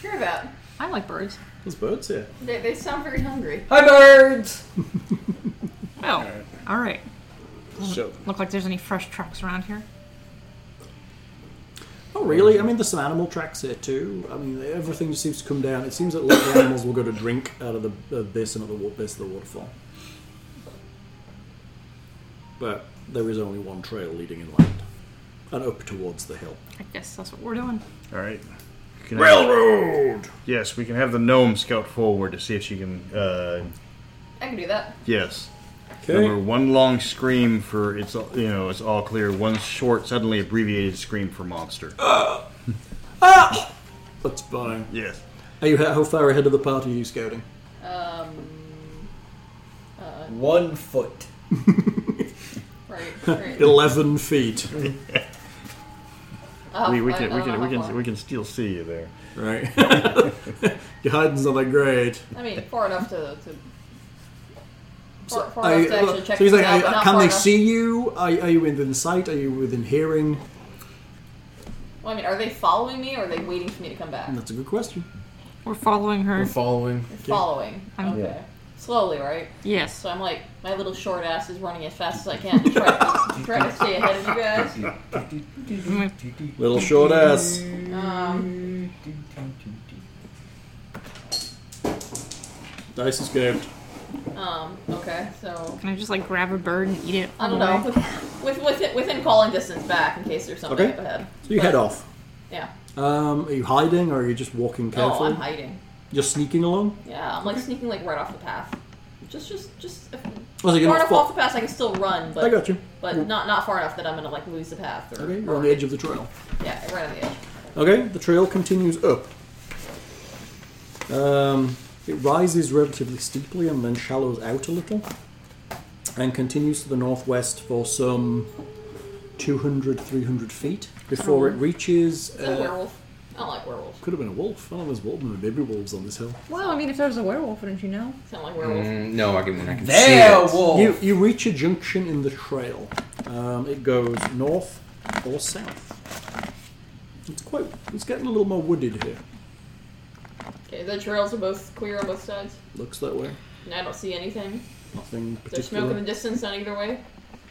Hear about. I like birds. There's birds here. They, they sound very hungry. Hi, birds! Oh, alright. So, Look like there's any fresh tracks around here. Oh, really? I mean, there's some animal tracks here too. I mean, everything just seems to come down. It seems that lots of animals will go to drink out of the uh, this and at the wa- base of the waterfall. But there is only one trail leading inland and up towards the hill. I guess that's what we're doing. all right. Can I- Railroad. yes, we can have the gnome scout forward to see if she can. Uh, I can do that. yes. Remember, Okay. one long scream for it's all- you know it's all clear. One short, suddenly abbreviated scream for monster. That's fine. Yes. Are you how far ahead of the party are you scouting? One foot. Right. right. Eleven feet. Uh, We, we I- can I we don't know can we how can far. we can still see you there. Right. Your hiding's not that great. I mean, far enough to. to far, far Are enough you- to actually check so he's like, things out, are- but not can far they enough- see you? Are, are you within sight? Are you within hearing? Well, I mean, are they following me or are they waiting for me to come back? That's a good question. We're following her. We're following. They're following. I'm- Okay. Slowly, right? yes. So I'm like, my little short ass is running as fast as I can to try, to, try to stay ahead of you guys. Little short ass. Um, Dice escaped. um, okay, so. Can I just like grab a bird and eat it? I on don't the know. way? With, with, within, within calling distance back in case there's something Okay. up ahead. So you head off. Yeah. Um, are you hiding or are you just walking Oh, carefully? I'm hiding. You're sneaking along? Yeah, I'm like sneaking like right off the path. Just, just, just. If, Oh, so you're far not enough fo- off the path, I can still run, but I got you. Mm. but not not far enough that I'm gonna like lose the path. Or, Okay, you're on the edge of the trail. Yeah, right on the edge. Okay, the trail continues up. Um, it rises relatively steeply and then shallows out a little and continues to the northwest for some 200, 300 feet before it reaches. Is that a Uh, werewolf? I don't like werewolves. could have been a wolf. I don't know, there's wolf, maybe wolves on this hill. Well, I mean, if there's a werewolf, wouldn't you know? Mm. Sound like werewolf. Mm, no, I can, I can see There, it. wolf! You, you reach a junction in the trail. Um, it goes north or south. It's quite. It's getting a little more wooded here. Okay, the trails are both clear on both sides, Looks that way. and I don't see anything. Nothing There's smoke in the particular. distance on either way.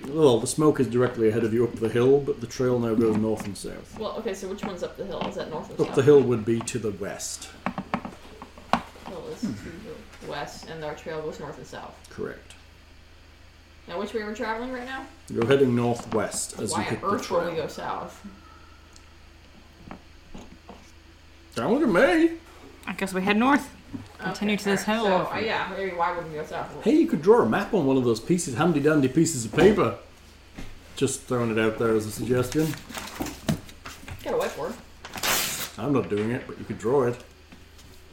Well, the smoke is directly ahead of you up the hill, but the trail now goes north and south. Well, okay, so which one's up the hill? Is that north or south? Up the hill would be to the west. Hill is to the west, and our trail goes north and south. Correct. Now, which way we're traveling right now? You're heading northwest as Why you on hit the earth would we trail. go south? Don't look at me. I guess we head north. Continue to this hill. alright, So, uh, yeah, maybe why wouldn't we go south? Hey, you could draw a map on one of those pieces, handy dandy pieces of paper. Just throwing it out there as a suggestion. Got a whiteboard. I'm not doing it, but you could draw it.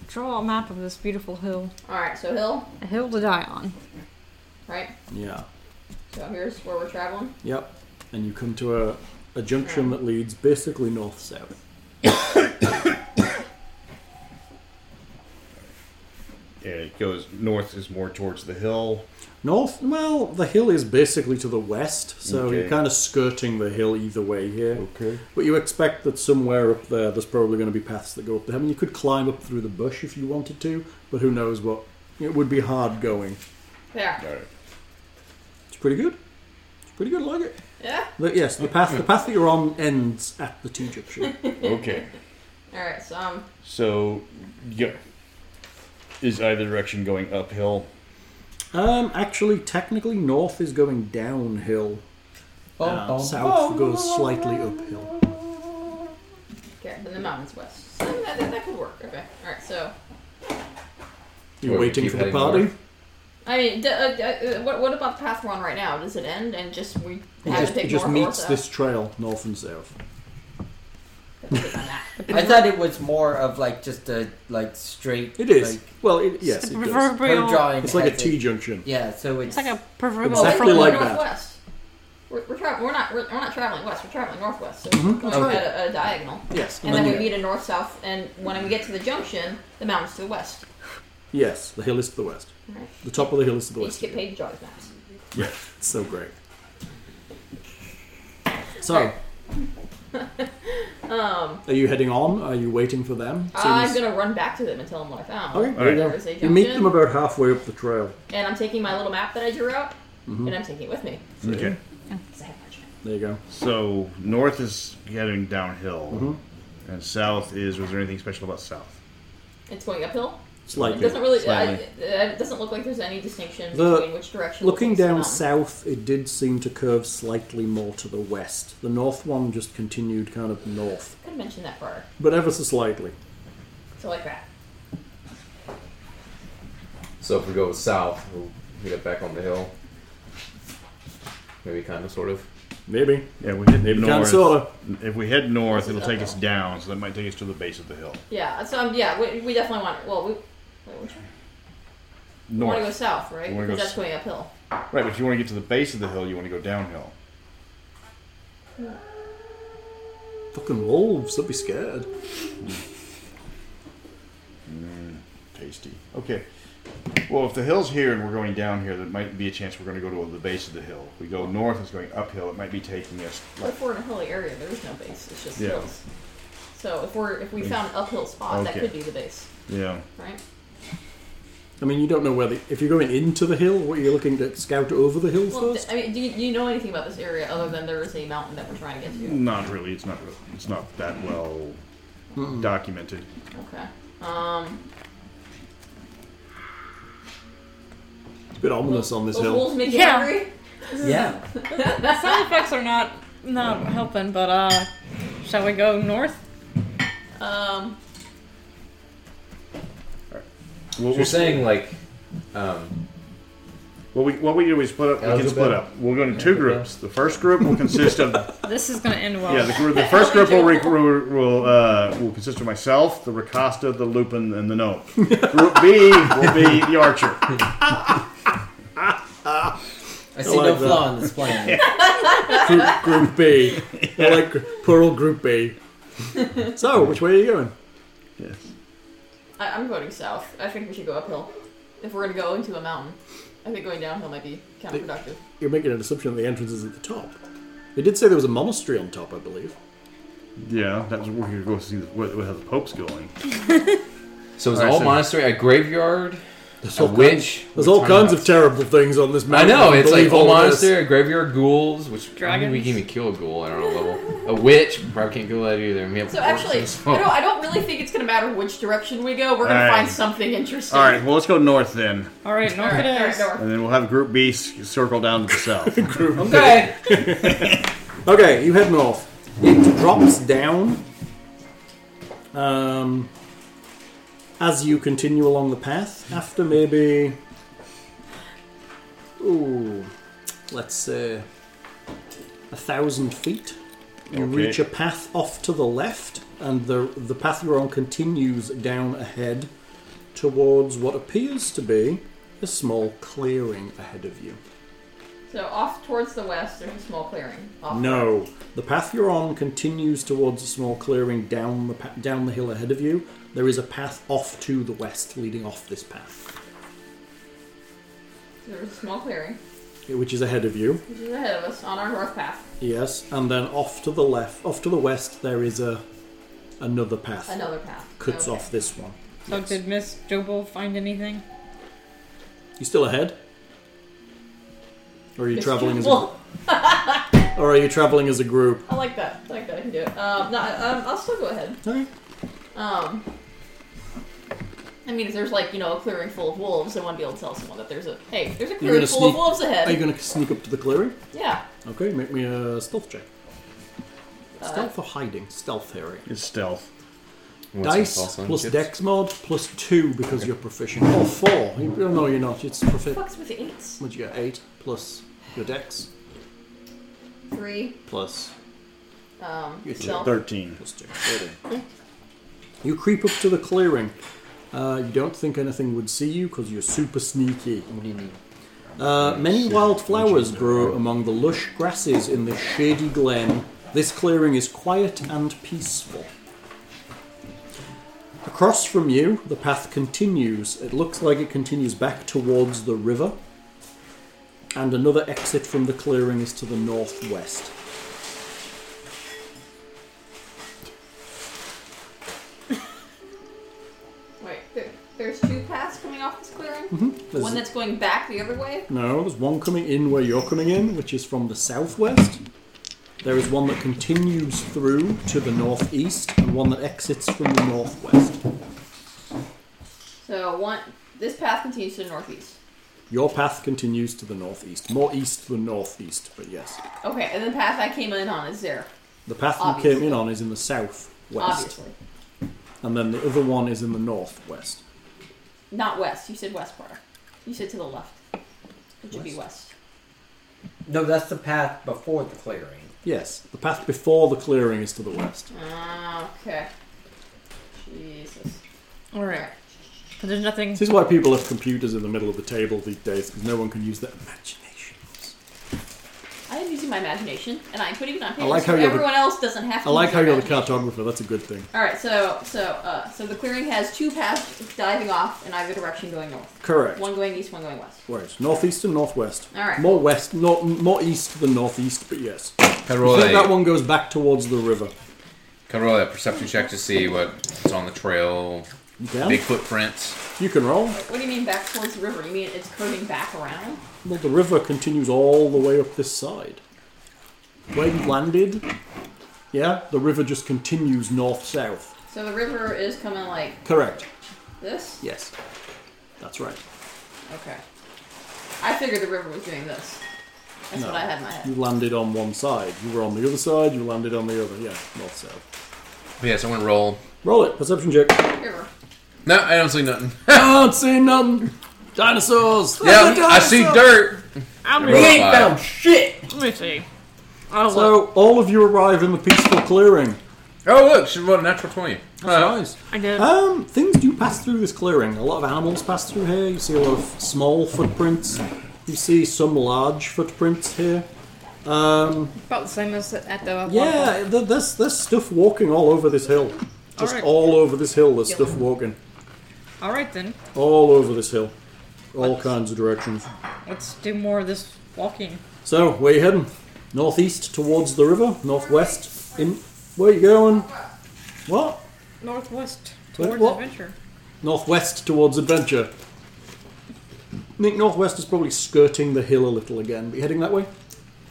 Draw a map of this beautiful hill. All right, so hill, A hill to die on. right? Yeah. So here's where we're traveling. Yep. And you come to a, a junction that leads basically north south. It goes north is more towards the hill. North, well, the hill is basically to the west, so you're Okay. kind of skirting the hill either way here. Okay. But you expect that somewhere up there, there's probably going to be paths that go up there. I mean, you could climb up through the bush if you wanted to, but who knows what. It would be hard going. There. All right. It's pretty good. It's pretty good, I like it. Yeah. The, yes, the path the path that you're on ends at the T junction. Okay. All right. So um, So, yeah. Is either direction going uphill? um, actually, technically, north is going downhill. Bum, Uh, bum. south goes slightly uphill. okay, then the mountains west. So that, that, that could work. Okay. All right. So You're Well, we waiting keep for the heading party. north. I mean, d- uh, uh, uh, what what about the path we're on right now? Does it end and just we It have just, to it take just north uh, or meets south? this trail, north and south. Have to take on that. I thought it was more of like just a like straight. It is. Like, well, it, yes, it does. her proverbial. drawing It's like a has T it. junction. Yeah, so it's, It's like a proverbial. Exactly Well, like we're that. northwest. We're, we're, tra- we're not we're, we're not traveling west. We're traveling northwest. So Mm-hmm. we're going Okay. at a, a diagonal, Yes, and then we you- meet a north south. And when we get to the junction, the mountains to the west. yes, the hill is to the west. Alright. The top of the hill is to the We just west. get paid to draw these maps. It's so great. So, Um, are you heading on? Are you waiting for them? I'm Seems- gonna run back to them and tell them what I found. Okay, All right. there There's a you go. You meet junction. them about halfway up the trail. And I'm taking my little map that I drew out, Mm-hmm. and I'm taking it with me. Okay. Because I have much. There you go. So north is getting downhill, and south is. Was there anything special about south? It's going uphill. It Slightly. doesn't really. I, Slightly. it- it doesn't look like there's any distinction The- between which direction. it Looking looks down on. south, it did seem to curve slightly more to the west. The north one just continued kind of north, Could have mentioned that prior. but ever so slightly. So like that. So if we go south, we'll get it back on the hill. Maybe kind of, sort of. Maybe. Yeah, we hit Maybe north. Kansora. If we head north, it'll take us uphill. down, so that might take us to the base of the hill. Yeah. So um, yeah, we, we definitely want. Well, we. Wait, which one? We want to go North. south, right? We wanna go Because that's s- going uphill. Right, but if you want to get to the base of the hill, you want to go downhill. Fucking wolves, they'll be scared. Tasty. Okay. Well, if the hill's here and we're going down here, there might be a chance we're going to go to the base of the hill. If we go north, it's going uphill. It might be taking us. But Like, if we're in a hilly area, there is no base. It's just Yeah. hills. So if we're if we found an uphill spot, that Okay. could be the base, yeah. right? I mean, you don't know whether. If you're going into the hill, what are you looking to scout over the hill Well, d- first? I mean, do you, do you know anything about this area other than there is a mountain that we're trying to get to? Not really. It's not. It's not that well documented. Okay. Um, It's a bit ominous on this those hill. wolves make you Yeah. hungry. Yeah. Sound effects are not not helping, but uh, shall we go north? Um, What You're saying like, um, What we what we do is split up. We can Algebra. split up. We're going to two groups. The first group will consist of This is gonna end well. yeah. The, group, the first group will re- will will, uh, will consist of myself, the Ricosta, the Lupin, and the Gnome. Group B will be the Archer. I see no like that. flaw in this plan. group, group B. They're like gr- poor old Group B. So, which way are you going? Yes. I, I'm voting south. I think we should go uphill. If we're gonna go into a mountain, I think going downhill might be counterproductive. You're making an assumption that the entrance is at the top. They did say there was a monastery on top, I believe. Yeah, that was where you go see where, where the Pope's going. So All it's an right, old so- monastery, a graveyard, There's a all kinds, witch. there's We're all talking kinds about- of terrible things on this I mountain. know it's like Believe old all of this. monastery, a graveyard, ghouls, which I don't think we Dragons. can even kill a ghoul at our level. A witch, probably can't kill that either. We have So actually, horses. I don't, I don't really think it's gonna matter which direction we go. We're gonna Alright. find something interesting. All right, well, let's go north then, All right, no, Alright, it alright, is. alright. and then we'll have Group B s- circle down to the south. okay. Okay, you head north. It drops down. Um, as you continue along the path, after maybe. Ooh, let's say. A thousand feet. You reach a path off to the left, and the, the path you're on continues down ahead towards what appears to be a small clearing ahead of you. So off towards the west, there's a small clearing. Off No, the path you're on continues towards a small clearing down the pa- down the hill ahead of you. There is a path off to the west leading off this path, There's a small clearing, which is ahead of you. which is ahead of us on our north path. Yes, and then off to the left, off to the west, there is a another path. Another path Cuts Okay. off this one. So did Miss Doble find anything? You still ahead? Or are you Miss traveling as a, Jewel. or are you traveling as a group? I like that. I like that. I can do it. Um, no, I- um, I'll still go ahead. Okay. Um, I mean, if there's like you know a clearing full of wolves, I want to be able to tell someone that there's a hey, there's a clearing gonna full sneak- of wolves ahead. Are you going to sneak up to the clearing? yeah. Okay, make me a stealth check. Stealth or hiding? Stealth area. it's stealth. What's that Dice false one? plus Chips? dex mod plus two because you're proficient. Or four. You, oh, no, you're not. It's proficient. Fucks with eights. What'd you get? Eight plus your dex Three. plus Um, Good stealth. Thirteen. plus two. Thirteen. Hmm. You creep up to the clearing. Uh, you don't think anything would see you because you're super sneaky. What do you mean? Uh, many wild flowers grow among the lush grasses in this shady glen. This clearing is quiet and peaceful. Across from you, the path continues. It looks like it continues back towards the river. And another exit from the clearing is to the northwest. Wait, there, there's two paths coming off this clearing. There's- One that's going back the other way. No, there's one coming in where you're coming in, which is from the southwest. There is one that continues through to the northeast, and one that exits from the northwest. So one, this path continues to the northeast. Your path continues to the northeast, more east than northeast, but yes. Okay, and the path I came in on is there, The path you Obviously. came in on is in the southwest, obviously. and then the other one is in the northwest. Not west. You said west part. You said to the left. It should be west. No, that's the path before the clearing. Yes, the path before the clearing is to the west. Ah, okay. Jesus. All right, but there's nothing. This is why people have computers in the middle of the table these days, because no one can use their imagination. I am using my imagination, and I'm putting it on paper like so how you're the- everyone else doesn't have to. I like use how their you're the imagination. cartographer, that's a good thing. All right, so so uh, so the clearing has two paths diving off in either direction, going north. Correct. One going east, one going west. Right, northeast and northwest. All right. More west, not more east than northeast, but yes. Can I roll I think that a, one goes back towards the river. can I roll a perception check to see what's on the trail? You can. Big footprints. You can roll. What do you mean back towards the river? You mean it's curving back around? Well, the river continues all the way up this side. Where you landed, yeah, the river just continues north south. So the river is coming like Correct. this. Yes. That's right. Okay. I figured the river was doing this. That's No. what I had in my head. You landed on one side. You were on the other side, you landed on the other. Yeah, north south. But yes, I want to roll. Roll it. Perception check. River. No, I don't see nothing. Oh Can't see nothing. Dinosaurs. yeah, I see dirt. I'll Roll be, a let five. me see. Oh, look. So, all of you arrive in the peaceful clearing. Oh look, she rolled a natural twenty. Oh, Nice. I did. Um, things do pass through this clearing. A lot of animals pass through here. You see a lot of small footprints. You see some large footprints here. Um, About the same as at the yeah, th- Uh, there's there's stuff walking all over this hill. Just Alright. all over this hill. There's stuff walking All right then, all over this hill, all kinds of directions. let's do more of this walking. So where you heading? Northeast towards the river, northwest. In where you going? What? Northwest Wait, towards what? adventure. Northwest towards adventure. I think northwest is probably skirting the hill a little again. But you heading that way?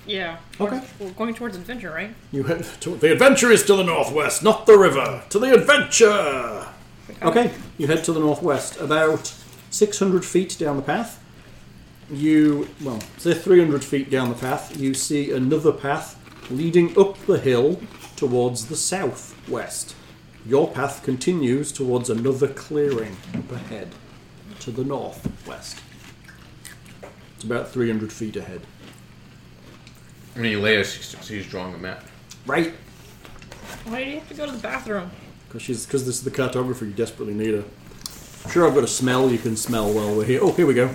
Yeah. Okay. We're going towards adventure, right? You head to the adventure is to the northwest, not the river. To the adventure. Okay, you head to the northwest, about 600 feet down the path. You well, say 300 feet down the path, you see another path leading up the hill towards the southwest. Your path continues towards another clearing up ahead to the northwest. It's about 300 feet ahead. And he later succeeds drawing a map. Right Why do you have to go to the bathroom? Because she's because this is the cartographer you desperately need her. Sure, I've got a smell you can smell while we're here. Oh, here we go.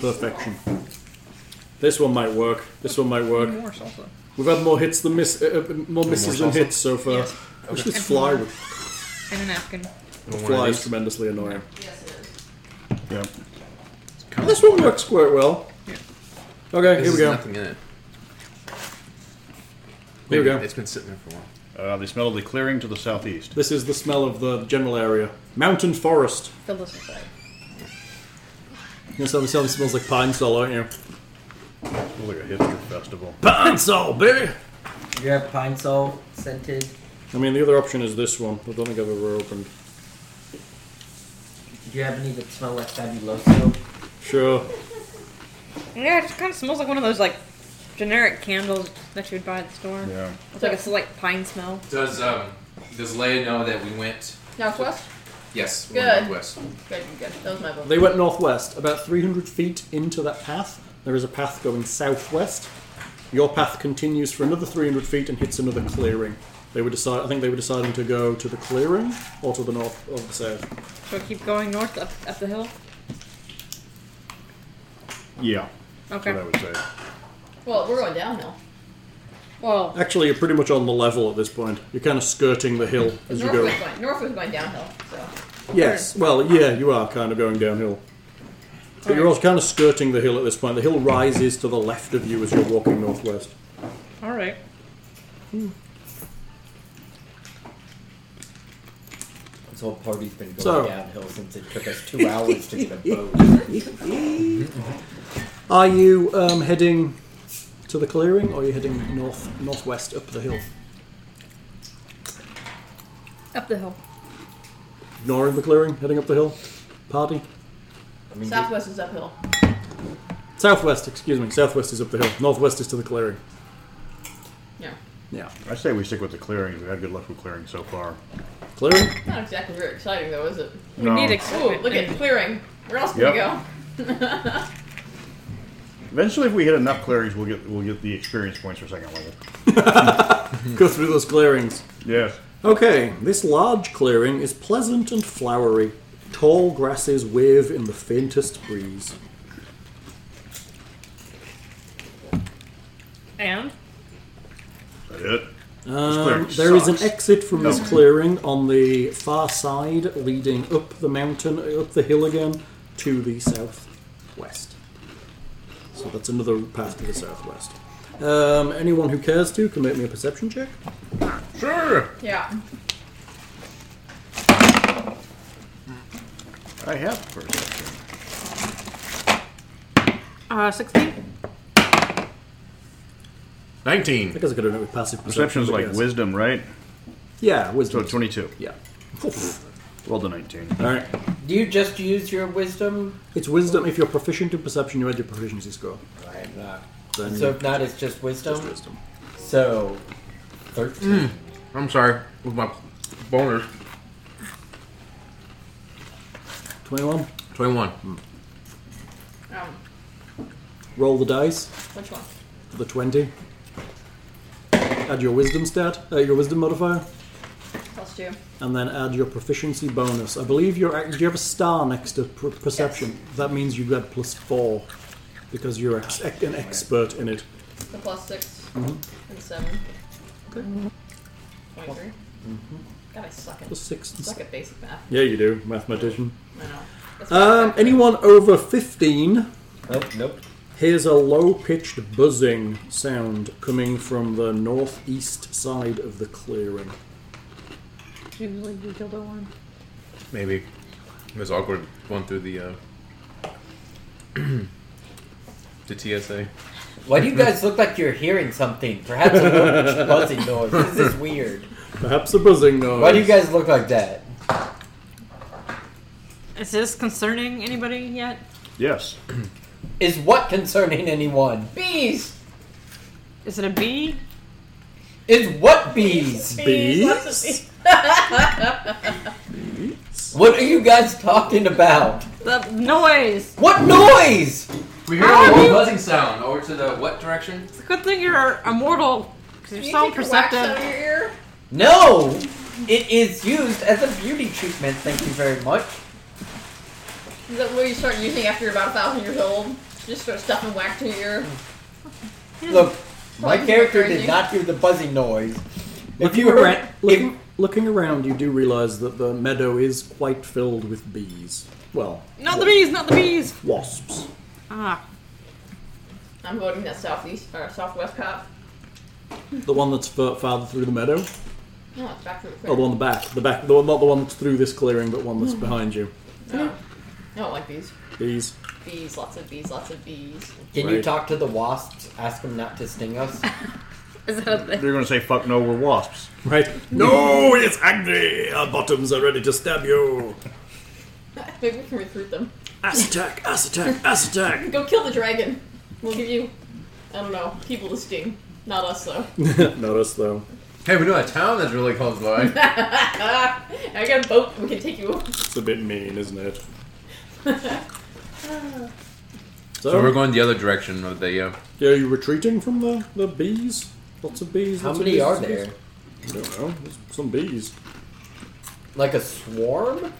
Perfection. This one might work. This one might work. More salsa. We've had more hits than miss, uh, uh, more misses than salsa? hits so far. Which this fly would And a napkin. One of fly these. is tremendously annoying. Yes, it is. Yep. This one works quite well. Okay, This here we is go. Nothing in it. Here we go. It's been sitting there for a while. Uh, the smell of the clearing to the southeast. This is the smell of the general area. Mountain forest. Fill this with salt. You know, so this always smells like pine sol, aren't you? Smells like a hipster festival. Pine sol, baby. You have pine salt scented. I mean, the other option is this one. I don't think I've ever opened. Do you have any that smell like fabuloso? Sure. Yeah, it just kind of smells like one of those like generic candles that you would buy at the store. Yeah. It's like a slight pine smell. Does um does Leia know that we went? Northwest? Yes. Good. West. Good, good. That was my vote. They went northwest. About 300 feet into that path, there is a path going southwest. Your path continues for another 300 feet and hits another clearing. They were decide. I think they were deciding to go to the clearing or to the north or the south. So keep going north up, up the hill. Yeah. Okay. That's what I would say. Well, we're going downhill. Well, Actually, you're pretty much on the level at this point. You're kind of skirting the hill as you North go. was going, north was going downhill, so. Yes. Well, yeah, you are kind of going downhill. But you're also kind of skirting the hill at this point. The hill rises to the left of you as you're walking northwest. all right. This whole party's been going So- downhill since it took us two hours to get a boat. Are you um, heading to the clearing, or are you heading north northwest up the hill? Up the hill. Ignoring the clearing, heading up the hill. Party I mean, Southwest is uphill. southwest. Excuse me. Southwest is up the hill. Northwest is to the clearing. Yeah. Yeah, I say we stick with the clearing. We've had good luck with clearing so far. clearing. Not exactly very exciting, though, is it? We No. need Ooh, excitement. look at clearing. Where else can Yep. we go? Eventually, if we hit enough clearings, we'll get we'll get the experience points for second level. Go through those clearings. Yes. Okay, this large clearing is pleasant and flowery. Tall grasses wave in the faintest breeze. And Is that it? Um, clearing there is an sucks. exit from this clearing on the far side, leading up the mountain, up the hill again, to the southwest. So that's another path to the southwest. Um, anyone who cares to can make me a perception check. Sure. yeah. I have perception. uh, sixteen. I Nineteen. guess I could have done it with passive perception. Perception's but like yes. wisdom, right? Yeah, So wisdom. twenty-two. Yeah. Roll the nineteen. All right. do you just use your wisdom? It's wisdom. If you're proficient in perception, you add your proficiency score. I'm not. Then So if not, it's just wisdom. it's wisdom. So, thirteen. I'm sorry. With my boners. Twenty-one. Twenty-one. Um, Roll the dice. which one? The twenty. Add your wisdom stat. Uh, your wisdom modifier. Plus two. and then add your proficiency bonus. I believe you're. act- Do you have a star next to per- perception? That means you get plus four because you're ex- Ah, ec- an expert in it. The plus six. Mm-hmm. And seven. Twenty-three. God, I suck at, Mm-hmm. Plus six. And suck seven. at basic math. Yeah, you do, mathematician. I know. That's Um, why I- Hmm. anyone over fifteen Oh, Nope, nope. hears a low pitched buzzing sound coming from the northeast side of the clearing. Do you believe you killed one? Maybe. It was awkward going through the uh, the TSA. Why do you guys look like you're hearing something? Perhaps a little buzzing noise. This is weird. Perhaps a buzzing noise. Why do you guys look like that? Is this concerning anybody yet? Yes. Is what concerning anyone? Bees! Is it a bee? Is what bees? Bees? What are you guys talking about? The noise. What noise? We heard a little buzzing sound. Over to the what direction? It's a good thing you're immortal because you're You so take your wax out of perceptive. your ear? No! It is used as a beauty treatment, thank you very much. Is that what you start using after you're about a thousand years old? Just start stuffing wax in your ear? Look, my Probably character crazy. did not hear the buzzing noise. If Looking you were around, looking, looking around, you do realize that the meadow is quite filled with bees. Well, Not the bees. Not the bees. wasps. Ah, I'm voting that southeast or southwest cop. The one that's fa- farther through the meadow. No, it's back to the clear. Oh, the one in the back. The back. The one, not the one that's through this clearing, but one that's Hmm. behind you. No. I don't like bees. Bees. Bees, lots of bees, lots of bees. Can you Right. talk to the wasps? Ask them not to sting us? is that a thing? They're going to say, fuck no, we're wasps. Right. No, Hmm. it's angry. Our bottoms are ready to stab you. Maybe we can recruit them. Ass attack. Ass attack. Ass attack. Go kill the dragon. We'll give you, I don't know, people to sting. Not us though. Notice though. Hey, we know a town that's really close by. I got a boat. We can take you. It's a bit mean, isn't it? so, so we're going the other direction of the. Uh, yeah, are you retreating from the, the bees? Lots of bees. How lots of many bees, are lots of there? bees? I don't know. There's some bees. Like a swarm?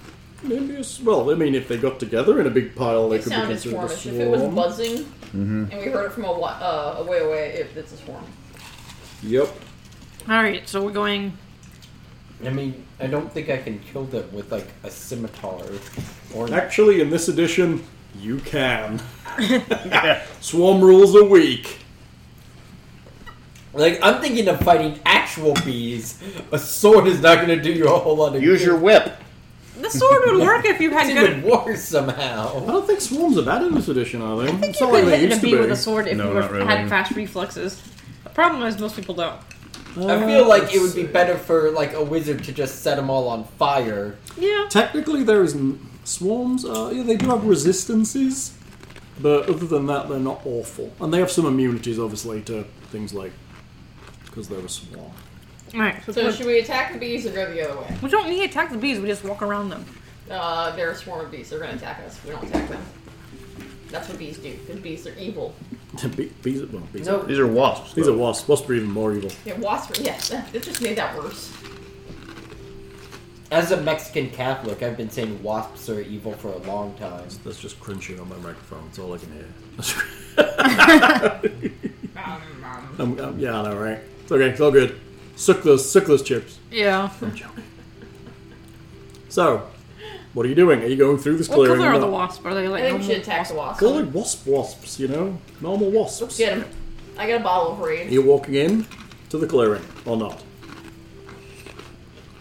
Maybe it's, well, I mean, if they got together in a big pile, they It could be sounded considered a swarmish. swarm. Mm-hmm. If it was buzzing and we heard it from a, wa- uh, a way away, it, it's a swarm. Yep. All right, so we're going. I mean, I don't think I can kill them with like a scimitar or Actually, in this edition, you can. Swarm rules are weak. like I'm thinking of fighting actual bees. A sword is not going to do you a whole lot of Use good. your whip. The sword would work if you had It's good. even worse I somehow. don't think swarms are bad in this edition, are they? I think you could hit a bee with a sword if No, you were, not really. had fast reflexes. The problem is most people don't. I feel like it would be better for like a wizard to just set them all on fire. Yeah. Technically, there is n- swarms. Uh, yeah, they do have resistances, but other than that, they're not awful, and they have some immunities, obviously, to things like because they're a swarm. All right. So, So we're- should we attack the bees or go the other way? we don't need to attack the bees. We just walk around them. Uh, they're a swarm of bees. They're gonna attack us. We don't attack them. That's what bees do. Because bees are evil. Be- bees, well, bees, No, These are wasps. these are though. wasps. Wasps are even more evil. Yeah, wasps. Are, yes, this just made that worse. as a Mexican Catholic, I've been saying wasps are evil for a long time. That's just crunching on my microphone. That's all I can hear. Um, um, yeah, I know, right? It's okay. It's all good. Suck those, suck those chips. Yeah. I'm joking. So, what are you doing? Are you going through this What clearing? color or are the not? wasps? Are they I like? think we should normal attack the wasps. They're like wasp wasps, you know? Normal wasps. Get him. I got a bottle of Are raid. you walking in to the clearing or not?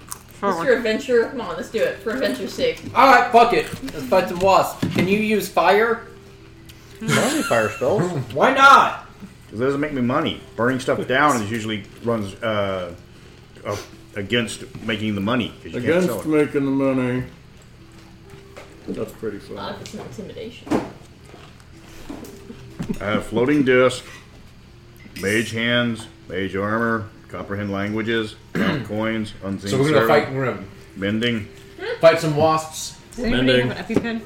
It's forward? for adventure. Come on, let's do it. For adventure's sake. All right, fuck it. Let's fight some wasps. Can you use fire? Money fire spells. Why not? It doesn't make me money. Burning stuff down is usually runs uh, up against making the money because you can't Against sell it. making the money. That's pretty Not fun. if it's an intimidation. Uh, floating disc, mage hands, mage armor, comprehend languages, count coins, unseen so we're gonna servant, fight. We're gonna mending. fight some wasps. Does anybody Mending. have an EpiPen?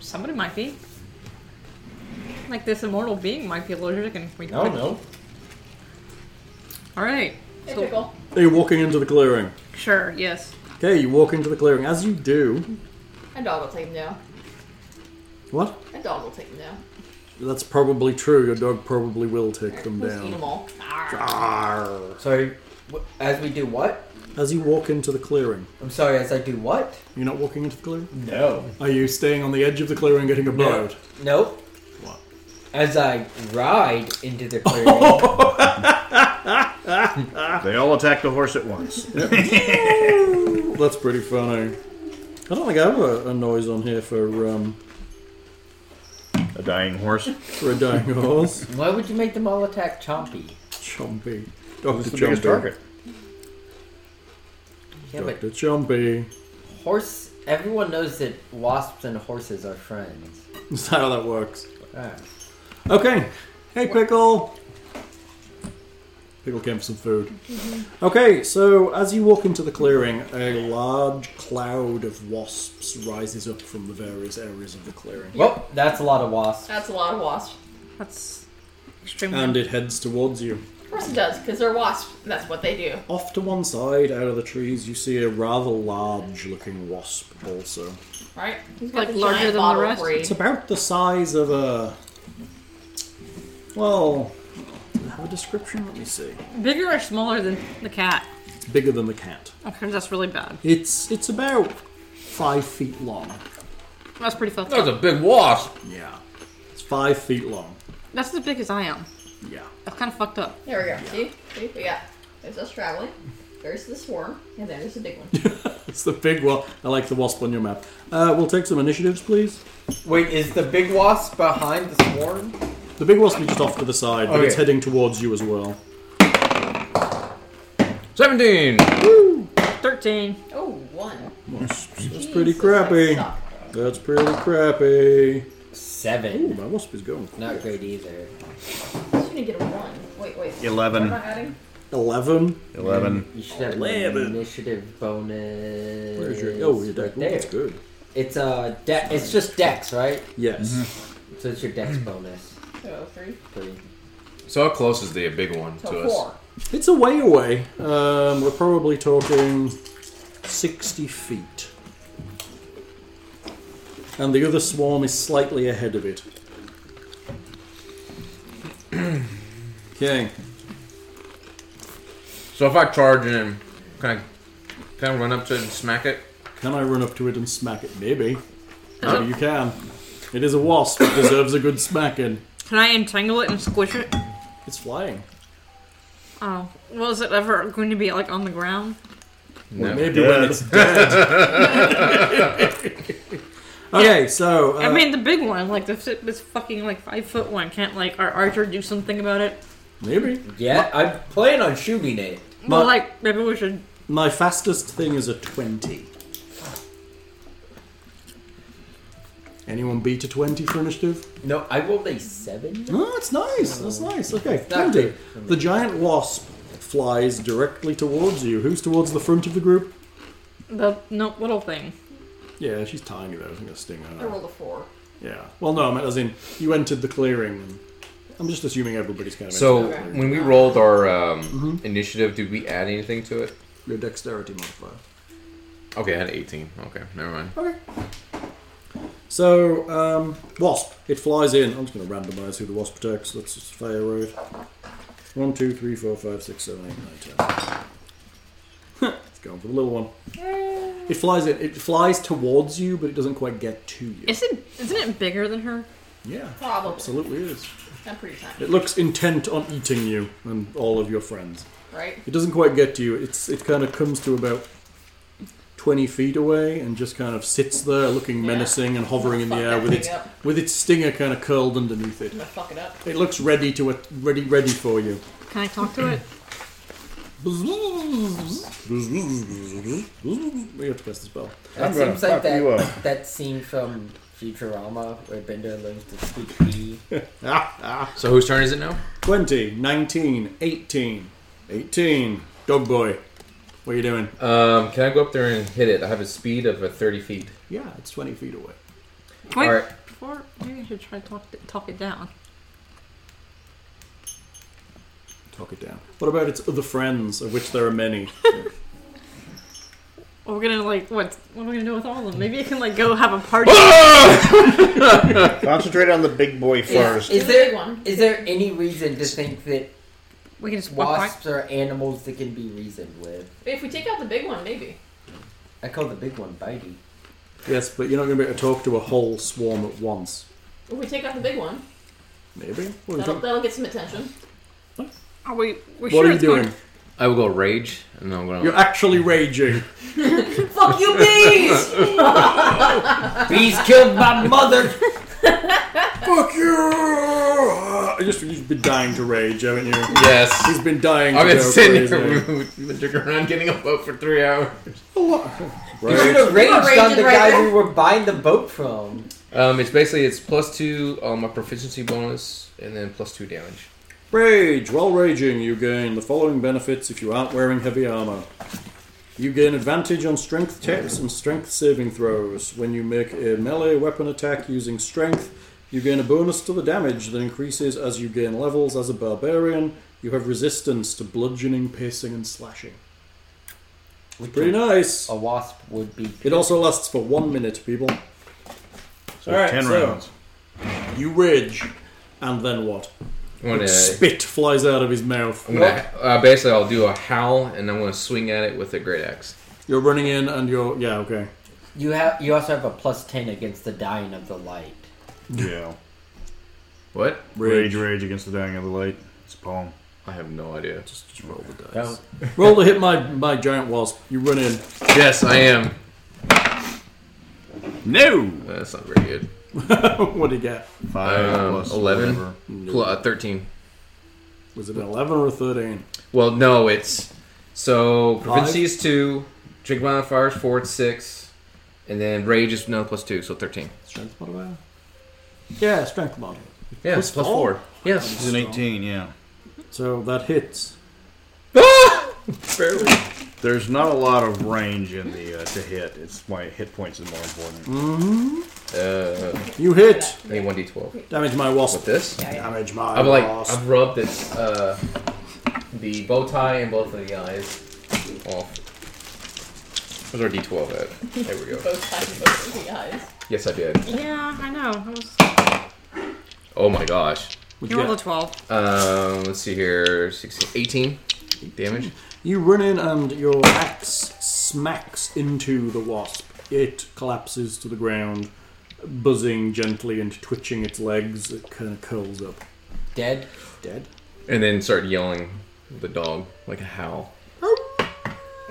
Somebody might be. Like this immortal being might be allergic, and we. I don't know. All right. Hey, So- pickle. Are you walking into the clearing? Sure. Yes. Okay, you walk into the clearing. As you do. My dog will take him down. What? My dog will take him down. That's probably true. Your dog probably will take them Let's eat them down. all. Arr. Arr. Sorry. wh- As we do what? As you walk into the clearing, I'm sorry, as I do what? you're not walking into the clearing? No. Are you staying on the edge of the clearing getting a bird? Nope. What? As I ride into the clearing. They all attack the horse at once. That's pretty funny. I don't think I have a, a noise on here for um, a dying horse. for a dying horse. Why would you make them all attack Chompy? Chompy. Dr. It's the biggest target. Yeah, but Dr. Chompy. horse. Everyone knows that wasps and horses are friends. That's how that works. Ah. Okay. Hey, Pickle. Pickle came for some food. Okay, so as you walk into the clearing, a large cloud of wasps rises up from the various areas of the clearing. Well, that's a lot of wasps. That's a lot of wasps. That's extremely. Um, And it heads towards you. Of course it does, because they're wasps. and That's what they do. Off to one side, out of the trees, you see a rather large looking wasp also. Right? He's got Like the larger giant than the bottle rest? braid. It's about the size of a. Well, do I have a description? Let me see. Bigger or smaller than the cat? It's bigger than the cat. Okay, that's really bad. It's it's about five feet long. That's pretty filthy. That was a big wasp. Yeah. It's five feet long. That's as big as I am. Yeah. That's kind of fucked up. There we go. See? See? We got. There's us traveling. There's the swarm. And then there's the big one. It's the big one. I like the wasp on your map. Uh, we'll take some initiatives, please. Wait, is the big wasp behind the swarm? The big wasp is just off to the side, but it's Okay. heading towards you as well. 17. 13. Oh, one. That's Jeez, pretty this crappy. might suck. That's pretty crappy. Ooh, Seven. my wasp is going. Not great either. I'm gonna get a one. Wait, wait. Eleven. What am I adding? Eleven. Eleven. You should have Eleven. an initiative bonus. Where's your? Oh, your deck. Right Ooh, that's there. good. It's uh, de- it's just dex, right? Yes. So it's your dex bonus. So oh three. Three. So how close is the big one So to us? four. It's a way away. Um, we're probably talking sixty feet. And the other swarm is slightly ahead of it. okay. So if I charge in, can I, can I run up to it and smack it? Can I run up to it and smack it? Maybe. Maybe you can. It is a wasp. It deserves a good smacking. Can I entangle it and squish it? It's flying. Oh. Was it ever going to be like on the ground? Well, No. maybe when Dead. it's dead. okay, so uh, I mean, the big one, like the fi- this fucking like five foot one, can't like our archer do something about it? maybe Yeah, I plan on shooting it. Well, Well- like maybe we should. my fastest thing is a twenty. Anyone beat a twenty for initiative? No, I rolled a seven. No, that's nice. That's nice. Okay, twenty. Not good. The giant wasp flies directly towards you. Who's towards the front of the group? The no little thing. Yeah, she's tiny though. I think that's sting I her. rolled a four. Yeah. Well, no, I meant as in you entered the clearing. I'm just assuming everybody's kind of So entered the clearing. when we rolled our um, Mm-hmm. initiative, did we add anything to it? your dexterity modifier. Okay, I had 18. Okay, never mind. Okay. So um, wasp, it flies in. I'm just going to randomize who the wasp attacks. That's just fair road. One, two, three, four, five, six, seven, eight, nine, ten. it's going for the little one. It flies in. It flies towards you, but it doesn't quite get to you. Isn't isn't it bigger than her? yeah, Probably. absolutely is. I'm pretty tiny. It looks intent on eating you and all of your friends. Right? It doesn't quite get to you. It's it kind of comes to about twenty feet away and just kind of sits there, looking Yeah. menacing and hovering in the Fuck air that with thing its up. with its stinger kind of curled underneath it. I'm gonna fuck it up. It looks ready to at- ready ready for you. Can I talk to it? We have to cast the spell. That I'm gonna seems like fuck you that, up. that scene from Futurama where Bender learns to speak B. Ah, ah. So whose turn is it now? 20, 19, 18, 18. Dog boy, what are you doing? Um, can I go up there and hit it? I have a speed of uh, 30 feet. yeah, it's 20 feet away. Wait, All right. before maybe I should try to talk it- talk it down. Talk it down. What about its other friends, of which there are many? Or we're gonna like what? What are we gonna do with all of them? Maybe I can like go have a party. Concentrate on the big boy Is, first. is the there big one. is there any reason to think that We can just walk by. Wasps are animals that can be reasoned with. If we take out the big one, maybe. I call the big one bitey. Yes, but you're not going to be able to talk to a whole swarm at once. If we take out the big one, Maybe. What, are you that'll, doing? that'll get some attention. Are we? We're What sure are you it's going doing? I will go rage, and I'm gonna. You're actually raging. Fuck you, bees! Bees killed my mother! Fuck you! You Just, you've been dying to rage, haven't you? yes. He's been dying to I've been go sitting crazy. here with around getting a boat for three hours. You should have raged on the guy we were buying the boat from. Um, it's basically it's plus two on my proficiency bonus, and then plus two damage. Rage. While raging, you gain the following benefits if you aren't wearing heavy armor. You gain advantage on strength checks and strength saving throws. When you make a melee weapon attack using strength, you gain a bonus to the damage that increases as you gain levels as a barbarian. You have resistance to bludgeoning, pacing, and slashing. Which Pretty nice. A wasp would be. It also lasts for one minute, people. So All right, ten so- rounds. You rage, and then what? I'm gonna, Spit flies out of his mouth. I'm gonna uh, basically I'll do a howl, and I'm gonna swing at it with a great axe. You're running in, and you're yeah, okay. You have. You also have a plus ten against the dying of the light. Yeah. What? Rage, rage against the dying of the light. It's a poem. I have no idea. Just roll the dice. No. Roll to hit my my giant wasp. You run in. Yes, I am. No. Uh, That's not very good. what do you get? Five Um, plus 11. whatever. Pl- uh, Thirteen. Was it an eleven or a thirteen? Well, no, it's so proficiency Five? is two, drink modifier is four, it's six, and then rage is another plus two, so thirteen. Strength modifier. Yeah, strength modifier. Yeah, Plus plus four? four. Yes. This is an eighteen. Yeah. So that hits. Barely. There's not a lot of range in the uh, to hit. It's my hit points is more important. Uh, You hit. I need one d12. Damage my With wasp. this, Damage my I've like wasp. I've rubbed this uh, the bow tie and both of the eyes off. Where's our d12 at? There we go. Both sides of both of the eyes. Yes, I did. Yeah, I know. I was, Oh my gosh. What'd you you, rolled a get? twelve. Um, let's see here. 16, 18 damage. you run in, and your axe smacks into the wasp. It collapses to the ground, buzzing gently and twitching its legs. It kind of curls up. Dead. Dead. And then start yelling with the dog, like a howl.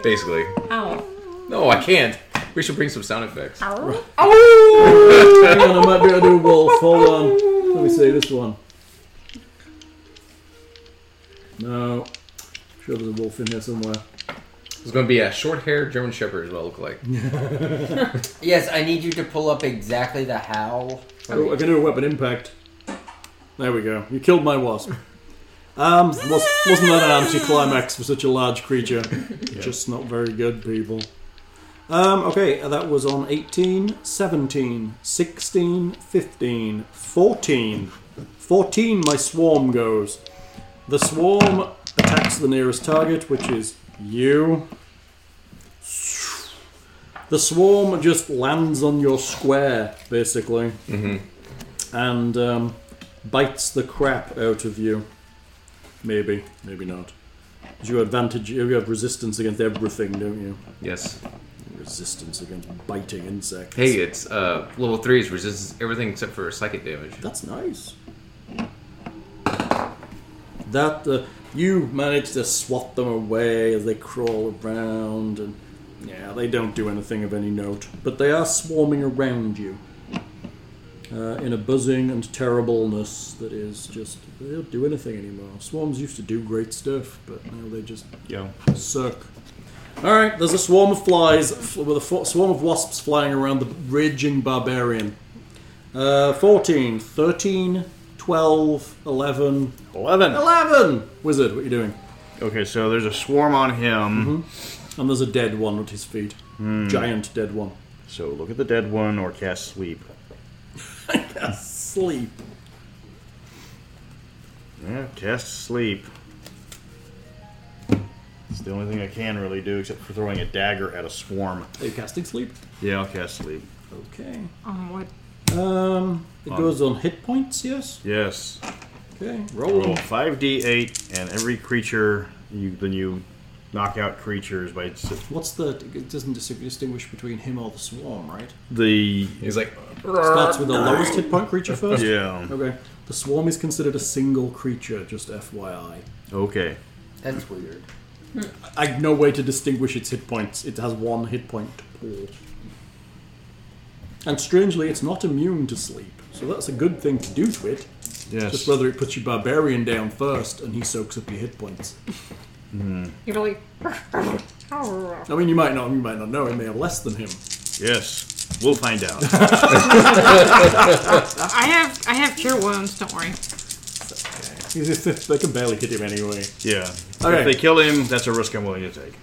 Basically. Ow. No, I can't. We should bring some sound effects. Hang on, I might be able to do a wolf. Hold on. Let me see this one. No. Sure there's a wolf in here somewhere. It's gonna be a short haired German Shepherd, is what I look like. Yes, I need you to pull up exactly the howl. Oh, I can do a weapon impact. There we go. You killed my wasp. Um, was, wasn't that an anticlimax for such a large creature? Just not very good, people. Um, okay, that was on 18, 17, 16, 15, 14. 14, my swarm goes. The swarm attacks the nearest target, which is you. The swarm just lands on your square, basically, and um, bites the crap out of you. Maybe, maybe not. 'Cause You have advantage. You have resistance against everything, don't you? Yes. Resistance against biting insects. Hey, it's uh, level 3 is resists everything except for psychic damage. That's nice. That uh, you manage to swat them away as they crawl around, and yeah, they don't do anything of any note, but they are swarming around you uh, in a buzzing and terribleness that is just they don't do anything anymore. Swarms used to do great stuff, but now they just Yeah. suck. All right, there's a swarm of flies f- with a fo- swarm of wasps flying around the raging barbarian. Uh, 14, 13, 12, 11. 11. 11! Wizard, what are you doing? Okay, so there's a swarm on him. And there's a dead one at his feet. Giant dead one. So look at the dead one or cast sleep. Asleep. Yeah, cast sleep. It's the only thing I can really do except for throwing a dagger at a swarm. Are you casting sleep? Yeah, I'll cast sleep. Okay. Um, what? Um, it goes on hit points, yes? Yes. Okay, roll. Roll five d eight, and every creature you then you knock out creatures by s- What's the? It doesn't dis- distinguish between him or the swarm, right? the He's like, Starts with the lowest hit point creature first. yeah. Okay. The swarm is considered a single creature, just FYI. Okay, That's weird. I have no way to distinguish its hit points. It has one hit point all. And strangely, it's not immune to sleep, so that's a good thing to do to it. yes. Just whether it puts your barbarian down first and he soaks up your hit points. You really. I mean, you might not, you might not know. It may have less than him. Yes, we'll find out. I have I have cure wounds. Don't worry. they can barely hit him anyway. yeah. Okay. If they kill him, that's a risk I'm willing to take.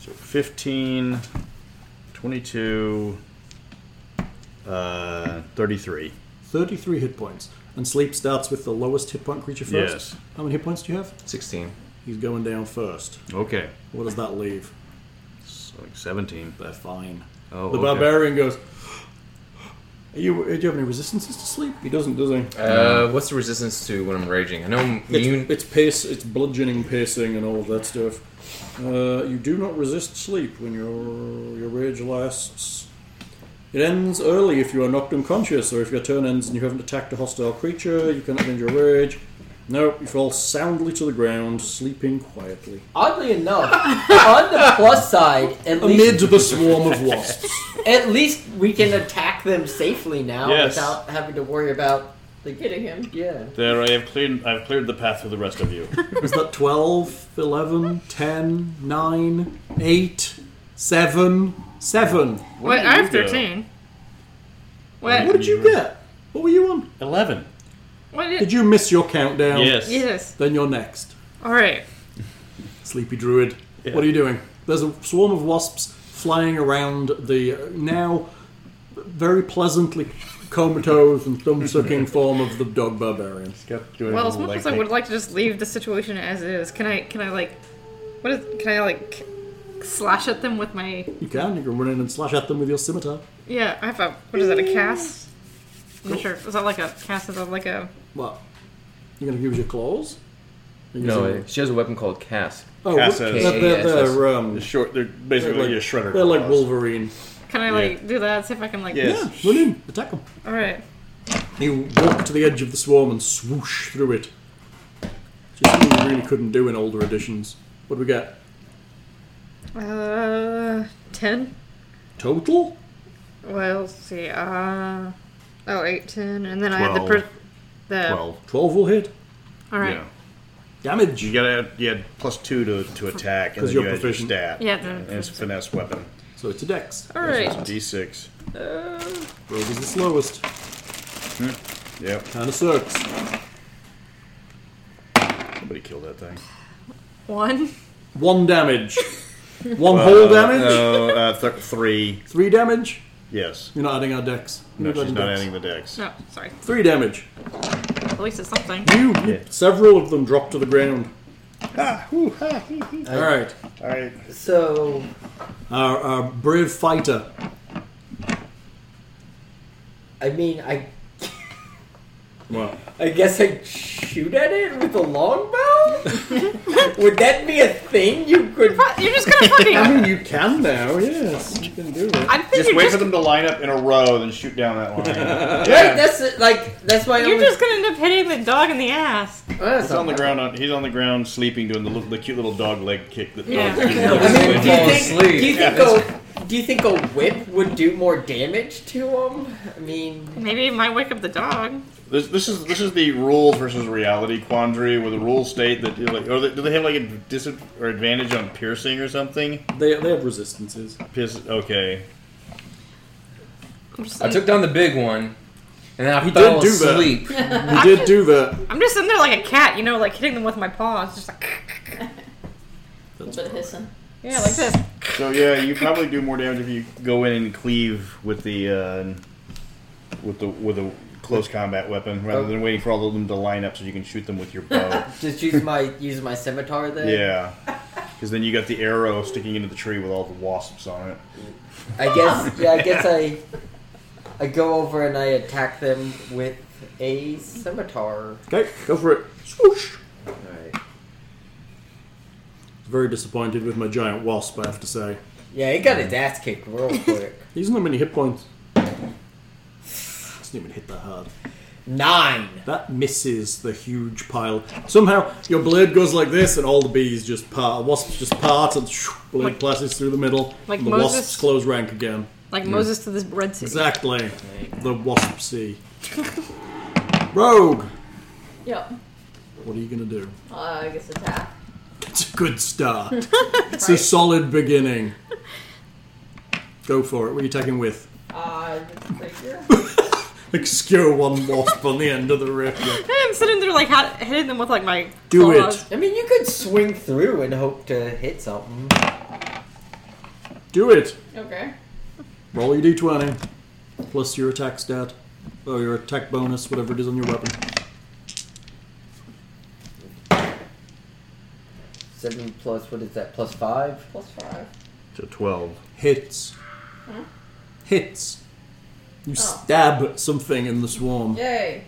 So 15, 22, uh, 33. Thirty-three hit points, and sleep starts with the lowest hit point creature first. Yes. How many hit points do you have? 16. He's going down first. Okay. What does that leave? So like 17. They're fine. Oh, the okay. barbarian goes. Are you, do you have any resistances to sleep? He doesn't, does he? Uh, what's the resistance to when I'm raging? I know I'm immune. It's, it's pace, it's bludgeoning, pacing, and all of that stuff. Uh, you do not resist sleep when your your rage lasts. It ends early if you are knocked unconscious, or if your turn ends and you haven't attacked a hostile creature. You cannot end your rage. Nope, you fall soundly to the ground, sleeping quietly Oddly enough, on the plus side, at amid least, the swarm of wasps. at least we can attack them safely now Yes. without having to worry about like Hitting him. yeah. There, I have cleared. I've cleared the path for the rest of you. Was that 12, 11, 10, 9, 8, 7, 7? Wait, I have do? thirteen. What? What did you get? What were you on? Eleven. Oh. What? Did you miss your countdown? Yes. Yes. Then you're next. All right. Sleepy Druid. What are you doing? There's a swarm of wasps flying around the uh, now very pleasantly comatose and thumb sucking form of the dog barbarian. Well, as much as I would like to just leave the situation as is, can I? Can I like? What is? Can I like? Slash at them with my. You can, you can run in and slash at them with your scimitar. Yeah, I have a. What is that? A cast? I'm not sure. Is that like a cast? Is that like a? What? You're going to use your claws? You're No, using- it- she has a weapon called Cask. Oh, what- Cassos. they're, they're, they're, um, Short. They're they're basically like, a shredder. they're like claws. Wolverine. Can I like do that? See if I can like. Yes. Yeah, run in, attack them. All right. You walk to the edge of the swarm and swoosh through it. Just something you really couldn't do in older editions. What do we get? Uh, ten. Total? Well, let's see. Uh, oh, eight, ten, and then I had the Twelve. per- the. Twelve. 12 will hit. All right. Yeah. Damage. You gotta add, you add plus two to, to attack, and 'Cause you're then you add your proficient. stat. Yeah, then- and it's a finesse weapon. So it's a dex. All right. D6. Rogue is the slowest. Yep. Kinda sucks. Somebody kill that thing. One. One damage. One whole damage? Uh, No, uh, th- three. Three damage? Yes. You're not adding our dex. No, You're she's not dex. adding the dex. Oh, No, sorry. Three damage. At least it's something. You, several of them drop to the ground. Alright. All right. So Our, our brave fighter. I mean, I Well, I guess I would shoot at it with a longbow. Would that be a thing you could? You're just gonna fucking. you can now, yes. You can do it. I think Just you're wait just, for them to line up in a row, then shoot down that line. Right, that's it, like that's why you're only, just gonna end up hitting the dog in the ass. Oh, that's He's on not the ground. On, he's on the ground sleeping, doing the, little, the cute little dog leg kick that Yeah. dogs do. I mean, do Fall you think, asleep. do you Yeah, think a do you think a whip would do more damage to him? I mean, Maybe it might wake up the dog. This, this is this is the rules versus reality quandary, where the rules state that you know, like, or they, do they have like a dis or advantage on piercing or something? They, they have resistances. Uh, Pierce, okay. I'm just, I took down the big one, and then I He fell did do that. asleep. You did do that. I'm just sitting there like a cat, you know, like hitting them with my paws, just like A little bit of hissing. yeah, like this. So yeah, you probably do more damage if you go in and cleave with the uh, with the with a close combat weapon rather than waiting for all of them to line up so you can shoot them with your bow. just use my use my scimitar then. yeah, because then you got the arrow sticking into the tree with all the wasps on it. I guess. Yeah, I guess I. I go over and I attack them with a scimitar. Okay, go for it. Alright. Very disappointed with my giant wasp, I have to say. Yeah, he got his ass kicked real quick. He's not many hit points. Doesn't even hit that hard. Nine. That misses the huge pile. Somehow your blade goes like this, and all the bees just part. Wasps just part, and shoo, blade Like- passes through the middle. like and the Moses- wasps close rank again. Like Moses to this Red Sea. Exactly. The wasp sea. Rogue. Yep. What are you gonna do? Uh, I guess attack. It's a good start. it's a solid beginning. Go for it. What are you taking with? Uh, right here. Excure one wasp on the end of the rapier. I'm sitting there like ha- hitting them with like my Do it. claws. I mean, you could swing through and hope to hit something. Do it. Okay. Roll your d20 plus your attack stat or your attack bonus, whatever it is on your weapon. Seven plus, what is that? Plus five? Plus five. To 12. Hits. Hits. You stab at something in the swarm. Yay.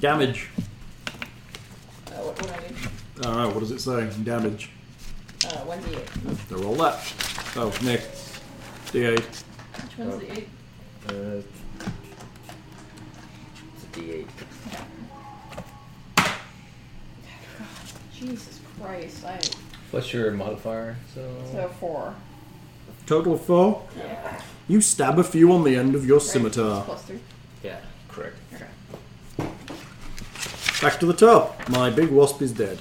Damage. Uh, what, what do I need? I don't know, what does it say? Damage. Uh, one d eight. They roll that. Oh, Nick. D8. Which one's the eight? Uh, it's a D8. Jesus Christ! I Plus your modifier, so four. Total of four. Yeah. You stab a few on the end of your scimitar. Plus three. Yeah. Correct. Back to the top. My big wasp is dead.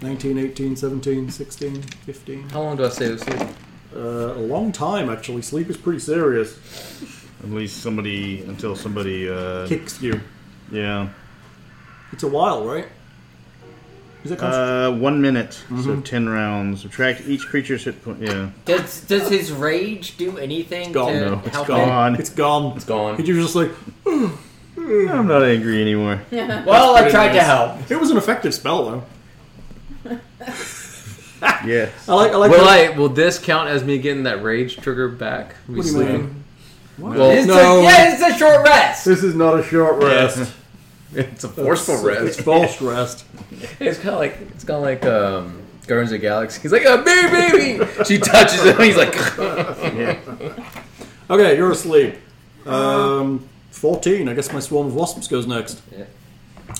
19, 18, 17, 16, 15. How long do I stay asleep? Uh, a long time, actually. Sleep is pretty serious. At least somebody, until somebody, uh, Kicks you. yeah. It's a while, right? Is it constant? Uh, one minute, so 10 rounds. Subtract each creature's hit point. Yeah. Does does his rage do anything gone. to No, help Gone. it's gone. It's gone. And you're just like, I'm not angry anymore. it? Well, I tried to nice. help. it was an effective spell, though. Yes. I like, I like Will that- I? Will this count as me getting that rage trigger back? Me What do you sleeping? mean? What? Well- It's No. a, yeah, it's a short rest. This is not a short rest. It's a forceful It's rest. forced rest. It's kind of like it's kind of like um, Guardians of the Galaxy. He's like, oh, baby, baby. She touches him. He's like, Okay, you're asleep. Um, 14. I guess my swarm of wasps goes next. Yeah.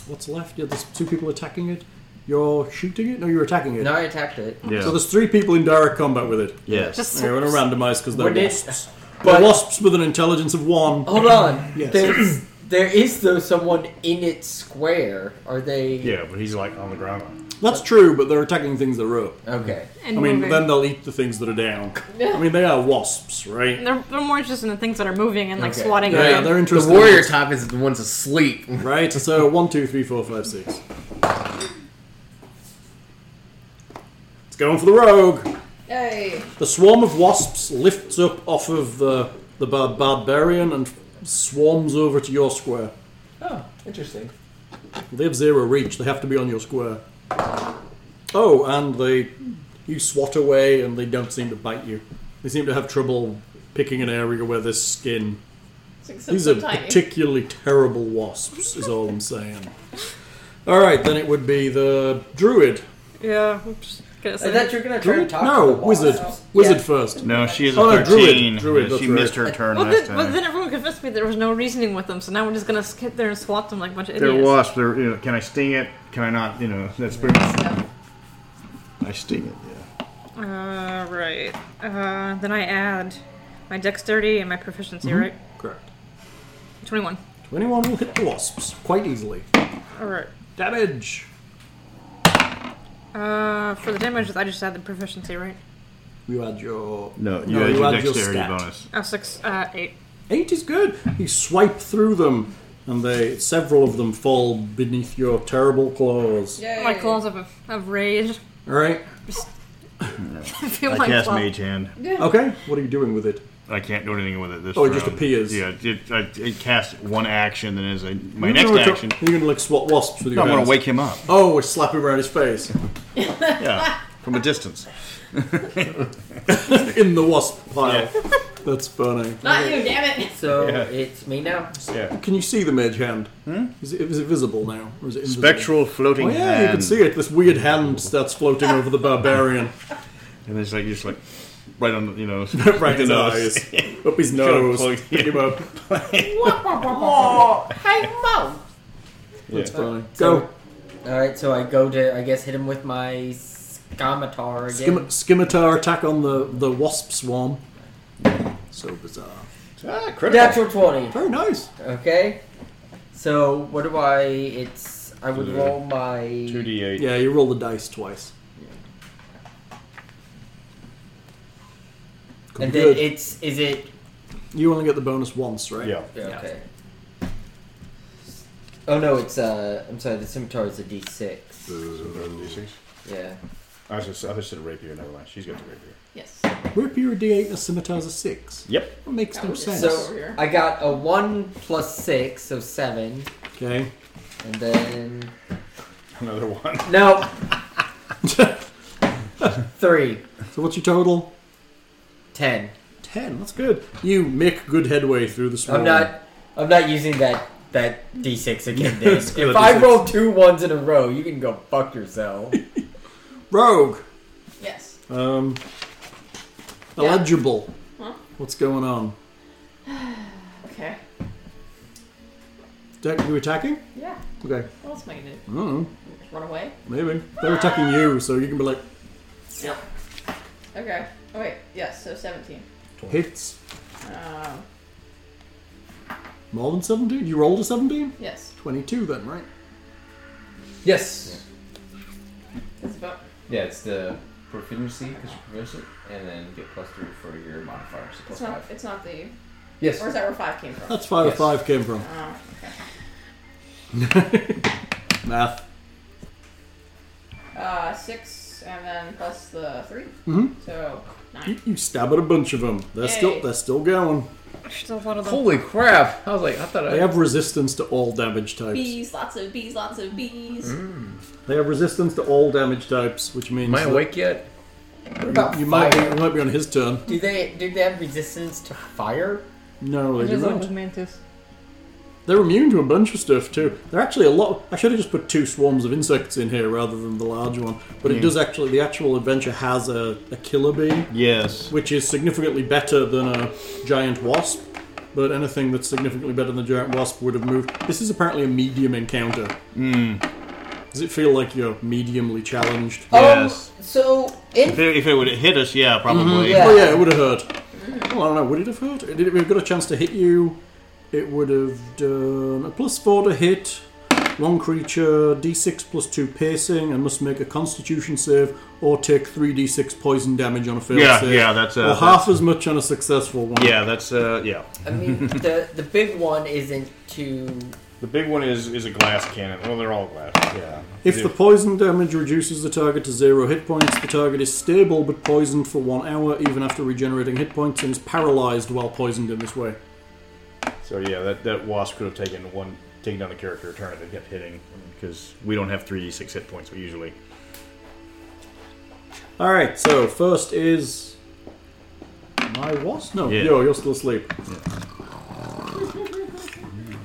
What's left? Yeah, there's two people attacking it. You're shooting it? No, you're attacking it. No, I attacked it. Yeah. So there's three people in direct combat with it. yes. Just Yeah, we're going to randomise because they're Would it- wasps. They're wasps with an intelligence of one. Hold on. Yes. There's, there is though someone in its square. Are they? yeah, but he's like on the ground. That's true, but they're attacking things that are up. Okay. and I mean, moving. then they'll eat the things that are down. I mean, they are wasps, right? And they're, they're more interested in the things that are moving and like Okay. swatting Yeah, around. they're the interested. in warrior wasps, type is the one's asleep. right? So one, two, three, four, five, six. It's going for the rogue. Yay. The swarm of wasps lifts up off of the the bar- barbarian and swarms over to your square. Oh, interesting. They have zero reach. They have to be on your square. Oh, and they you swat away, and they don't seem to bite you. They seem to have trouble picking an area where there's skin. Six, These are particularly terrible wasps, is all I'm saying. All right, then it would be the druid. yeah. Oops. Gonna I say- thought you were gonna try to Druid? talk. No, to the boss. wizard. Wizard first. No, she is a Oh, no, 13. druid. Druid, she that's missed her right. turn Well, last then, well, time. then everyone convinced me there was no reasoning with them, so now we're just gonna sit there and swat them like a bunch of They're idiots. wasps. They're, you know, can I sting it? Can I not? You know, that's pretty much. I sting it, yeah. Uh, right. Uh, then I add my dexterity and my proficiency, Mm-hmm. right? Correct. 21. 21 will hit the wasps quite easily. Alright. Damage. Uh, for the damages, I just add the proficiency, right? You add your. No, you had your dexterity stat. bonus. Oh, six, uh, eight. Eight is good. You swipe through them, and they several of them fall beneath your terrible claws. Yay. Oh My claws of, of rage. All right. I feel I my cast claw- Mage Hand. Okay. What are you doing with it? I can't do anything with it this Oh, it round. just appears. Yeah, it, I, it casts one action, then as I, my You're next gonna- action, You're going to like swat wasps with your I'm going hands. to wake him up. Oh, we slap him around his face Yeah, from a distance. in the wasp pile. That's funny. Not you, damn it. So Yeah. it's me now. Yeah. Can you see the mage hand? Is, it, is it visible now, or is it invisible? Hmm? Spectral floating Oh yeah, hand. you can see it. This weird hand starts floating over the barbarian, And it's like, just like, right on, the- you know, right in his eyes, up his nose, plug- pick him up. Hey, Mo. That's Ah, funny. So- Go All right, so I go to I guess hit him with my scimitar again. Skim- scimitar attack on the the wasp swarm. So bizarre. ah, critical. Natural twenty. Very nice. Okay. So what do I? It's I would Two. roll my 2d8. Yeah, you roll the dice twice. Could and be then good. it's is it you only get the bonus once, right? Yeah. okay? Oh no, it's uh I'm sorry, the scimitar is a D six. D6. Yeah. I was just, I just said rapier. Never mind. She's got the rapier. Yes. Rapier a D8 and a scimitar's a six. Yep. That makes no Oh, sense. Over So here. I got a one plus six, so seven, Okay. and then Another one. no three, So what's your total? ten. Ten. That's good. You make good headway through the swarm. I'm not. I'm not using that that d6 again. Dan. It's still a if I D6. roll two ones in a row, you can go fuck yourself. rogue. Yes. Um, Yeah. eligible. Huh? What's going on? Okay. Attack- You attacking? Yeah. Okay. What else am I gonna do? I don't know. Run away? Maybe they're attacking you, so you can be like Yep. Okay. Oh wait. Yes. So 17. hits. Um. More than seventeen. You rolled a seventeen. Yes. Twenty-two then, right? Yes. That's about. Yeah, it's the proficiency because you're proficient, and then get plus three for your modifier. So plus It's not. five. It's not the. Yes. Or is that where five came from? That's five. Yes. Five came from Oh, okay. math. Uh, six, and then plus the 3 Mm-hmm. So You, nine. you stab at a bunch of them. They're Yay. still they're still going. Still one of them. Holy crap! I was like, I thought They have resistance to all damage types. Bees, lots of bees, lots of bees. Mm-hmm. They have resistance to all damage types, which means Am I that awake yet? What You, about you might be, fire? you might be on his turn. Do they do they have resistance to fire? No, they do Just not. like with Mantis. They're immune to a bunch of stuff too. They're actually a lot. I should have just put two swarms of insects in here rather than the large one. But it does actually. The actual adventure has a, a killer bee, Yes. which is significantly better than a giant wasp. But anything that's significantly better than a giant wasp would have moved. This is apparently a medium encounter. Does it feel like you're mediumly challenged? Yes. Um, so If in it, if it would hit us, yeah, probably. Yeah. Oh yeah, it would have hurt. Well, I don't know. Would it have hurt? Did it, if it got a chance to hit you? It would have done a plus four to hit. One creature, d6 plus two piercing, and must make a Constitution save or take three d6 poison damage on a failed Yeah, save. yeah, that's, uh, or half as much on a successful one. Yeah, that's uh, yeah. I mean the the big one isn't to The big one is is a glass cannon. Well, they're all glass. Yeah. If the poison damage reduces the target to zero hit points, the target is stable but poisoned for one hour, even after regenerating hit points, and is paralyzed while poisoned in this way. so yeah, that that wasp could have taken one, taken down the character, turn it, and kept hitting because we don't have three d six hit points usually. All right. So first is my wasp. No, Yeah. yo, you're still asleep.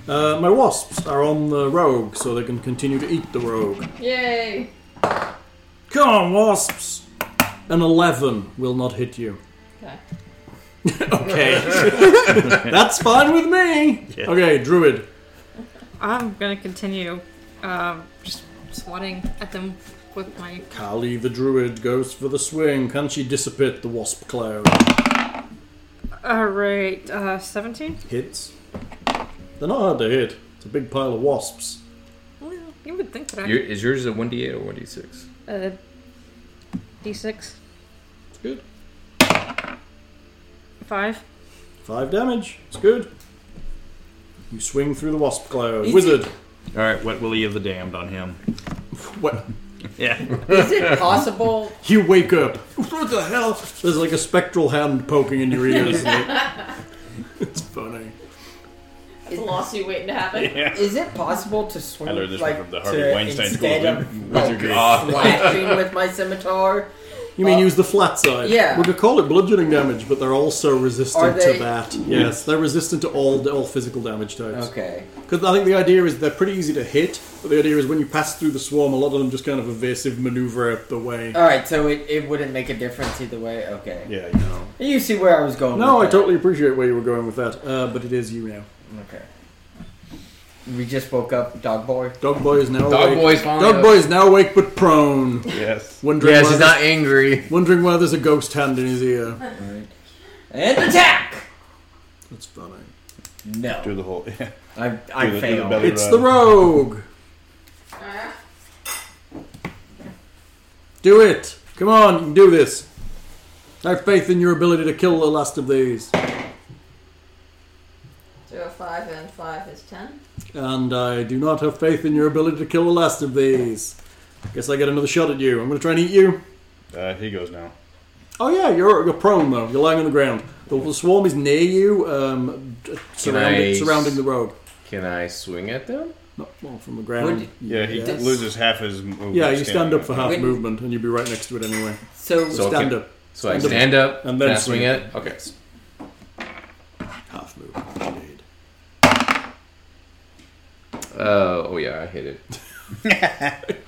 Uh, my wasps are on the rogue, so they can continue to eat the rogue. Yay! Come on, wasps! An eleven will not hit you. Okay. Okay, that's fine with me. Yeah. Okay, druid. I'm gonna continue um, just swatting at them with my. Kali the druid goes for the swing. Can she dissipate the wasp cloud? Alright, uh, 17? Hits. They're not hard to hit. It's a big pile of wasps. Well, you would think that I. Your, is yours a one d eight or one d six? Uh, D6. It's good. 5. Five damage. It's good. You swing through the wasp cloud. Easy. Wizard. All right, wet willie of the damned on him. What? Yeah. is it possible You wake up. What the hell? There's like a spectral hand poking in your ears. it's funny. That's a lawsuit waiting to happen. is it possible to swing I learned this one like from the Harvey to Weinstein School instead of of Wizardry. like, slashing with my scimitar You mean use the flat side? Uh, yeah. We could call it bludgeoning damage, but they're also Are resistant they- to that. Yes, they're resistant to all all physical damage types. Okay. Because I think the idea is they're pretty easy to hit, but the idea is when you pass through the swarm, a lot of them just kind of evasive maneuver out the way. All right, so it, it wouldn't make a difference either way. Okay. yeah, you know. You see where I was going. No, I with that. totally appreciate where you were going with that, uh, but it is you now. Okay. We just woke up, dog boy. Dog boy is now Dog awake. boy's finally Dog up. boy is now awake but prone, Yes. wondering Yes, why he's there's- not angry. wondering why there's a ghost hand in his ear. And attack! That's funny. No. Do the whole. Yeah. I, I Do the- do the failed. belly It's rub. the rogue. Do it. Come on, you can do this. I have faith in your ability to kill the last of these. So five and five is ten. And I do not have faith in your ability to kill the last of these. Guess I get another shot at you. I'm going to try and eat you. Uh, he goes now. Oh yeah, you're you're prone though. You're lying on the ground. The, the swarm is near you, um, surrounding Nice. surrounding the rogue. Can I swing at them? Not well from the ground. Would- Yeah, he Yes. loses half his uh, movement. Yeah, you stand standing up for half Wouldn't- movement, and you'd be right next to it anyway. So, So- stand okay. up, So I Stand up. stand up And then can I swing swing. at. it? Okay. half movement. Indeed. Uh, oh yeah, I hit it.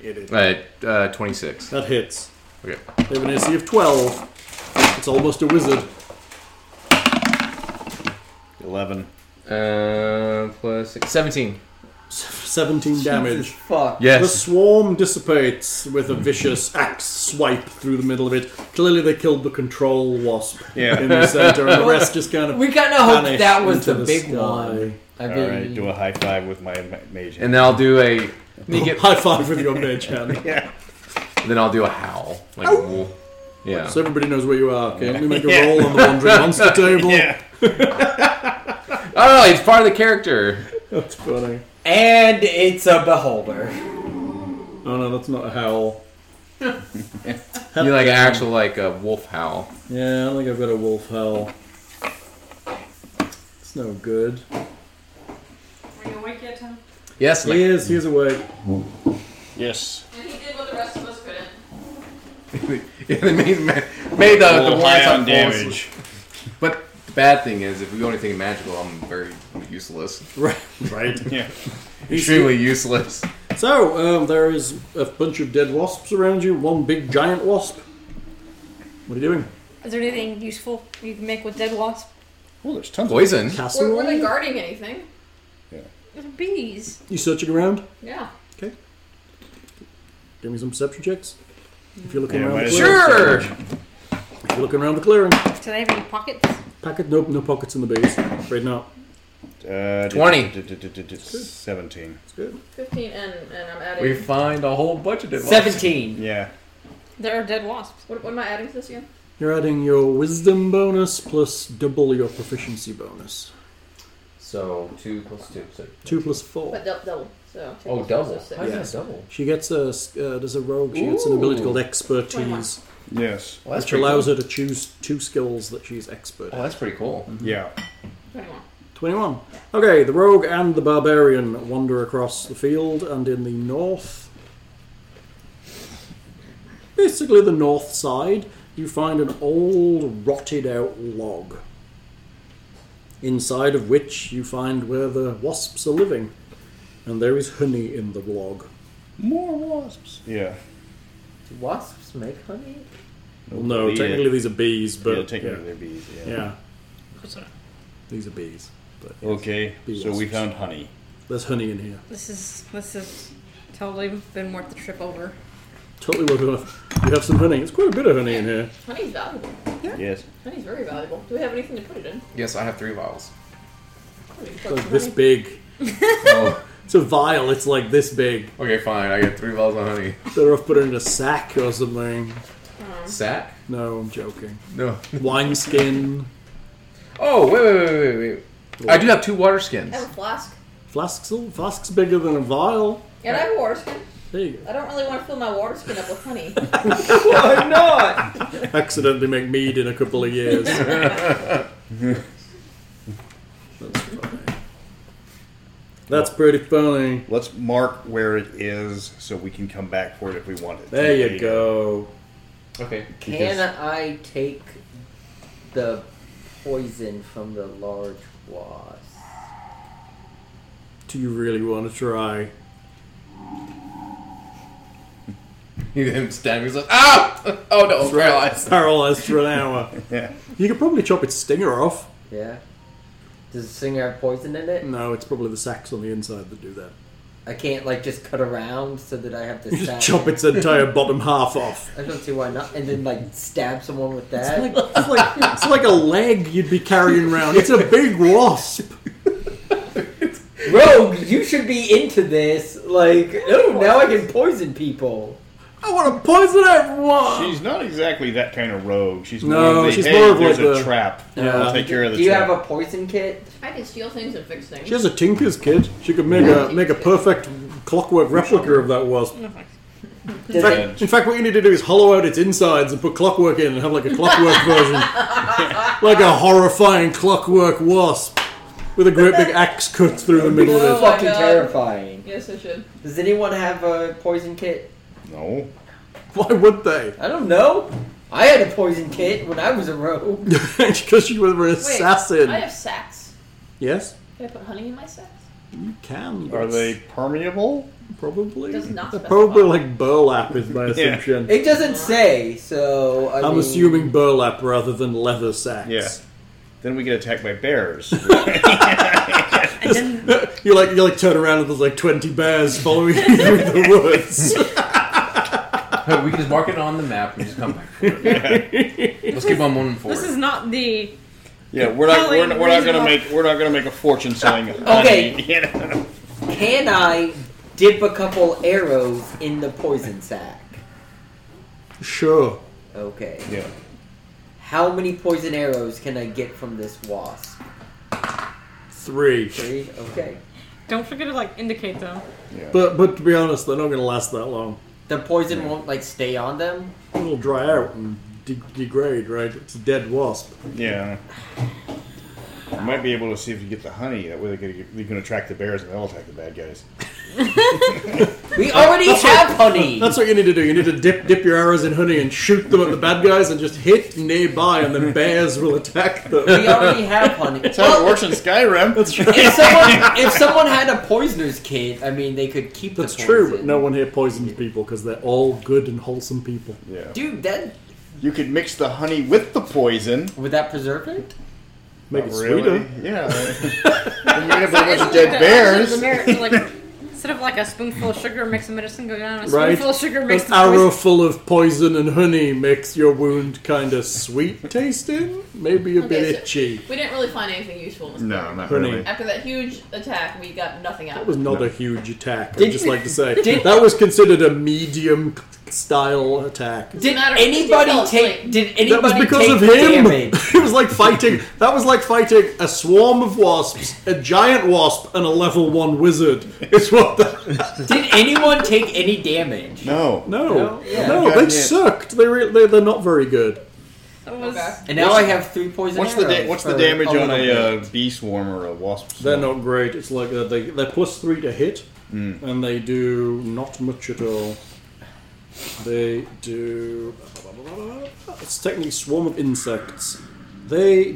Hit it. Right, uh, twenty six. That hits. Okay. They have an AC of 12. It's almost a wizard. Eleven. Uh, plus six, 17. 17 damage. Fuck. The Yes. swarm dissipates with a vicious axe swipe through the middle of it. Clearly, they killed the control wasp Yeah. in the center, and the rest just kind of. We kind of hoped vanish Oh, that was the, into big sky. one. I mean, All right. Do a high five with my ma- And mage. hand. then I'll do a. Sneak it. High five with your mage hand. Then I'll do a howl. Like, woo. yeah. So everybody knows where you are. Okay, let me make a roll on the wandering monster table. yeah. Oh, it's part of the character. That's funny. and it's a beholder. Oh no, that's not a howl. You like an actual like a wolf howl. Yeah, I don't think I've got a wolf howl. It's no good. Are you awake yet, Tom? Yes. He Like, is. He is awake. Yes. And he did what the rest of us couldn't. yeah, they made, made made the, the Roll blind high side false. on damage. But the bad thing is, if we do anything magical, I'm very useless. Right. Right. Yeah. Extremely useless. So, um, there is a bunch of dead wasps around you, one big giant wasp. What are you doing? Is there anything useful you can make with dead wasp? Well, there's tons. of Poison. Were, Castle? were they guarding anything? There's bees. You searching around? Yeah. Give me some perception checks. If you're looking Yeah, around might the as clearing. well. Sure. If you're looking around the clearing. Do they have any pockets? Packet, nope, no pockets in the bees. Afraid not. Uh, d- 20. d- d- d- d- d- Seventeen. It's good. Fifteen and and I'm adding. We find a whole bunch of different. Seventeen. Yeah. There are dead wasps. What, what am I adding to this again? You're adding your wisdom bonus plus double your proficiency bonus. So two plus two. So Two plus four. But dou- double. So two oh, plus double. four, so How six. is that double? She gets a, uh, there's a rogue, she gets an ability Ooh. called expertise, Twenty-one. Yes. Well, that's which pretty allows cool. her to choose two skills that she's expert at. Oh, that's pretty cool. Yeah. Twenty-one. 21. Okay, the rogue and the barbarian wander across the field and in the north. Basically, the north side, you find an old, rotted out log. Inside of which you find where the wasps are living. And there is honey in the log. More wasps. Yeah. Do wasps make honey? Well, no, Yeah. technically these are bees, but. yeah, take it with their bees. Yeah. yeah. These are bees. But Okay. Bee So we wasps. found honey. there's honey in here. This is this is totally been worth the trip over. Totally worth it enough. You have some honey. It's quite a bit of honey in here. Honey's valuable. Yes. Honey's very valuable. Do we have anything to put it in? Yes, I have three vials. Honey, It's fuck like this honey. big. oh, It's a vial. It's like this big. okay, fine. I get three vials of honey. Better off put it in a sack or something. Sack? No, I'm joking. No. Wineskin, Oh, wait, wait, wait, wait, wait, wait. I do have two water skins. I have a flask. flasks. Flasks bigger than a vial. And I have a water skin. There you go. I don't really want to fill my water skin up with honey. Why not? Accidentally make mead in a couple of years. That's funny. That's pretty funny. Let's mark where it is so we can come back for it if we want it. There you Later. go. Okay. Can I take the poison from the large wasp? Do you really want to try? You him stabbing he's like, ah! Oh no, I'm paralyzed. Paralyzed for an hour. Yeah. You could probably chop its stinger off. Yeah. Does the singer have poison in it? No, it's probably the sacks on the inside that do that. I can't like just cut around so that I have to You stab. just chop its entire bottom half off. I don't see why not, and then like stab someone with It's that. like, it's like it's like a leg you'd be carrying around. It's a big wasp. Rogue, you should be into this. Like, oh, now I can poison people. I want to poison everyone. She's not exactly that kind of rogue. She's No, more of the, she's hey, more of there's like a the- trap. Yeah. I'll take care of the Do you trap. have a poison kit? I can steal things and fix things. She has a tinker's kid. She could make a make a perfect clockwork replica of that wasp. Does Yeah. it, In fact, what you need to do is hollow out its insides and put clockwork in and have like a clockwork version. like a horrifying clockwork wasp with a great big axe cut through the middle it's of it. No. fucking God. terrifying. yes, I should. Does anyone have a poison kit? no. Why would they? I don't know. I had a poison kit when I was a rogue. Because you were an Wait, assassin. I have sacks. Yes? Can I put honey in my sacks? You can. Are but they permeable? Probably. Does not They're specify. probably like burlap, is my assumption. It doesn't say, so I I'm mean, assuming burlap rather than leather sacks. Yeah. Then we get attacked by bears. And then You like you like turn around and there's like twenty bears following you through the woods. we can just mark it on the map and just come back for it. Let's keep on moving forward. This is not the yeah, we're not we're, not- we're not gonna Reasonable. make we're not gonna make a fortune selling. Okay. honey, you know? Can I dip a couple arrows in the poison sack? Sure. Okay. Yeah. How many poison arrows can I get from this wasp? Three. Three. Okay. Don't forget to like indicate though. But but to be honest, they're not gonna last that long. The poison won't like stay on them. It'll dry out and de- degrade, right? It's a dead wasp. Yeah. We might be able to see if you get the honey. That way they can, you can attract the bears and they'll attack the bad guys. We already have honey. That's what you need to do. You need to dip dip your arrows in honey and shoot them at the bad guys and just hit nearby and then bears will attack them. we already have honey. That's how it Well, works in Skyrim. That's true. If someone, if someone had a poisoner's kit, I mean, they could keep That's the true, but poison. no one here poisons people because they're all good and wholesome people. Yeah. Dude, that You could mix the honey with the poison. would that preserve it? Make Not it really. sweeter. Yeah. Then you're gonna put a bunch of dead bears. Instead of like a spoonful of sugar makes a medicine go down, a spoonful Right. of sugar makes An the poison- arrow full of poison and honey makes your wound kind of sweet tasting, maybe a Okay, bit so- itchy. We didn't really find anything useful. in this No, place. not Honey. really. After that huge attack, we got nothing out That of it. was not a huge attack. I'd Did- just like to say did- that was considered a medium style attack. Did Anybody take? Did anybody That was because take of him. damage? It was like fighting. That was like fighting a swarm of wasps, a giant wasp, and a level one wizard. It's what the Did anyone take any damage? No. no, no, yeah. they Yeah. sucked. They re- they they're not very good. That was And now I have three poison What's the da- arrows what's the for damage on little a bit. uh, bee swarm or a wasp? They're Swarm? not great. It's like uh, they they're plus three to hit, and they do not much at all. They do. It's technically swarm of insects. They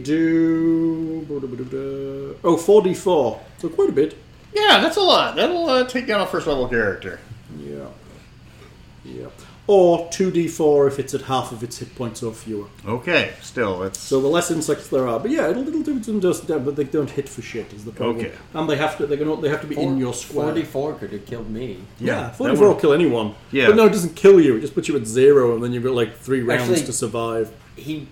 do. Oh, 44. So quite a bit. Yeah, that's a lot. That'll uh, take down a first level character. Yeah. Yeah. Or 2d4 if it's at half of its hit points or fewer. Okay, still it's So the less insects there are, but yeah, it'll, it'll do some dust down, but they don't hit for shit is the problem. Okay. And they have to they can they have to be uh, in your squad. Forty-four could have killed me. Yeah, that 44 will one- kill anyone. Yeah. But no, it doesn't kill you. It just puts you at zero, and then you've got like three rounds Actually- to survive. He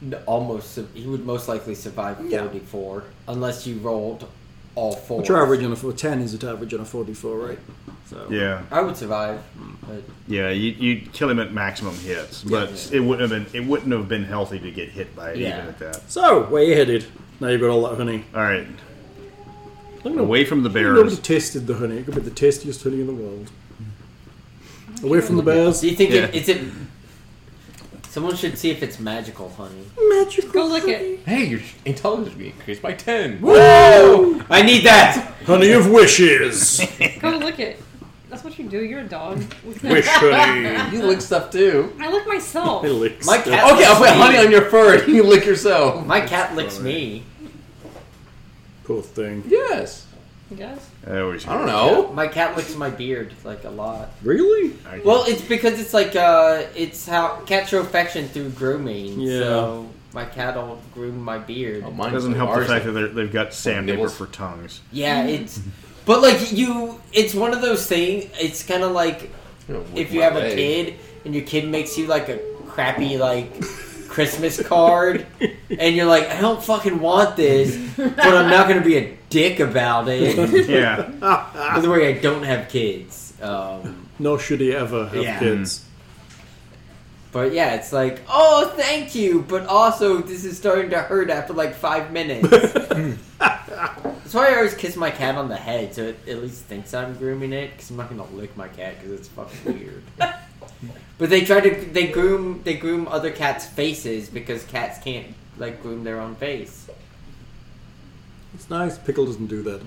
n- almost su- he would most likely survive Yeah. forty-four unless you rolled all four. What's your average on a four? 10 is it average on a 44, right? So yeah, I would survive, but yeah. You you kill him at maximum hits, but it wouldn't have been it wouldn't have been healthy to get hit by it Yeah. even at that. So, where you headed? Now you've got all that honey. All right, Look, no- away from the Nobody bears. tasted the honey. It could be the tastiest honey in the world. Away from the bears. do you think it, Yeah. is it? Someone should see if it's magical honey. Magical. go look at hey, your intelligence will be increased by 10. Whoa! I need that. Honey of wishes. go look at. That's what you do your dog. Wish hoodie. You lick stuff too. I lick myself. Licks My the- cat- Okay, I'll put honey on your fur. You lick yourself. My cat licks me. Poor thing. Yes. Yes. I always. I don't know. My cat licks my beard like a lot. Really? I- Well, it's because it's like uh, it's how cats show affection through grooming. Yeah. So my cat will groom my beard. Oh, mine It doesn't help the ours fact that they're- they've got sandpaper Nibbles. for tongues. Yeah, it's but like you, it's one of those things. It's kind of like I'm gonna lick if you my have a leg. kid and your kid makes you like a crappy like Christmas card, and you're like, I don't fucking want this, but I'm not gonna be a dick about it. Yeah. By the way, I don't have kids. Um, Nor should he ever have Yeah. kids. but yeah, it's like, oh, thank you, but also this is starting to hurt after like five minutes. Hmm. That's why I always kiss my cat on the head, so it at least thinks I'm grooming it. Because I'm not gonna lick my cat because it's fucking weird. but they try to they groom they groom other cats' faces because cats can't like groom their own face. It's nice. Pickle doesn't do that.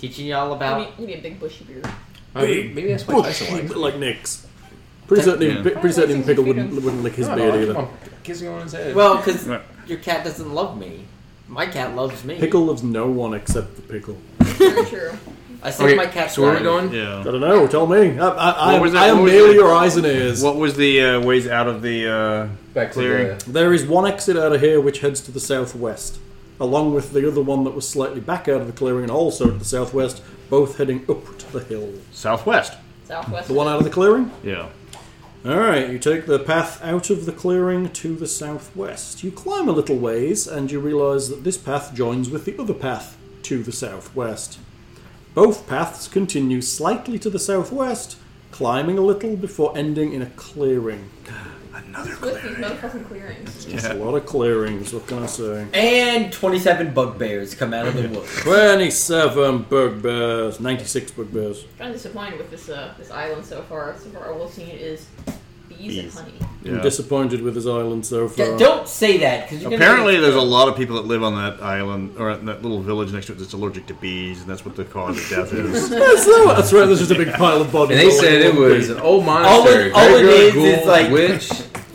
Teaching y'all Give about me, give me a big bushy beard. Oh, maybe that's why Tyson Bushy, likes. it. like Nick's. Pretty certain, Yeah. pi- pretty certain Tyson's Pickle pretty wouldn't, good. wouldn't lick his I don't know, beard I either. keep on Kissing on his head. well because Right. your cat doesn't love me. My cat loves me. Pickle loves no one except the pickle. Very true. I said Okay, my cat. so where are we going? I Yeah. don't know. Tell me. I, I, I, What was that- I am what was merely that? your eyes and ears. What was the uh, ways out of the uh, Back to clearing? the, There is one exit out of here which heads to the southwest, along with the other one that was slightly back out of the clearing and also to the southwest, both heading up to the hill. Southwest. Southwest. The one out of the clearing? Yeah. Alright, you take the path out of the clearing to the southwest. You climb a little ways and you realise that this path joins with the other path to the southwest. Both paths continue slightly to the southwest, climbing a little before ending in a clearing. Another What's these clearing. motherfucking clearings? Just a lot of clearings, what can I say? And 27 bugbears come out of the woods. 27 bugbears, 96 bugbears. I'm disappointed with this uh, this island so far. So far, all we've seen is bees, and Bees. honey. I'm Yeah. disappointed with his island so far. Yeah, don't say that because Apparently, there's a lot of people that live on that island or in that little village next to it that's allergic to bees, and that's what the cause of death is. That's, not what- that's right, there's just a big pile of bodies. and they all said over it the was beach. an old All it- monastery. all it graveyard, is is ghoul, like- witch,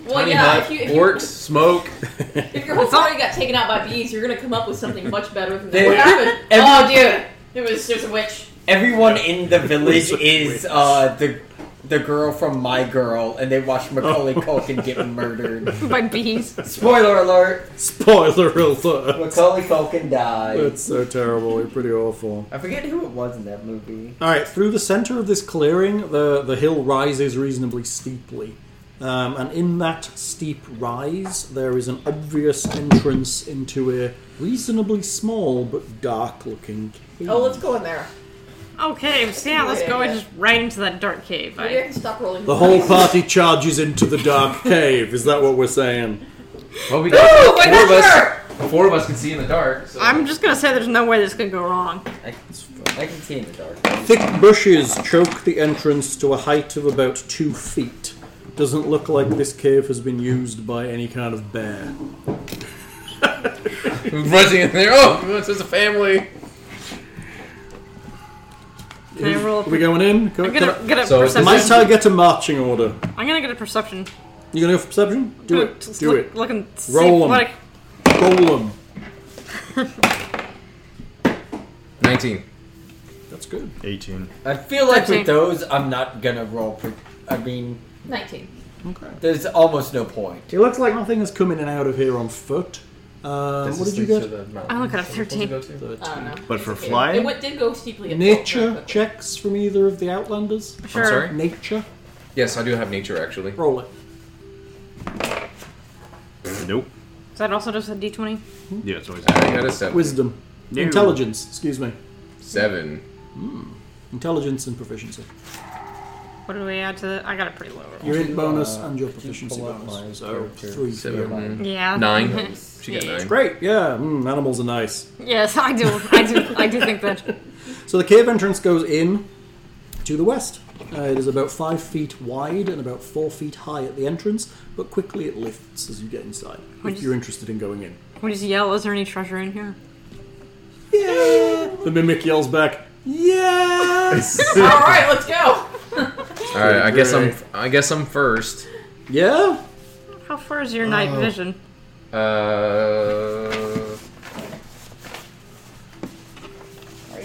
Well, tiny yeah. hut, If, you, if, orcs, You, smoke. if your whole party got taken out by bees, you're gonna come up with something much better than that. There- What happened? every- oh, dude, there was there's a witch. everyone in the village is uh, the the girl from My Girl, and they watch Macaulay Oh. Culkin get murdered. By bees. Spoiler alert: Spoiler alert! Macaulay Culkin died. That's so terrible, you're pretty awful. I forget who it was in that movie. Alright, through the centre of this clearing, the, the hill rises reasonably steeply. Um, and in that steep rise, there is an obvious entrance into a reasonably small but dark looking cave. Oh, let's go in there. Okay, so yeah, let's go and just right into that dark cave. Maybe I I, can stop rolling. The whole party charges into the dark cave. Is that what we're saying? Well, we got four of us. Four of us can see in the dark. So. I'm just gonna say there's no way this could go wrong. I can, I can see in the dark. Thick bushes choke the entrance to a height of about two feet. Doesn't look like this cave has been used by any kind of bear. rushing in there. Oh, it's just a family. Can Mm-hmm. I roll? Are we going in? Go- I'm gonna can get a So is I- perception. might I get a marching order? I'm gonna get a perception. You gonna go for perception? Do Gonna it. Oh, just Do look, it. Look and see Roll 'em. what I- Roll them. Nineteen. That's good. 18. I feel like Thirteen. with those, I'm not gonna roll. Pre- I mean, Nineteen. Okay. there's almost no point. It looks like nothing is coming in and out of here on foot. Um, what did you get? I look at a 13. I don't know. But It's for okay. flying? it went, did go steeply. up real Nature quick. checks from either of the Outlanders. Sure. sorry? Nature. Yes, I do have nature actually. Roll it. Nope. Is that also just a d20? Yeah, it's always I got a seven. Wisdom. No. Intelligence. Excuse me. Seven. Intelligence and proficiency. What do we add to the. I got a pretty low roll. Your int bonus Uh, and your did you proficiency pull out my bonus. So character? three. Seven. Yeah. Yeah. Mm-hmm. Nine. She got Yeah. nine. Great, yeah. Mm, animals are nice. Yes, I do. I do. I do think that. So the cave entrance goes in to the west. Uh, it is about five feet wide and about four feet high at the entrance, but quickly it lifts as you get inside. If Which- you're interested in going in, We just yell, is there any treasure in here? yeah. The mimic yells back, "Yes!" All right, let's go. All right, I guess I'm. I guess I'm first. Yeah? How far is your Oh. night vision? Uh,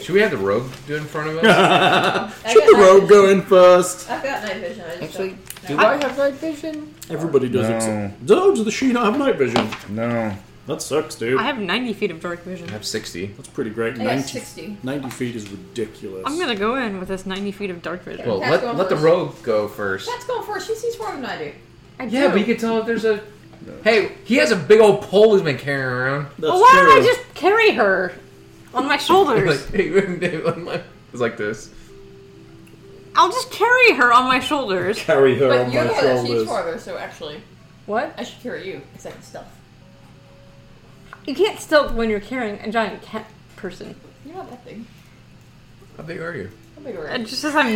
should we have the rogue do it in front of us? Should the rogue go in first? I've got night vision. I just Actually, don't- do no. I have night vision? Everybody does No. except. No, does the she not have night vision? No. That sucks, dude. I have 90 feet of dark I vision. have sixty. That's pretty great. I got 90, 60. 90 feet is ridiculous. I'm gonna go in with this 90 feet of dark vision. Well, Pat's let going let the first. rogue go first. Cat's going first. She sees more than I do. I Yeah, do. but you can tell if there's a. Hey, he has a big old pole he's been carrying around. That's Well, why true. don't I just carry her on my shoulders? Like, it's like this. I'll just carry her on my shoulders. carry her But on you're my the one that sees shoulders? farther, so actually, What? I should carry you because I can stealth. You can't stealth when you're carrying a giant cat person. You're not that big. How big are you? How big are It you? just says I'm.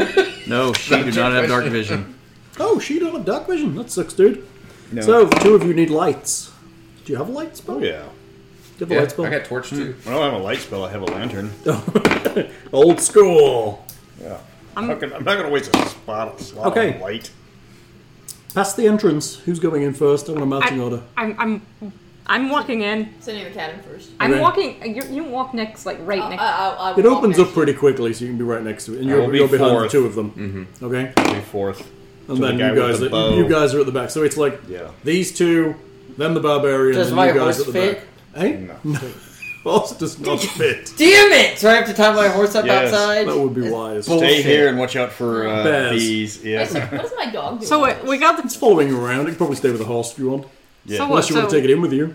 No, she do not have dark vision. Oh, she don't have dark vision. That sucks, dude. No. So, the two of you need lights. Do you have a light spell? oh yeah. Do you have a Yeah, light spell? I got torch too. I don't have a light spell. I have a lantern. Old school. Yeah. I'm, not gonna, I'm not gonna waste a spot a slot Okay. on light. Past the entrance. Who's going in first? I want a marching I- order. I'm. I'm. I'm walking in. Sending the cat in first. Uh, I'm Okay. walking. You, you walk next, like right I'll- next. I'll- I'll It walk opens next up to you. pretty quickly, so you can be right next to it, and I will you're, be you're behind the fourth. two of them. Mm-hmm. Okay, Be fourth. and So the then guy you with guys, the are, bow. you guys are at the back. So it's like Yeah. these two, then the barbarian, Does and my you guys horse at the fit? back. Eh? No. Horse does not fit. Damn it! So I have to tie my horse up Yes. outside. That would be wise. Stay here and watch out for uh, Bears. bees. I Yeah. said, what is my dog doing? so wait, we got the. It's following you around. You can probably stay with the horse if you want, Yeah. So what? unless you want So to take it in with you.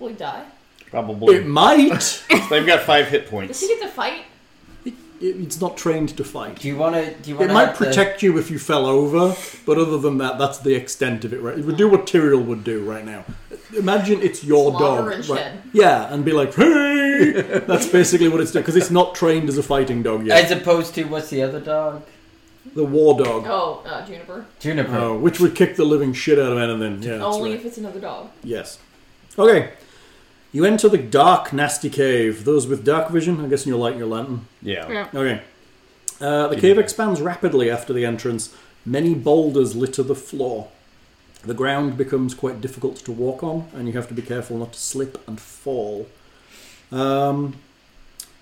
Will he die? It Probably. might. They've got five hit Does points. he get to fight? it, it's not trained to fight. Do you want to? Do you want It to? might protect you if you fell over, but other than that, that's the extent of it. Right? It would do what Tyrael would do right now. Imagine it's your Slaughter dog, and right? shed. Yeah, and be like, "Hey!" that's basically what it's doing because it's not trained as a fighting dog yet. As opposed to what's the other dog? The war dog, oh. Oh, uh, Juniper. Juniper. which would kick the living shit out of anything. Yeah, that's Only right. if it's another dog. Yes. Okay. You enter the dark, nasty cave. Those with dark vision, I guess you're lighting your lantern. Yeah. Okay. Uh, the cave expands rapidly after the entrance. Many boulders litter the floor. The ground becomes quite difficult to walk on, and you have to be careful not to slip and fall. Um,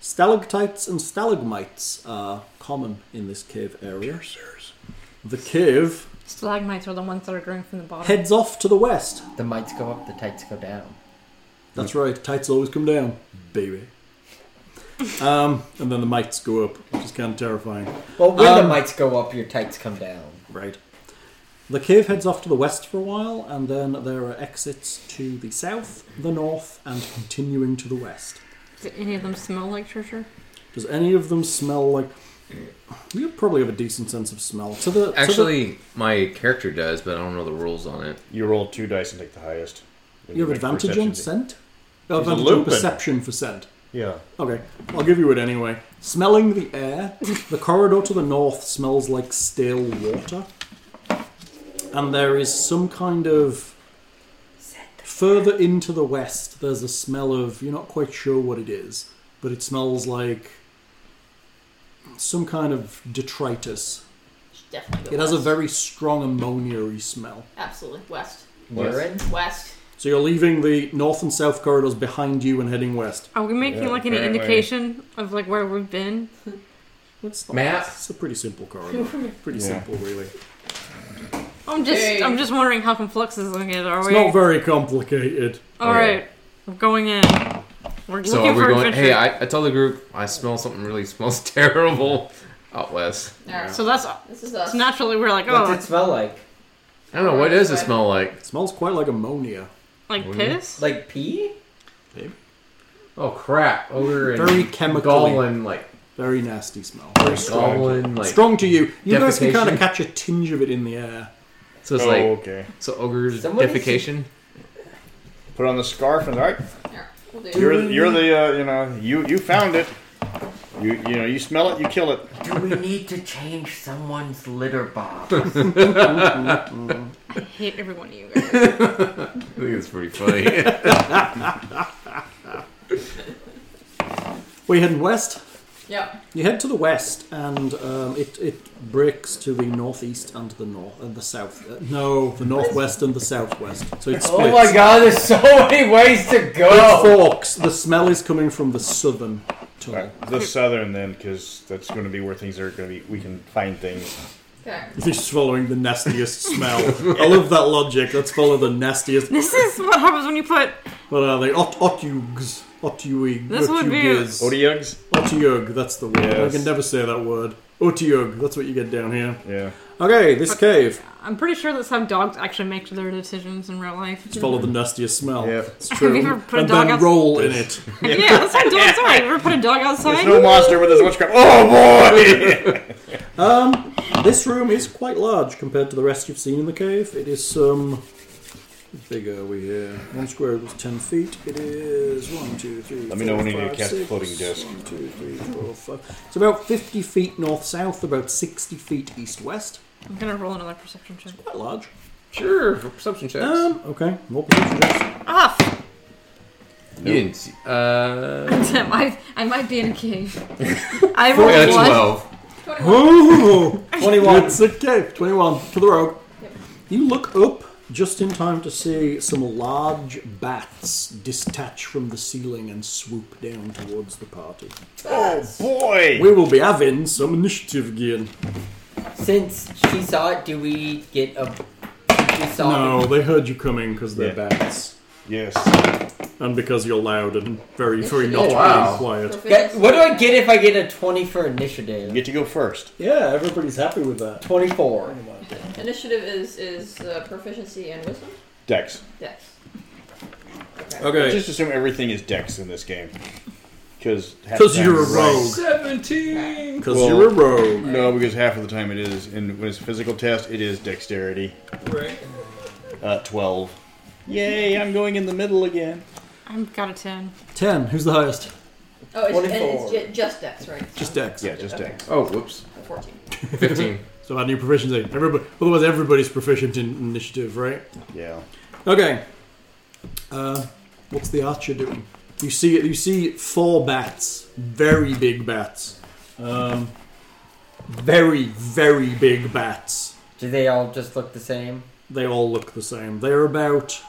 stalactites and stalagmites are common in this cave area. The cave Stalagmites are the ones that are growing from the bottom. heads off to the west. The mites go up, the tights go down. That's right, tights always come down, baby. um, and then the mites go up, which is kind of terrifying. Well, when Um, the mites go up, your tights come down. Right. The cave heads off to the west for a while, and then there are exits to the south, the north, and continuing to the west. Do any of them smell like treasure? Does any of them smell like? You probably have a decent sense of smell. To the to the- Actually, my character does, but I don't know the rules on it. You roll two dice and take the highest. you have advantage on Perception. scent. Oh, He's a advantage on Lupin. perception for scent. Yeah. Okay, I'll give you it anyway. Smelling the air, the corridor to the north smells like stale water. And there is some kind of. Further into the west, there's a smell of. You're not quite sure what it is, but it smells like. Some kind of detritus. She definitely. It goes has a west. very strong ammonia smell. Absolutely. West. Urine. West. So you're leaving the north and south corridors behind you and heading west. Are we making like any apparently. indication of like where we've been? It's not- Map? It's a pretty simple corridor. Pretty simple, really. I'm just. Hey. I'm just wondering how complex this thing is. Are It's we? not very complicated. All Okay. right, we're going in. We're So looking are we for going? adventure. Hey, I, I tell the group I smell something really smells terrible out west. Alright. so that's This is us. so naturally we're like, What's oh, it smell like? I don't know what does it smell like. smells quite like ammonia. like piss. Like pee? Oh crap! Odor and Very chemically. goblin like Very nasty smell. goblin like. Strong to you. You guys can defecation? kind of catch a tinge of it in the air. So it's oh, like okay. so ogre's Somebody defecation. Put on the scarf and all right. Alright, we'll do it. You're you're the uh, you know you you found it. You you know you smell it, you kill it. Do we need to change someone's litter box? I hate every one of you guys. I think it's pretty funny. We're heading west. Yep. You head to the west, and um, it, it bricks to the northeast and the north and the south. Uh, no, the northwest and the southwest. So it splits. Oh my god, there's so many ways to It go! forks. The smell is coming from the southern tunnel. The southern then, because that's going to be where things are going to be. We can find things. Okay. He's following the nastiest smell. I love that logic. Let's follow the nastiest. This is what happens when you put. What are they? Ot- otugs. Otuig. This would be- Otugiz. Odiogs? Otiug, that's the word. Yes. I can never say that word. Otiug, that's what you get down here. Yeah. Okay, this cave. I'm pretty sure that's how dogs actually make their decisions in real life. Just follow the nastiest smell. Yeah. It's Have you true. ever put a And dog then out- roll in it. yeah, that's how dogs are. You ever put a dog outside? There's no monster with as much crap. Oh boy! Um, this room is quite large compared to the rest you've seen in the cave. It is some. How big are we here? One square was 10 feet. It is one, two, three. Let me know four, when you need to five, cast six. floating disc. One, two, three, four, five. It's about 50 feet north south, about 60 feet east west. I'm gonna roll another perception check. Quite large. Sure, for perception checks. Um, okay. More perception checks. Ah, f- you didn't see. Uh, Tim, I, I might be in a cave. I rolled yeah, that's one. 12. Ooh, 21. It's a cave. 21. To the rogue. You look up just in time to see some large bats detach from the ceiling and swoop down towards the party. Oh boy! We will be having some initiative again. Since she saw it, do we get a. We saw Oh. No, it. they heard you coming because they're Yeah. bats. Yes. And because you're loud and very, very not Oh, wow. very quiet. Guys, What do I get if I get a 20 for initiative? You get to go first. Yeah, everybody's happy with that. 24. Initiative is is uh, proficiency and wisdom. Dex. Yes. Okay. Just assume everything is Dex in this game. Because Because you're a rogue. 17! Because Well- you're a rogue. No, because half of the time it is, and when it's a physical test, it is dexterity. Right. Uh, 12. Yay, I'm going in the middle again. I've got a 10. 10. Who's the highest? Oh, it's, and 24. it's ju- just dex, right? Uh, Just Dex. Yeah, just Dex. Oh, whoops. Fourteen. 15. So add new proficiency. Everybody, otherwise, everybody's proficient in initiative, right? Yeah. Okay. Uh, what's the archer doing? You see, you see four bats, very big bats, um, very very big bats. Do they all just look the same? They all look the same. They're about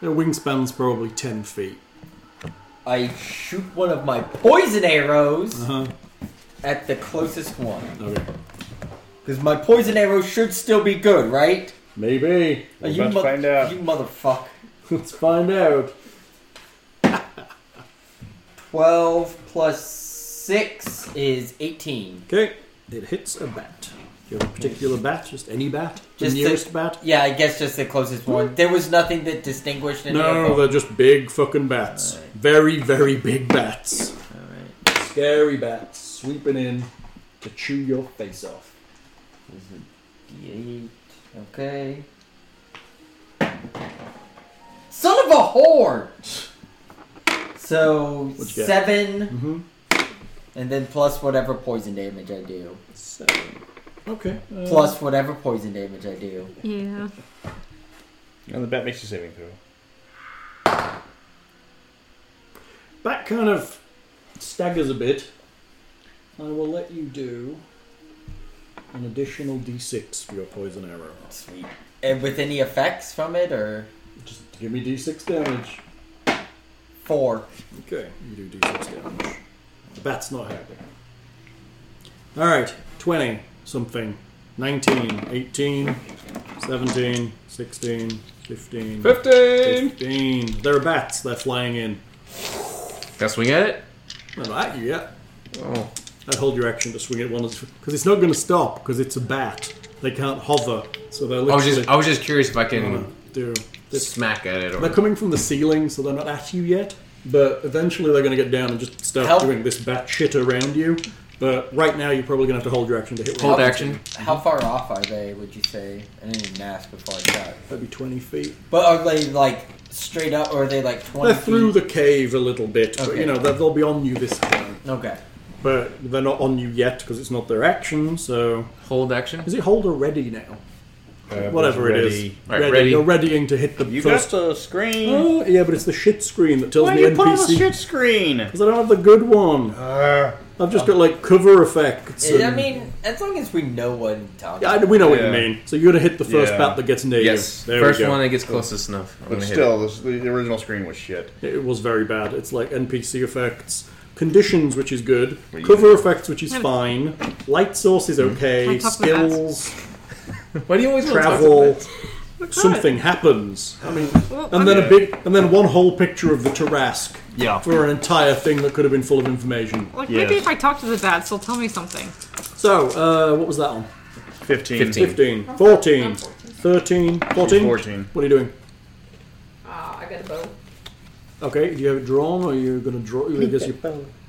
their wingspan's probably ten feet. I shoot one of my poison arrows Uh-huh. at the closest one. Okay. Because my poison arrow should still be good, right? Maybe. We're Uh, about to find out. You motherfucker. Let's find out. 12 plus 6 is 18. Okay. It hits a bat. Do you have a particular bat? Just any bat? Just the the- nearest bat? Yeah, I guess just the closest one. There was nothing that distinguished any No, of them. they're just big fucking bats. Very, very big bats. Alright. Scary bats sweeping in to chew your face off. D8. Okay. Son of a whore! So, What'd you get? 7 Mm-hmm. and then plus whatever poison damage I do. Seven. Okay. uh, Plus whatever poison damage I do. Yeah. And the bat makes a saving throw. That kind of staggers a bit. I will let you do an additional d6 for your poison arrow. Sweet. And with any effects from it, or? Just give me d6 damage. 4. Okay, you do d6 damage. The bat's not happy. Alright, 20 something, 19, 18, 17, 16, 15, 15! 15. They're bats, they're flying in. Can I swing at it? Not at you yet. Oh. I'd hold your action to swing at one because it's not going to stop because it's a bat. They can't hover, so they're literally. I was just I was just curious if I gonna can do this. smack at it. They're Or... coming from the ceiling, so they're not at you yet. But eventually, they're going to get down and just start Help. doing this bat shit around you. But right now, you're probably going to have to hold your action to hit. Hold one. action. How far off are they, would you say? I didn't even ask before I shot. That'd be twenty feet. But are they like straight up, or are they like 20 They're through feet? the cave a little bit, but you Okay. know they'll they'll be on you this time. Okay. But they're not on you yet because it's not their action. So Hold action. is it hold or ready now? Uh, Whatever it is, ready. Right, ready. You're readying to hit the You first got the screen. Oh, yeah, but it's the shit screen Oh, that tells Why do me you NPC. put on the shit screen? Uh, Because I don't have the good one. I've just got like cover effects. I and mean, as long as we know what I'm talking Yeah, I- we know what you Yeah. mean. So you're gonna hit the first Yeah. bat that gets near Yes, you. There first we go. one that gets closest enough. I'm But gonna hit still, this, the the original screen was shit. It was very bad. It's like NPC effects, conditions, which is good, Well, you- cover effects, which is fine, light source is okay, Can I talk about skills, it. Hmm. Why do you always wanna talk travel. about Something happens. I mean, Well, and then a big, and then one whole picture of the Tarask Yeah. for an entire thing that could have been full of information. Like Yes. maybe if I talk to the bats, they'll tell me something. So, uh, what was that on? 15. 15. 15, 14, I'm 13, 14? 14. What are you doing? Ah, I got a bow. Okay, do you have it drawn, or you're going to draw? You guess you,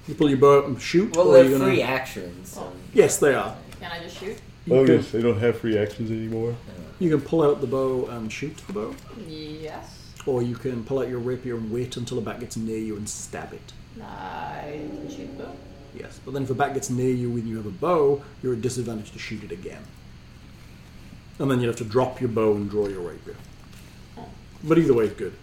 you pull your bow up and shoot, Well, or are they're you going free to? actions. so- Yes, they are. Oh, Can I just shoot? Oh, yes, they don't have free actions anymore. You can pull out the bow and shoot the bow, Yes. or you can pull out your rapier and wait until the bat gets near you and stab it. I can shoot the bow. Yes, but then if the bat gets near you and you have a bow, you're at disadvantage to shoot it again. And then you'd have to drop your bow and draw your rapier. But either way, it's good.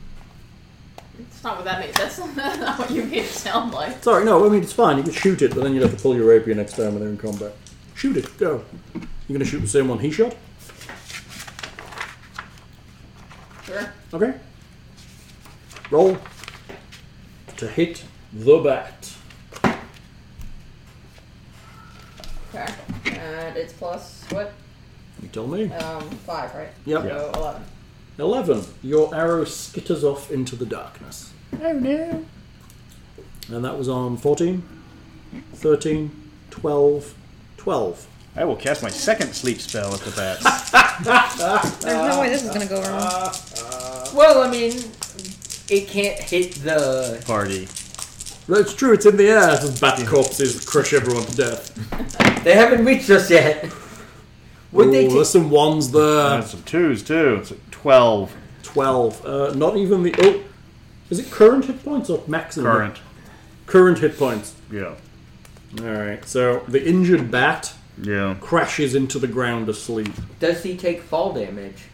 That's not what that made. That's not what you made it sound like. Sorry, no, I mean, it's fine. You can shoot it, but then you'd have to pull your rapier next time when they're in combat. Shoot it, go. You're going to shoot the same one he shot? Sure. Okay. Roll to hit the bat. Okay. And it's plus what? You tell me. Um, five, right? Yep. So eleven. 11. Your arrow skitters off into the darkness. Oh no. And that was on 14, 13, 12, 12. I will cast my second sleep spell at the bats. There's no way this Uh, is gonna go wrong. Well, I mean, it can't hit the. Party. That's true, it's in the air. Those bat corpses crush everyone to death. They haven't reached us yet. Would Ooh, they? T- there's some ones there. That's some twos, too. It's a 12 12. Uh, not even the. Oh, is it current hit points or maximum? current. Current hit points. Yeah. Alright, so the injured bat Yeah. crashes into the ground asleep. does he take fall damage?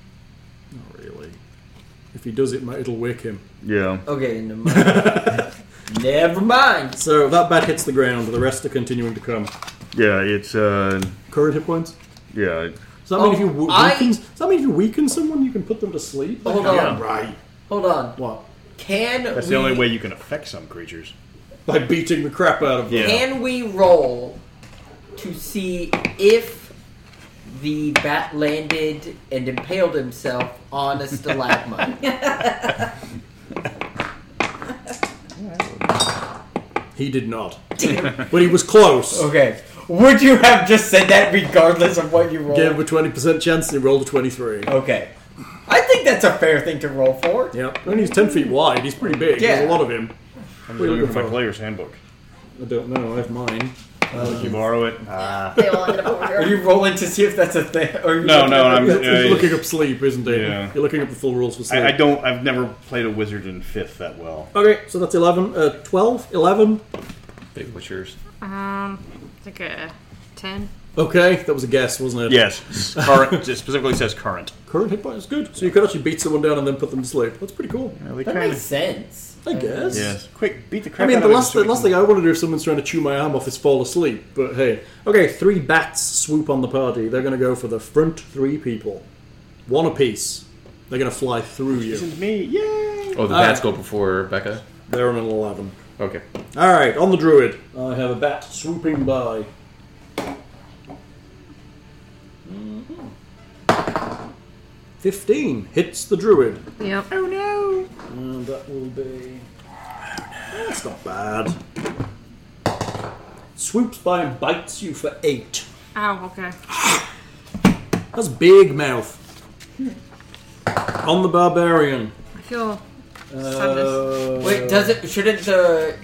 Not really. If he does, it might, it'll wake him. Yeah. Okay, never mind. never mind. So that bat hits the ground, the rest are continuing to come. Yeah, it's, uh, Current hit points? yeah. Does that mean Oh, if you w- I- weaken? Does that mean if you weaken someone, you can put them to sleep? Hold Like, on. right. Hold on. What? Can That's we, the only way you can affect some creatures. By beating the crap out of them. Can we roll to see if the bat landed and impaled himself on a stalagmite? He did not, but he was close. okay. Would you have just said that regardless of what you rolled? Gave him a twenty percent chance, and he rolled a twenty-three. Okay. I think that's a fair thing to roll for. Yeah, and he's ten feet wide. He's pretty big. There's Yeah. a lot of him. I'm What are you looking looking for my for? player's handbook. I don't know. I have mine. Can you borrow it? Ah. They all ended up over Are here. you rolling to see if that's a thing? Or are you No, no, I'm He's I, looking up sleep, isn't he? Yeah. You're looking up the full rules for sleep. I, I don't. I've never played a wizard in fifth that well. Okay, so that's 11, uh, 12, 11. Big Witchers. Um, like a ten. Okay, that was a guess, wasn't it? Yes, current. it specifically says current. Current hit point is good. So you could actually beat someone down and then put them to sleep. That's pretty cool. That makes sense. I guess. Yes. Quick, beat the crap I mean, out the of it last, so the we last can- thing I want to do if someone's trying to chew my arm off is fall asleep, but hey. Okay, three bats swoop on the party. They're going to go for the front three people. One apiece. They're going to fly through This you. is me. Yay! Oh, the Alright. bats go before Becca. They're on an 11. Okay. Alright, on the druid. I have a bat swooping by. Mhm. Fifteen hits the druid. Yep. And that will be. That's not bad. Swoops by and bites you for eight. Ow. Okay. That's big mouth. On the barbarian. I feel. Uh, Wait, does it? Shouldn't the?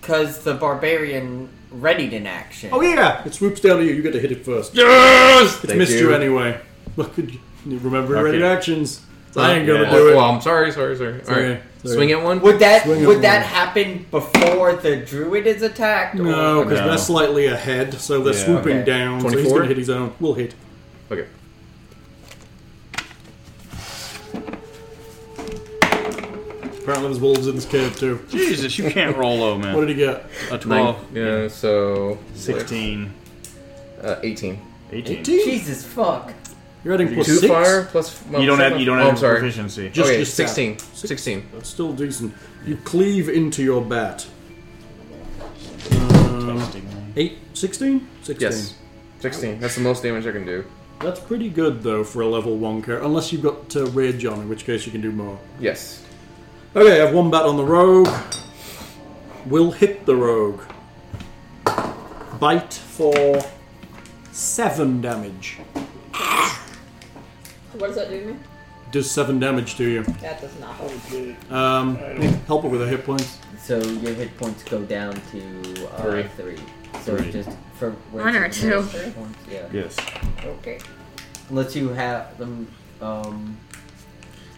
Because the barbarian readied an action. Oh yeah! It swoops down to you. You get to hit it first. Yes! It's missed you anyway. Look, you remember your Okay. ready actions. I ain't gonna Yeah. do it. Well, I'm sorry, sorry, sorry. All right. okay. Sorry. Swing at one? Would that Swing would over. that happen before the druid is attacked? or- No, because No. they're slightly ahead, so they're Yeah. swooping Okay. down. So he's 24? gonna hit his own. We'll hit. Okay. Apparently, there's wolves in this cave too. Jesus, you can't roll low, What man. did he get? A Nine. twelve. Yeah, so. Sixteen. Uh, 18. 18. Jesus fuck. You're adding plus Two six. fire plus. You don't have you don't oh, I'm have sorry. proficiency. Just okay, yourself. 16. 16. That's still decent. You cleave into your bat. Oh, Eight, 16? 16. Yes. 16. That's the most damage I can do. That's pretty good though for a level one character, unless you've got uh, rage on, in which case you can do more. Yes. Okay, I have one bat on the rogue. We'll hit the rogue. Bite for seven damage. What does that do to me? Does seven damage to you. That does not help. Um, help her with her hit points. So your hit points go down to uh, Three. three. So just for One or two. Three points, Yeah. Yes. Okay. Unless you have them. Um,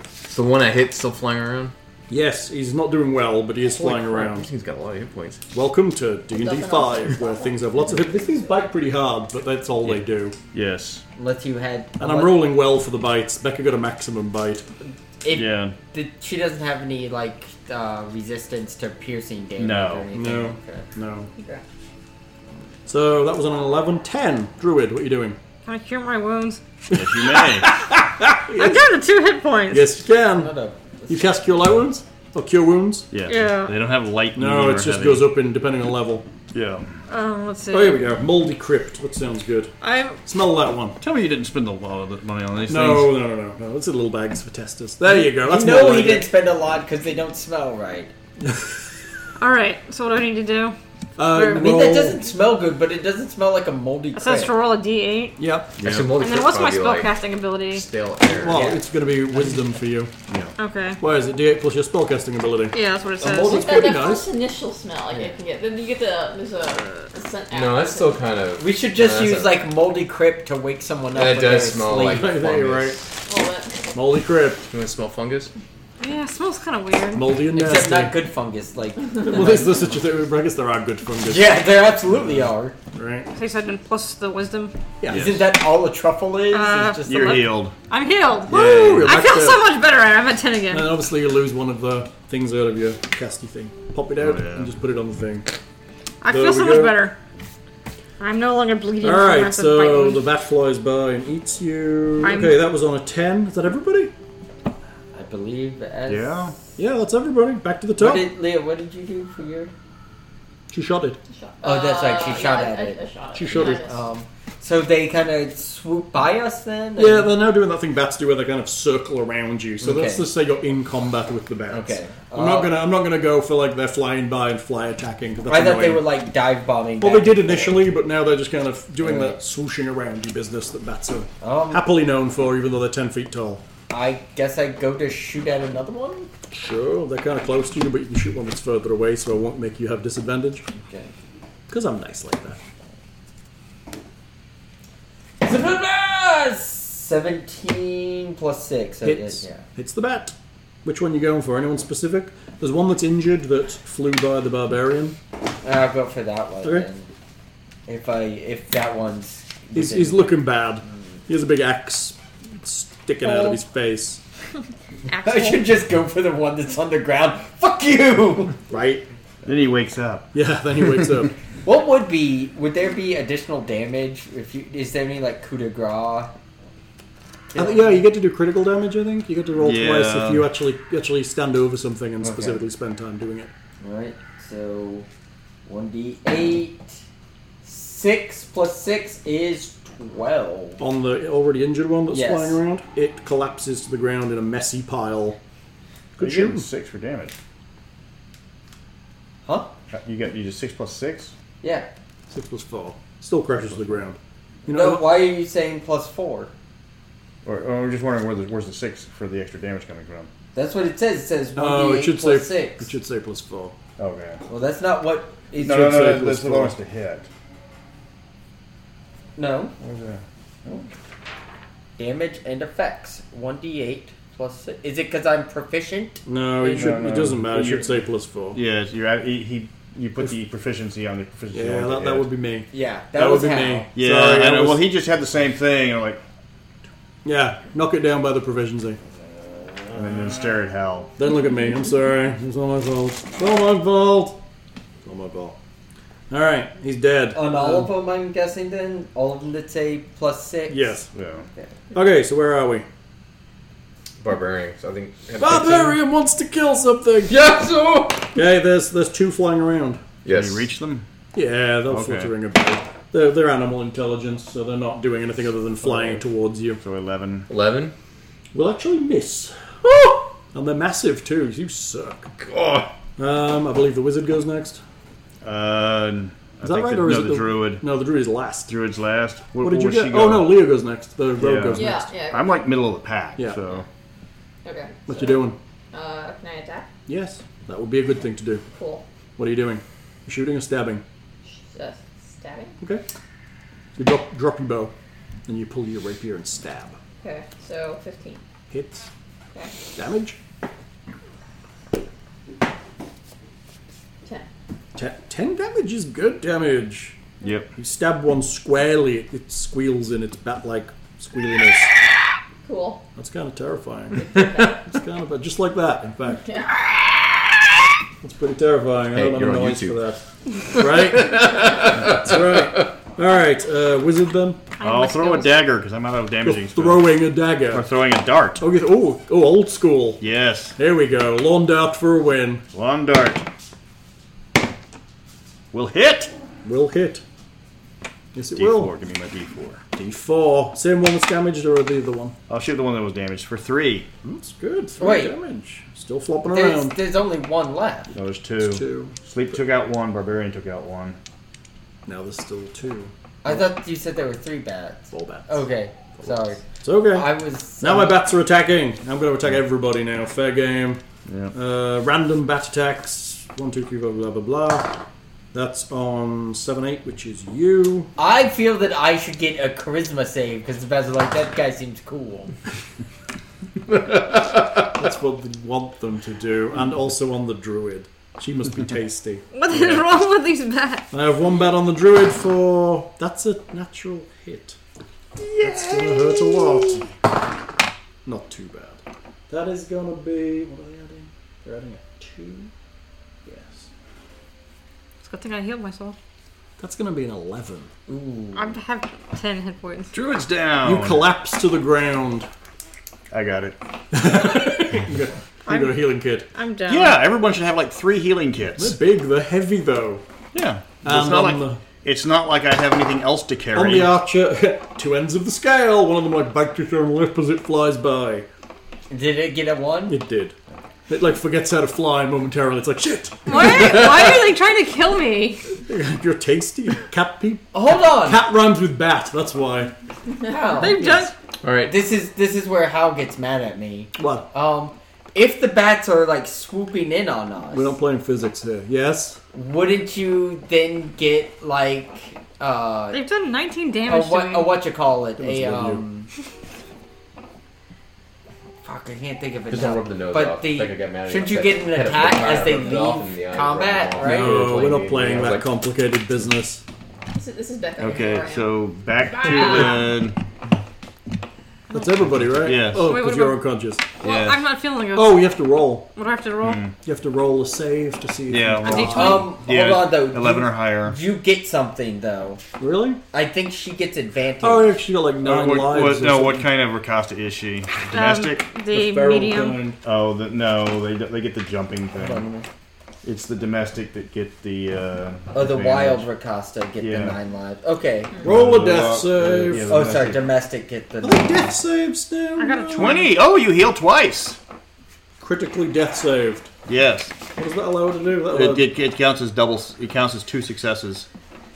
It's the one I hit still flying around. Yes, he's not doing well, but he is flying Holy crap, around. This thing's got a lot of hit points. Welcome to D and D Nothing Five, where things have lots of hit. These things bite pretty hard, but that's all they do. Yes. unless you had. And I'm rolling well for the bites. Becca got a maximum bite. It, Yeah. the, she doesn't have any like uh, resistance to piercing damage. No. or anything. No. Okay. No. Okay. So that was on an 11. 10. Druid, what are you doing? Can I cure my wounds? Yes, you may. I'm down to two hit points. Yes, you can. Shut up. You cast Cure Light Wounds? Or Cure Wounds? Yeah. Yeah. They don't have light. No, medium, it or just heavy. goes up in depending on level. Yeah. Um, let's see. Oh, here we go. Moldy Crypt. That sounds good. I'm Smell that one. Tell me you didn't spend a lot of the money on these No, no, no, no. no. That's in little bags for testers. There you go. That's you know more he like didn't it. spend a lot because they don't smell right. all right. So what do I need to do? Uh, I I mean, roll- that doesn't smell good, but it doesn't smell like a moldy It says crit. to roll a d8. Yep. Yeah. Actually, multi And then what's my probably like spellcasting ability? stale air. Well, Yeah. it's going to be wisdom for you. Okay. Why is it D8 plus your spellcasting ability? Yeah, that's what it moldy- says. It's It's that, pretty that nice. first initial smell like, I can get. Then you get the there's a, a scent. no, after. that's still kind of. we should just No, that's use a- like moldy crypt to wake someone up. That does when they're smell asleep. like- I think you're right. Well, that- Moldy Crypt. You want to smell fungus? Yeah, it smells kind of weird. Moldy and nasty. Except not good fungus. Like well, there's, there's such a thing. I guess there are good fungus. yeah, there absolutely are. Right? So you said and plus the wisdom. Isn't that all a truffle is? Uh, it's just You're a healed. I'm healed. Woo! You're I back Uh, feel to- so much better. I'm at ten again. And then obviously you lose one of the things out of your casty thing. Pop it out Oh, yeah. and just put it on the thing. I There feel we so much go. better. I'm no longer bleeding. from Alright, massive bite so wounds. the bat flies by and eats you. I'm- Okay, that was on a 10. Is that everybody? I believe. As... Yeah. Yeah, that's everybody. Back to the What top. did Leah? What did you do for your? She shot it. Oh, that's right. She Uh, shot yeah, at I, it. I, I shot at She it. shot I it. missed. Um, so they kind of swoop by us then. Yeah, they're now doing that thing bats do where they kind of circle around you. So let's Okay. just say you're in combat with the bats. Okay. I'm not Uh, gonna. I'm not gonna go for like they're flying by and fly attacking. 'cause that's I thought they annoying. were like dive bombing. Well, they back did and forth. initially, but now they're just kind of doing Alright. that swooshing around you business that bats are Um, happily known for, even though they're 10 feet tall. I guess I go to shoot at another one. Sure, they're kind of close to you, but you can shoot one that's further away, so I won't make you have disadvantage. Okay. Because I'm nice like that. Seventeen plus six. So it Hits. is, yeah. Hits the bat. Which one you going for? Anyone specific? There's one that's injured that flew by the barbarian. I'll go for that one. Okay. Then. If I if that one's He's, within- he's looking Mm. bad. He has a big axe sticking Oh. out of his face. I should just go for the one that's on the ground. Fuck you. Right? Then he wakes up. Yeah, then he wakes up. What would be? Would there be additional damage if you? Is there any like coup de grace? I think- yeah, you get to do critical damage. I think you get to roll Yeah. twice if you actually actually stand over something and Okay. specifically spend time doing it. Alright, so 1d8. 6 plus 6 is 12. On the already injured one that's Yes. flying around, it collapses to the ground in a messy pile. Good you get shooting. six for damage. Huh? Uh, You got you just six plus six. Yeah. Six plus four, still crashes to the ground. You know, No, why are you saying plus 4? Or, or I'm just wondering where the, where's the six for the extra damage coming from. That's what it says. It says 1d8 oh, it should say plus 6. it should say plus four. Okay. Well, that's not what it No, should no, say. say no, no that's plus the four. lowest to hit. No. Where's that? Damage and effects. 1d8 plus 6. Is it because I'm proficient? No, you No, should. no. It doesn't matter. It should You're- say plus four. Yeah, Yeah, you add, he, he you put the proficiency on the proficiency. on that, the that hit. would be me. Yeah, that, That, would was be how. me. Yeah, Sorry, I know. was- Well, he just had the same thing, and I'm like, yeah. Knock it down by the proficiency. and then, then stare at Hal. Then look at me. I'm sorry. It's all my fault. It's all my fault. It's all my fault. All right, he's dead. On Um, all of them, I'm guessing then? All of them that say plus six? Yes. Yeah. Okay, so where are we? Barbarian. So I think. Barbarian wants to kill something. Yes. Oh! Okay, there's there's two flying around. Can you reach them? Yeah, they're Okay. fluttering about. They're, they're animal intelligence, so they're not doing anything other than flying towards you. So 11. Eleven. Will actually miss. Oh! And they're massive too. You suck. Oh! Um, I believe the wizard goes next. Uh, Is that right, or is no, it the, druid? No, the druid is last. Druid's last. Where, What did you where get? She Oh go? no, Leo goes next. The rogue Yeah. goes Yeah, next. yeah. I'm like middle of the pack. Yeah. So okay. What so, you doing? Uh, can I attack? Yes, that would be a good thing to do. Cool. What are you doing? Shooting or stabbing? Uh, stabbing? Okay. You drop, drop your bow, and you pull your rapier and stab. Okay, so 15. Hit. Okay. Damage. 10. Te- ten damage is good damage. yep. You stab one squarely, it, it squeals in its bat-like squealiness. Cool. That's kind of terrifying. it's kind of just like that, in fact. It's pretty terrifying. Hey, I don't you're have a on noise for that. Right? That's right. All right, uh, wizard then. I'll must throw go a with- dagger because I'm out of damaging. spells. Throwing a Or dagger. throwing a dart. Oh, you- oh, oh, old school. Yes. There we go. Lawn dart for a win. Long dart. Will hit. Will hit. Yes, it D4. will. Give me my D4. D4. Same one that's damaged, or the other one? I'll shoot the one that was damaged for three. That's good. Three Wait. damage. Still flopping There's, around. there's only one left. No, there's two. Two. Sleep took out one. Barbarian took out one. Now there's still two. I thought you said there were three bats. Full bats. Okay, sorry. It's okay. I was. um, Now my bats are attacking. I'm going to attack everybody now. Fair game. Yeah. Uh, random bat attacks. One, two, three, blah, blah, blah, blah. That's on 7, 8, which is you. I feel that I should get a charisma save because the bats are like, that guy seems cool. That's what we want them to do. And also on the druid. She must be tasty. What is wrong with these bats? I have one bat on the druid for. That's a natural hit. That's going to hurt a lot. Not too bad. That is going to be. What are they adding? They're adding a 2. Yes. It's a good thing I healed myself. That's going to be an 11. I have 10 hit points. Druid's down. You collapse to the ground. I got it. You got a healing kit. I'm down. Yeah, everyone should have like three healing They're kits. big, they're heavy though. Yeah. it's And not on like it's not like I have anything else to carry. the, on the archer, two ends of the scale, one of them like back to the lip as it flies by. Did it get a one? It did. It like forgets how to fly momentarily. It's like, shit, Why, why are they trying to kill me? you're tasty. Cat peep. Oh. Hold on. Cat rhymes with bat, that's why. Hal. They've done. All right. This is this is where Hal gets mad at me. What? Um, if the bats are like swooping in on us, We're not playing physics here. Yes? wouldn't you then get like uh, They've done 19 a Oh, damage what to a me. what you call it? must A love you. um. Fuck, I can't think of it. Just now. don't rub the nose but off. the Like I got mad at you. shouldn't you Like, get an had a attack fire, as they rubbed it off in leave the eye, combat, rubbed it off. right? Um, No, Oh, we're not the- playing yeah, that like- complicated business. This is, this is Becca. Okay, Where I am. so back to the That's everybody, right? Yes. Oh, Wait, what because you're about- unconscious. Well, yeah. I'm not feeling good. Oh, you have to roll. What do I have to roll? Hmm, You have to roll a save to see if Yeah, you roll. D20. Um, yeah, hold on though. eleven you, or higher. you get something though. Um, Really? I think she gets advantage. Oh, yeah, she got like nine what, lives. what- or no, what something. kind of Rakasta is she? Um, Domestic? the feral medium. kind. oh, the, no, they they get the jumping thing. It's the domestic that get the. Uh, Oh, the advantage. wild Rakasta get the Yeah. nine lives. Okay. Hmm. Roll a Yeah, death save. yeah, the Oh, sorry, domestic. domestic get the. Are they death saves now? I got a Twenty. Oh, you heal twice. Critically death saved. Yes, What does that allow her to do? That allows- it, it, it counts as double. It counts as two successes.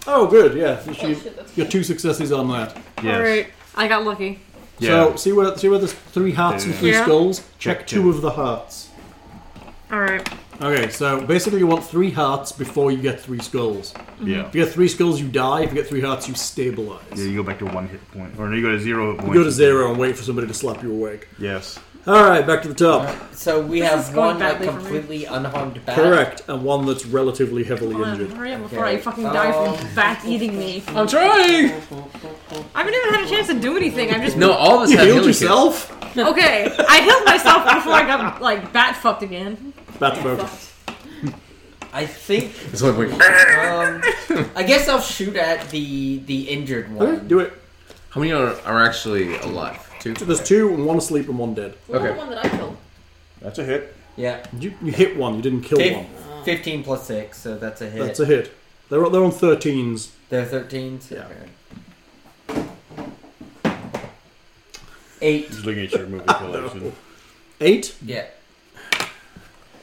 Oh, good, yeah. You should- shit, that's you got two successes on that. Yes. Alright, I got lucky. Yeah. So, see where, see where there's three hearts and three Yeah. skulls? Check Yeah. two of the hearts. Alright. Okay, so basically you want three hearts before you get three skulls. yeah. If you get three skulls, you die. If you get three hearts, you stabilize. Yeah, you go back to one hit point, or you go to zero hit You point. go to zero and wait for somebody to slap you awake. Yes. Alright, back to the top. So we This is have going one like badly for me. completely unharmed bat. Correct, and one that's relatively heavily Hold on, injured. Hurry up before I Okay. fucking die from bats eating me. I'm trying. I haven't even had a chance to do anything. I'm just No, all of us You have healed healing kits. yourself? okay. I healed myself before I got like bat fucked again. Bat folk. I think. It's like, wait, Um, I guess I'll shoot at the the injured Okay, one. do it. how many are, are actually alive? Two. So there's two, and one asleep and one dead. What was Okay. the one that I killed? That's a hit. Yeah, You, you hit one, you didn't kill Fif- one. fifteen plus six, so that's a hit. That's a hit. They're, they're on 13s. They're thirteens. Yeah. Eight. Just looking at your movie collection. Eight. Yeah.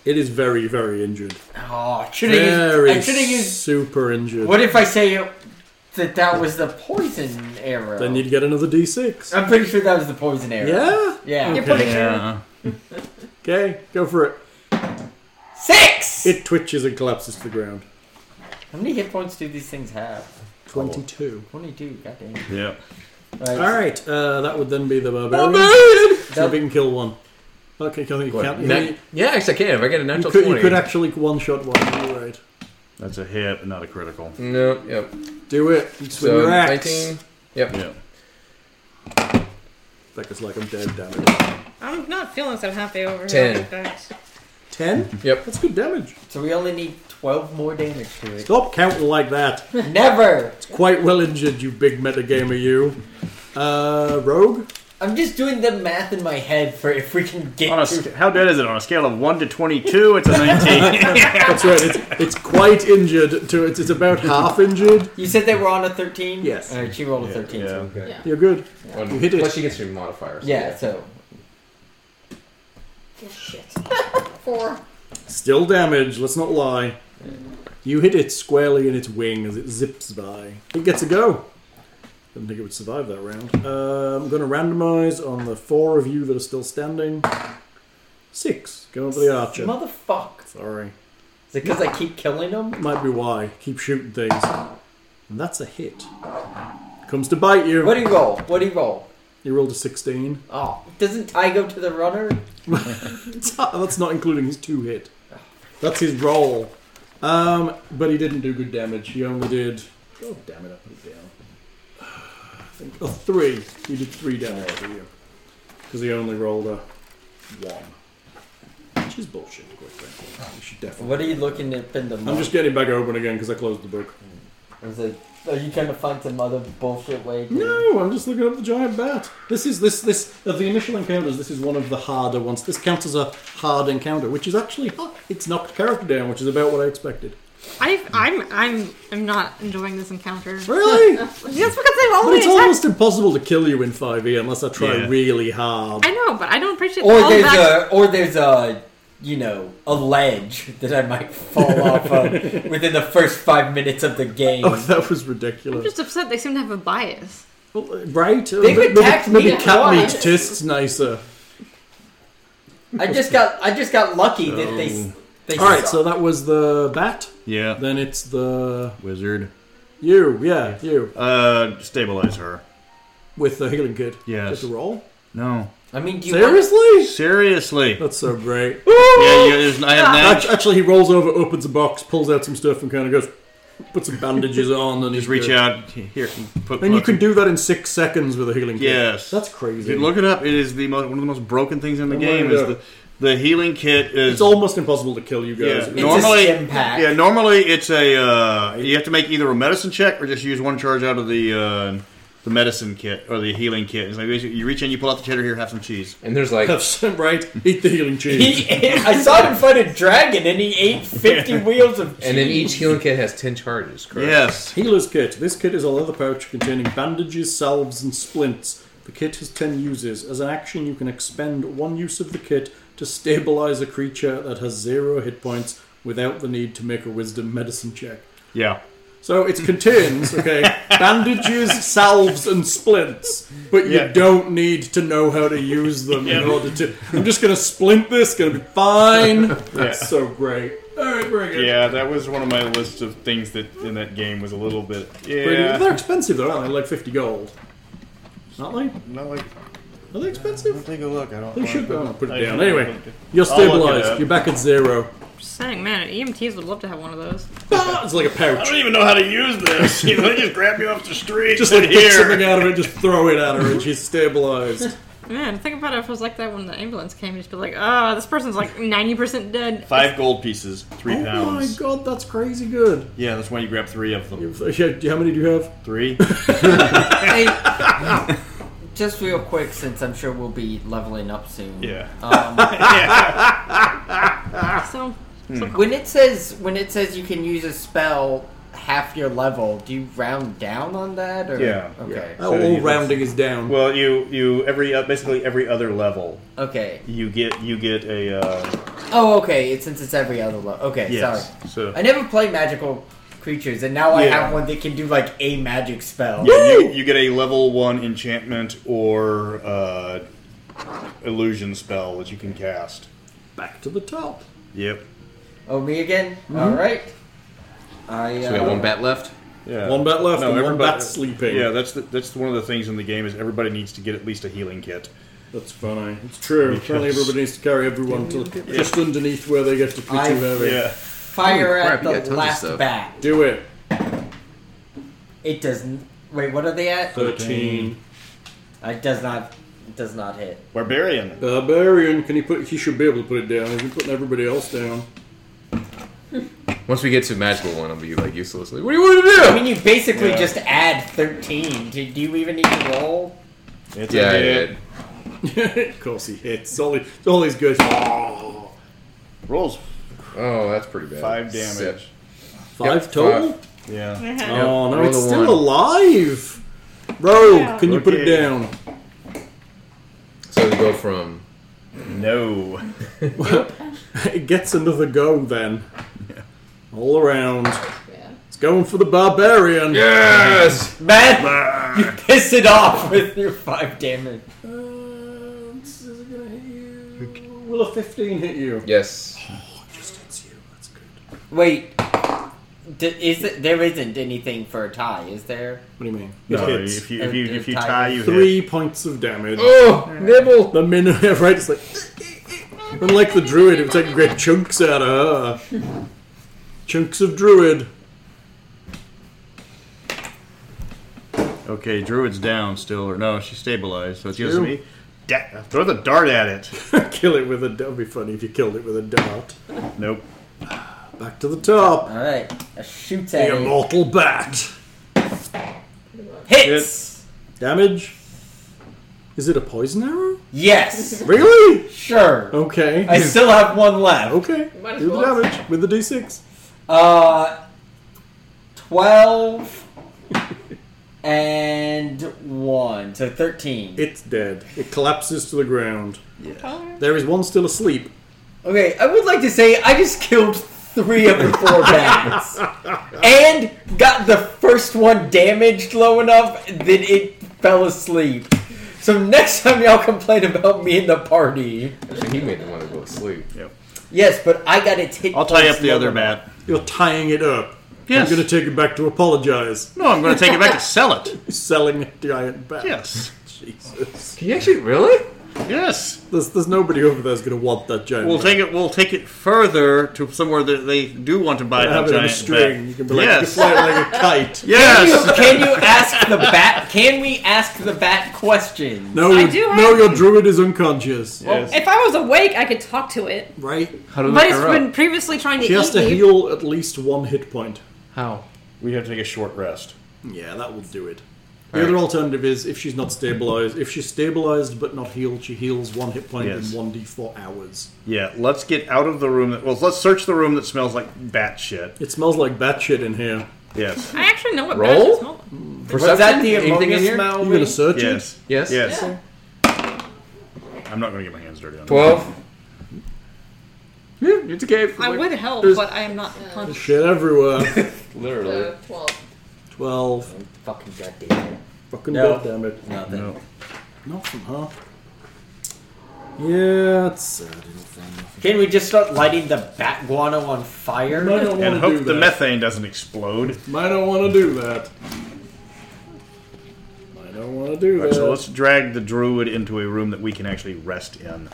It is very, very injured. Oh, should have Very used. I should have used. super injured. What if I say it- that that was the poison arrow? Then you'd get another d6. I'm pretty sure that was the poison arrow. Yeah? Yeah. You're pretty sure. Okay, go for it. Six. It twitches and collapses to the ground. How many hit points do these things have? 22. Twenty-two. Goddamn. Yeah. Right. Alright, uh, that would then be the barbarian. So we can kill one. Okay, I think you can't. Ne- yeah, actually, I can. If I get You a natural could, you 20. could actually one shot one. You're right. That's a hit, but not a critical. no, yep. Do it. You swing So, your axe. 19. Yep. Yeah. That goes like I'm dead damage. I'm not feeling so happy over Ten. here. Guys. 10? Yep. That's good damage. So we only need twelve more damage to it. Stop counting like that. Never. It's quite well injured, you big metagamer, you. Uh, rogue? I'm just doing the math in my head for if we can get On a, to sc- how dead is it? On a scale of 1 to 22, it's a 19. That's right, it's, it's quite injured. To It's, it's about half injured. You said they were on a 13? Yes. Alright, she rolled a 13. yeah. So we're good. Yeah. You're good. One- You hit it. Plus, she gets your modifiers. Yeah, so. Oh, shit. Four. Still damaged, let's not lie. You hit it squarely in its wing as it zips by. It gets a go. Didn't think it would survive that round. Uh, I'm going to randomize on the four of you that are still standing. Six. Going for the archer. Motherfuck. Sorry. Is it because I keep killing them? Might be why. Keep shooting things. And that's a hit. Comes to bite you. What do you roll? What do you roll? You rolled a 16. Oh, doesn't Ty go to the runner? That's not including his two hit. That's his roll. Um, but he didn't do good damage. He only did. Oh damn it! I put it down. I think oh, three. He did three damage to you because he only rolled a one, which is bullshit. Quite frankly, you should definitely. What are you looking at in the I'm just getting back open again because I closed the book. I was like, are you trying to find some other bullshit way? to- No, I'm just looking up the giant bat. This is this this of the initial encounters. This is one of the harder ones. This counts as a hard encounter, which is actually Oh. it's knocked character down, which is about what I expected. i I'm I'm I'm not enjoying this encounter. Really? That's because they've But already it's attacked. almost impossible to kill you in 5e unless I try Yeah. really hard. I know, but I don't appreciate the Or there's uh, callback. a, or there's a, you know, a ledge that I might fall off of within the first five minutes of the game. Oh, that was I'm ridiculous. just upset they seem to have a bias. Well, uh, right? They've maybe attacked maybe me cat meat twice. tastes nicer. I just got, I just got lucky that they. s- they All right, suck. so that was the bat. yeah. Then it's the Wizard. you, yeah, you Uh, stabilize her. with the healing kit. Yes. Get the roll. No. I mean, do you want- Seriously? Seriously. That's so great. Yeah, you, there's, I have Act- nat- Actually, he rolls over, opens a box, pulls out some stuff, and kind of goes, puts some bandages on, and Just he's reach good. out. Here. Put, And you can do that in six seconds with a healing kit. Yes. that's crazy. Dude, look it up. It is the most, one of the most broken things in the I'm game. looking Is it the, the healing kit is Oh It's almost impossible to kill you guys. Yeah. it's Normally- a stim pack. Yeah, normally it's a uh, you have to make either a medicine check or just use one charge out of the uh, the medicine kit or the healing kit. It's like basically you reach in, you pull out the cheddar here, have some cheese. And there's like right? Eat the healing cheese. He ate, I saw it in front of Dragon, and he ate fifty wheels of. And then each healing kit has 10 charges, correct? Yes, Healer's kit. This kit is a leather pouch containing bandages, salves, and splints. The kit has 10 uses. As an action, you can expend one use of the kit to stabilize a creature that has zero hit points without the need to make a wisdom medicine check. yeah. So it contains, okay, bandages, salves, and splints, but Yeah. you don't need to know how to use them in order to. I'm just going to splint this, going to be fine. That's so great. All right, very good. Yeah, that was one of my list of things that in that game was a little bit. Pretty- Yeah, They're expensive though, aren't they? Like 50 gold. Aren't they? not like Are they expensive? take a look. I don't. They should go. Put I it down. don't- Anyway, you're I'll look it stabilized. up. You're back at zero. Just saying, man, EMTs would love to have one of those. Ah, it's like a I pouch. don't even know how to use this. You know, they just grab you off the street. Just and like pick here. something out of it, just throw it at her, and she's stabilized. Man, think about it if it was like that when the ambulance came. You'd just be like, oh, this person's like 90% dead. Five gold pieces, three Oh my pounds. god, that's crazy good. Yeah, that's why you grab three of them. Yeah, how many do you have? Three. Hey, just real quick, since I'm sure we'll be leveling up soon. Yeah. Um, So, when it says when it says you can use a spell half your level, do you round down on that? Or? Yeah, Okay. yeah. Oh, So all you- rounding is down. Well, you you every uh, basically every other level Okay. you get you get a uh, Oh, okay. It's, since it's every other level. Okay. yes. Sorry. So I never play magical creatures, and now I Yeah. have one that can do like a magic spell. Yeah, you, you get a level one enchantment or uh, illusion spell that you can cast. Back to the top. Yep. Oh, me again. Mm-hmm. All right. I. Uh, So we got one bat left. Yeah. One bat left and one uh, everybody- bat sleeping. Yeah, that's the, that's one of the things in the game is everybody needs to get at least a healing kit. That's funny. It's true. Apparently, everybody needs to carry everyone to just underneath where they get to P2 I- area. Yeah. Fire Holy crap, at you got tons the of last stuff. bat. Do it. It doesn't. Wait, what are they at? Uh, 13. It does not. It does not hit. Barbarian. Barbarian, can he put? He should be able to put it down. He's been putting everybody else down. Once we get to magical one, it'll be like useless. Like, what do you want to do? I mean, you basically Yeah. just add thirteen. Do, do you even need to roll? It's a yeah, yeah, hit. yeah. of course, he hits. It's all, he- it's all he's good. Oh, for. Rolls Oh, that's pretty bad. five damage. Sip. Five Yep, total. five. Yeah. Oh no, Roll it's the still one. alive. Rogue, can you put it Okay. down? So we go from No. It gets another go then. All around. Yeah. It's going for the barbarian. yes, Man, you piss it off with your five damage. Um, is it gonna hit you? Will a 15 hit you? yes. Just hits you. That's good. Wait, d- is it, there isn't anything for a tie, is there? What do you mean? No, hits. if you if you It- if it you ties. tie you hit. Three points of damage. Oh, nibble. The min right? It's like. Unlike the druid, it would take great chunks out of her. chunks of druid. Okay, Druid's down still, or no, she's stabilized, so it's just Two. me. Da- throw the dart at it. Kill it with a. That would be funny if you killed it with a dart. Nope. Back to the top. All right, a shoot at The it. immortal bat. hits. Damage. Is it a poison arrow? Yes, Really? sure. Okay. I still have one left. Okay. Might as Do the well. damage with the d6. Uh, twelve and one, so thirteen. It's dead. It collapses to the ground. Yeah. There is one still asleep. Okay, I would like to say I just killed three of the four bats. and got the first one damaged low enough that it fell asleep. So next time y'all complain about me in the party. Actually, he made the one that go to sleep. Yes, but I got its hit. I'll tie up points the low other enough. bat. You're tying it up. I'm going to take it back to apologize. No, I'm going to take it back to sell it. Selling a giant bat. Yes. Jesus. Can you actually really? Yes. There's, there's nobody over there's going to want that giant We'll bat. take it. We'll take it further to somewhere that they do want to buy have that it on a giant string. bat. You can be like, yes. you can fly it like a kite. yes. Can you ask the bat? Can we ask the bat questions? No, I you- do no, have- your druid is unconscious. yes. if I was awake, I could talk to it. Right? How do But they it's grow? been previously trying to She has eat to me. heal at least one hit point. How? We have to take a short rest. Yeah, that will do it. The other alternative is if she's not stabilized. If she's stabilized but not healed, she heals one hit point Yes. in 1d4 hours. Yeah. Let's get out of the room. That, well, let's search the room that smells like bat shit. It smells like bat shit in here. Yes. I actually know what Roll? bats is called. Perception? Was that the Anything in ammonia here? smell? you going to search it? Yes. Yes. Yes. I'm not going to get my hands dirty on it. Twelve. Yeah, it's a cave. I would help, but I am not conscious. Shit everywhere. Literally. So, 12. 12. Fucking goddamn it. Fucking No. goddamn it. Nothing. No. Nothing, huh? Yeah, it's sad. Nothing. Can we just start lighting the bat guano on fire? Might not And want to do hope the that. methane doesn't explode. Might not want to do that. Might not want to do All right, that. so let's drag the druid into a room that we can actually rest in.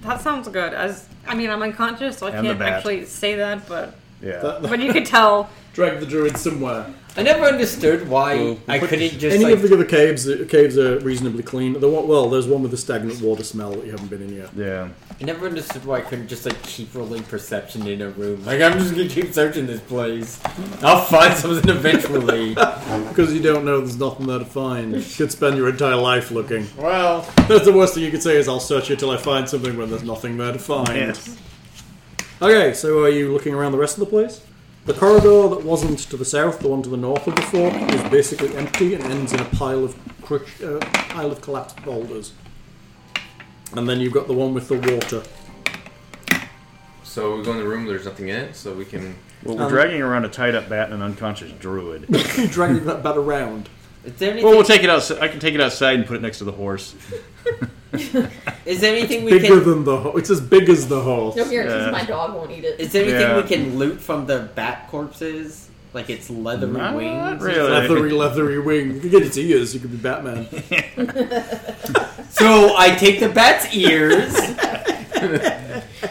That sounds good. As I mean, I'm unconscious, so I And the can't bat. actually say that, but Yeah. That- that- But you could tell. drag the druid somewhere. I never understood why Well, I but couldn't just Any like of the other caves, caves are reasonably clean. The one, well, there's one with the stagnant water smell that you haven't been in yet. yeah. I never understood why I couldn't just like keep rolling perception in a room. Like I'm just gonna keep searching this place. I'll find something eventually. Because you don't know there's nothing there to find. You could spend your entire life looking. well, That's the worst thing you could say is I'll search here till I find something when there's nothing there to find. Okay, so are you looking around the rest of the place? The corridor that wasn't to the south, the one to the north of the fort, is basically empty and ends in a pile of crush, uh, pile of collapsed boulders. And then you've got the one with the water. So we go in the room. There's nothing in it, so we can. Well, we're Um, dragging around a tied up bat and an unconscious druid. you dragging that bat around. is there anything? Well, Oh, we'll take it outside. I can take it outside and put it next to the horse. is there anything we Bigger can? than the horse. It's as big as the horse. No, here, because Yeah. my dog won't eat it. Is there anything Yeah. we can loot from the bat corpses? Like its leathery Not wings. really. Leathery, leathery wing. You could get its ears. You could be Batman. So I take the bat's ears.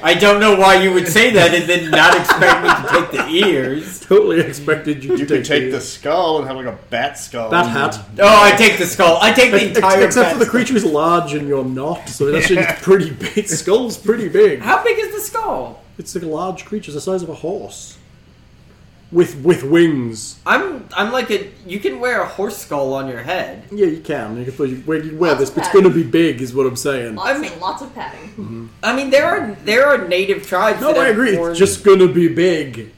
I don't know why you would say that and then not expect me to take the ears. totally expected you. You to could take the the skull and have like a bat skull. bat hat. Oh, I take the skull. I take the Ex- entire Except for bat's- the creature is large and you're not, so it actually is pretty big. Its skull's pretty big. How big is the skull? It's like a large creature, the size of a horse, with with wings. I'm I'm like a you can wear a horse skull on your head. Yeah, you can. You can put, you wear, you wear this, but it's Okay. going to be big, is what I'm saying. Lots, I mean- and lots of patting. I mean there are there are native tribes. No, that I have agree. horns. It's just going to be big,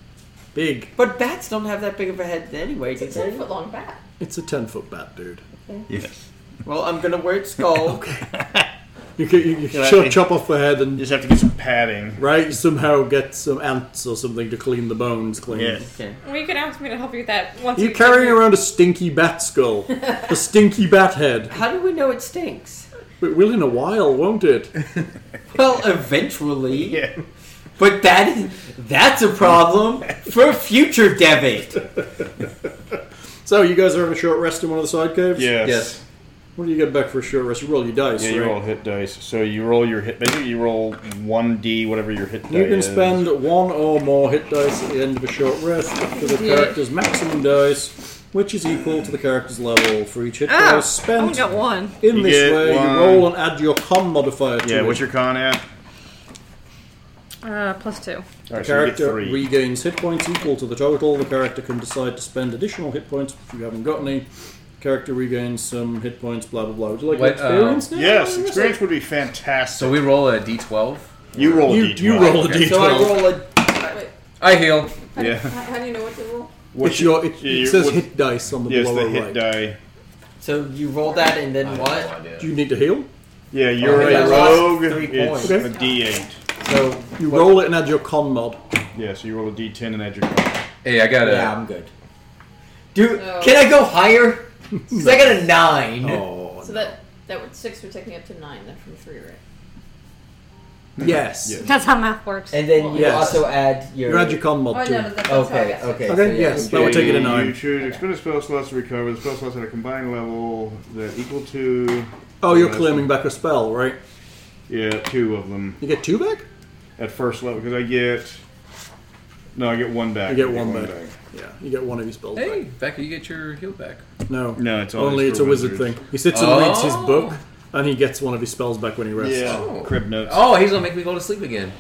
big. but bats don't have that big of a head anyway. Do It's a ten they? foot long bat. It's a ten foot bat, dude. Yes. Well, I'm gonna wear its skull. You can you, you Yeah, chop- it- chop off the head You and just have to get some padding. right somehow get some ants or something to clean the bones clean. Yeah. Okay. Well, you could ask me to help you with that once You we- carrying around a stinky bat skull, a stinky bat head. How do we know it stinks? It will in a while, won't it? Well, eventually. Yeah. But that is that's a problem for future debate. So you guys are having a short rest in one of the side caves. Yes. Yes. What do you get back for a short rest? You roll your dice. Yeah, you right? roll hit dice. So you roll your hit. Basically, you roll one d whatever your hit. You die can is. spend one or more hit dice at the end of a short rest up to the character's maximum dice, which is equal to the character's level. For each hit Ah, dice I only spent got one. in You this get way, one. you roll and add your con modifier to Yeah. it. What's your con at? Uh, plus two. All right, so you get character three. regains hit points equal to the total. The character can decide to spend additional hit points if you haven't got any. Character regains some hit points. Blah blah blah. Would you like What, experience? now? yes, experience would be fantastic. So we roll a d12. you roll You, a d12. you roll a Okay. d12. So I roll a Wait, I heal. how, Yeah. how do you know what to roll? What it's you- your, it, you- it says what- hit dice on the Yes, lower the hit right. die. so you roll that and then Oh, what? Do you need to heal? Yeah, you're Okay, a I lost rogue. three It's points. a d8. So You roll it and add your con mod. Yeah, so you roll a d10 and add your con. Hey, I got a. yeah, I'm good. Dude, No. can I go higher? 'Cause I got a nine. Oh. So that that would six would take me up to nine then from three, right? Yes. Yeah. That's how math works. And then you Yes. also add your. You add your con Oh mod no, too. that's how I okay, got okay. six. Okay, so yeah. yes. That would take it to nine. You choose expend a spell slot to recover. The spell slot's at a combined level that equal to Oh, you're Yes. claiming back a spell, right? yeah two of them You get two back? at first level because I get no, I get one back. You get one back. Yeah, you get one of your spells Hey, Becca, you get your heal back. back. No. No, it's always Only for it's a wizard wizards. thing. He sits and reads his Oh. book, and he gets one of his spells back when he rests. Yeah, Oh. crib notes. Oh, he's gonna make me go to sleep again.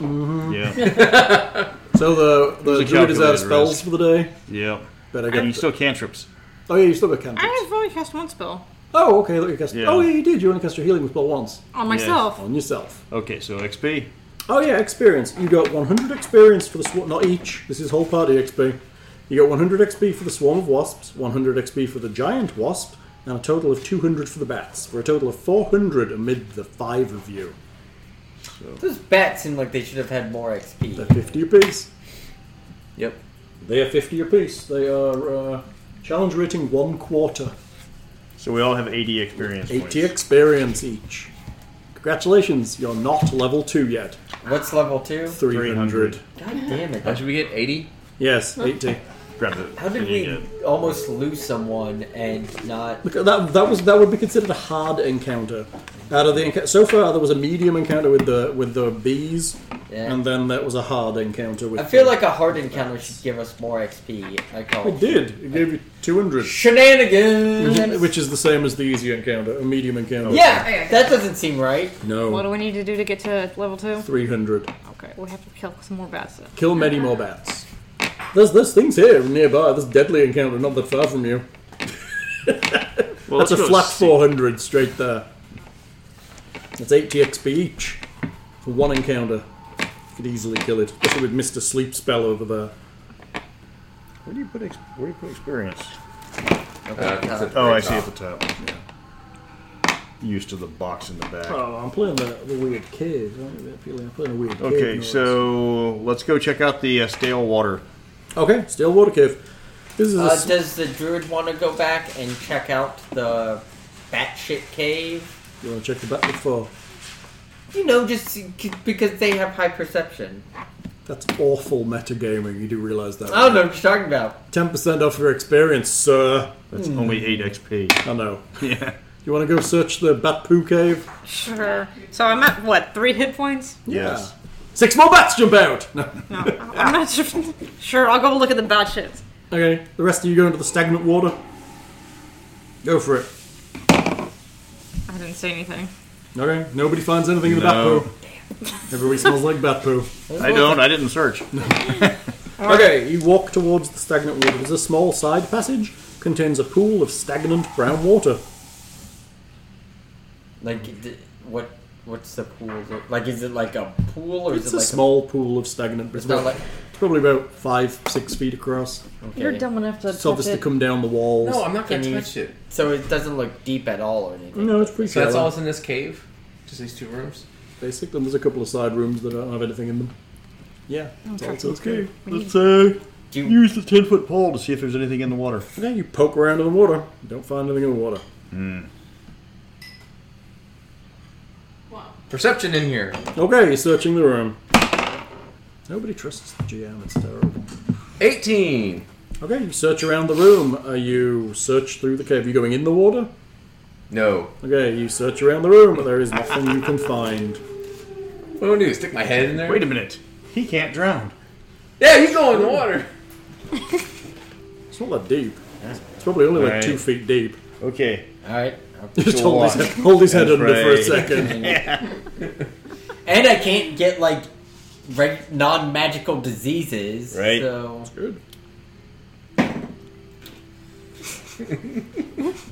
Yeah, So the, was the druid is a out calculated of spells risk. for the day. yeah. Better And you get. still cantrips. oh, yeah, you still got I cantrips. have only cast one spell Oh, okay. Look, you cast. Yeah. Oh, yeah, you did. You only cast your healing spell once on myself. on yourself. Okay, so XP. Oh yeah, experience. You got 100 experience for the swarm. Not each. This is whole party XP. You got 100 XP for the swarm of wasps, 100 XP for the giant wasp, and a total of 200 for the bats. For a total of 400 amid the five of you. Those bats seem like they should have had more They're XP. 50 apiece. Yep. They are 50 apiece. They are uh, challenge rating one quarter, So we all have 80 experience. 80 points. experience each. Congratulations, you're not level two yet. What's level two? 300. God damn How it! should we get? 80? Yes, 80. Grab the. How did you we get- almost lose someone and not? Look, that that was that would be considered a hard encounter. Out of the enc- so far, there was a medium encounter with the with the bees, Yeah. and then that was a hard encounter with. I feel the- like a hard encounter should give us more XP. I call it did. It gave you two hundred, shenanigans. Oh, which is the same as the easy encounter, a medium encounter. yeah, that doesn't seem right. No. What do we need to do to get to level two? Three hundred. Okay, we have to kill some more bats. then. Kill many more bats. There's there's things here nearby. This deadly encounter not that far from you. Well, That's let's a go flat see- 400 straight there. That's 80 XP each for one encounter. Could easily kill it, especially with Mr. Sleep spell over there. Where do you put ex- where do you put experience? Uh, it's at the Oh, very I see at top. the top. Yeah. Used to the box in the back. Oh, I'm playing the, the weird kid. I'm playing a weird kid. Okay, so let's go check out the uh, stale water. okay, still water cave. This is a Uh, s- does the druid want to go back and check out the batshit cave? you want to check the back before? You know, just c- because they have high perception. That's awful metagaming. You do realize that? I don't know what you're talking about. Ten percent off your experience, sir. That's only eight XP. I know. Yeah. You want to go search the bat poo cave? Sure. So I'm at what three hit points? Yes. Six more bats jump out. No. No, I'm not sure. Sure, I'll go look at the bad shits. Okay, the rest of you go into the stagnant water. Go for it. I didn't say anything. Okay, nobody finds anything in the No. bat poo. Everybody smells like bat poo. I don't. I didn't search. Okay, you walk towards the stagnant water. There's a small side passage, contains a pool of stagnant brown water. Like, d- what? What's the pool? look- Like, is it like a pool or It's is a it like small pool of stagnant. It's, It's not about- like- it's probably about five, six feet across. Okay. You're dumb enough to. It's obvious touch to it. come down the walls. No, I'm not gonna Can you- touch it. So it doesn't look deep at all or anything. No, it's pretty So that's shallow. all that's in this cave. Just these two rooms. basic. Then there's a couple of side rooms that don't have anything in them. Yeah, that's all it's okay. Let's uh, Do you- use the ten foot pole to see if there's anything in the water. Okay, you poke around in the water. Don't find anything in the water. Wow. Perception in here. Okay, you're searching the room. Nobody trusts the GM, it's terrible. 18. Okay, you search around the room. Uh, you search through the cave. You going in the water? No. Okay, you search around the room, but there is nothing you can find. What do I do? Stick my head in there? Wait a minute. He can't drown. Yeah, you go in the water. It's not that deep. It's probably only like Right. two feet deep. Okay. All right. Just Go hold his on. head, hold his head That's under for a right. second. And I can't get like reg- non-magical diseases. Right. So Good.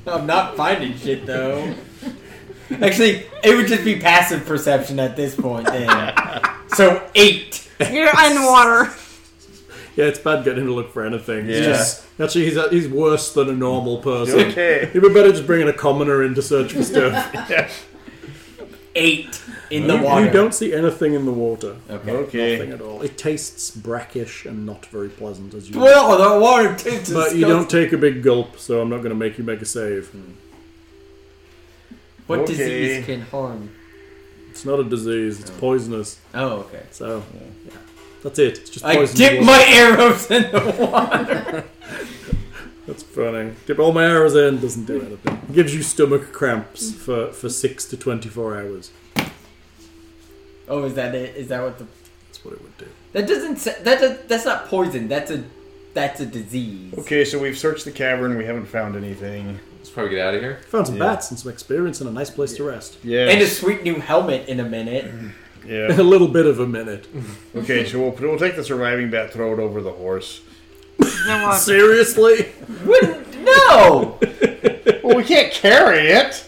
I'm not finding shit though. Actually, it would just be passive perception at this point. Then. so eight. You're in water. Yeah, it's bad getting him to look for anything. He's Yeah. just- actually, he's, he's worse than a normal person. Okay. It'd be better just bringing a commoner in to search for stuff. Eight in the You- water. You don't see anything in the water. Okay. Nothing Okay. at all. It tastes brackish and not very pleasant, as you. Well, the water tastes. But you don't take a big gulp, so I'm not going to make you make a save. What Okay. disease can harm? It's not a disease; it's poisonous. Oh, okay. So yeah. that's it. It's just I poison. dip water. my arrows in the water. That's funny. Dip all my arrows in. Doesn't do anything. It gives you stomach cramps for for six to twenty-four hours. oh, is that it? Is that what the? That's what it would do. That doesn't. sa- That does, that's not poison. That's a. That's a disease. Okay, so we've searched the cavern. We haven't found anything. Let's probably get out of here. Found some Yeah. bats and some experience and a nice place to rest. Yeah. And a sweet new helmet in a minute. yeah. a little bit of a minute. Okay, so we'll, we'll take the surviving bat, throw it over the horse. No water. Seriously. Wouldn't- no. Well, we can't carry it.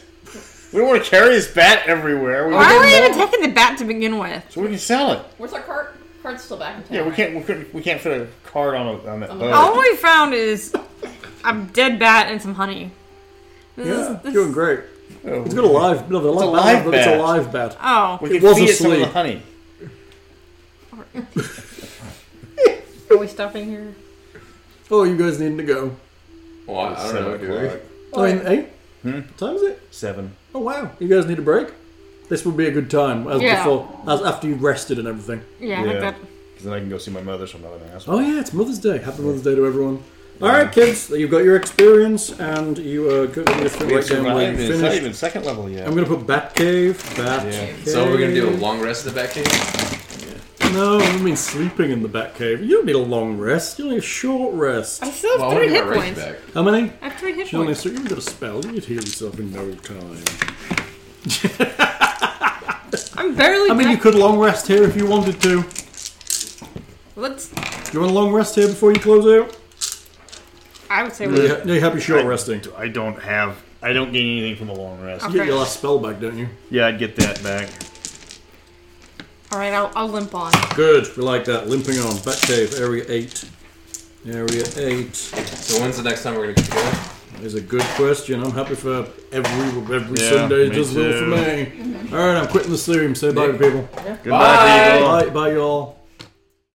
We don't want to carry this bat everywhere. We Why are can- we even taking the bat to begin with? so we can sell it. Where's our cart? Cart's still back in town. Yeah, we right? can't. We, couldn't, we can't fit a card on, a, on that boat. All we found is a dead bat and some honey. This is- Yeah, this- doing great. It's got a live, no, they're It's a live live bat, but it's a bat. live bat. Oh, Oh, we it can was feed it some of the asleep. honey. are we stopping here? Oh, you guys need to go. Well, I, I don't know, do we? I mean, hey, Hmm? what time is it? Seven. Oh wow, you guys need a break. This would be a good time as Yeah. before, as after you've rested and everything. Yeah, I think Yeah. that. Because then I can go see my mother, so I'm not an asshole. Oh yeah, it's Mother's Day. Happy Mother's Day to everyone. All right, kids, you've got your experience, and you uh, go to the We right down where you survived. It's not finished. even second level yet. I'm gonna put Batcave, Bat. Yeah. Cave. So we're gonna do a long rest in the back cave. No, No, I mean sleeping in the Batcave. You don't need a long rest. You need a short rest. I still have Well, I three want to hit get my race points. back. How many? I have three hit She only points. so you got a spell. You could heal yourself in no time. I'm barely. I mean, you back. could long rest here if you wanted to. Let's. You want a long rest here before you close out? I would say No, we. you ha- no, you're happy short resting. I don't have. I don't gain anything from a long rest. You get your last spell back, don't you? Yeah, I'd get that back. All right, I'll, I'll limp on. Good. We like that. Limping on. Batcave, Area 8. Area 8. So when's the next time we're gonna get together? Is a good question. I'm happy for every every Yeah, Sunday. me Does well for me. All right, I'm quitting the stream. Say bye to people. Bye. Bye, bye, y'all.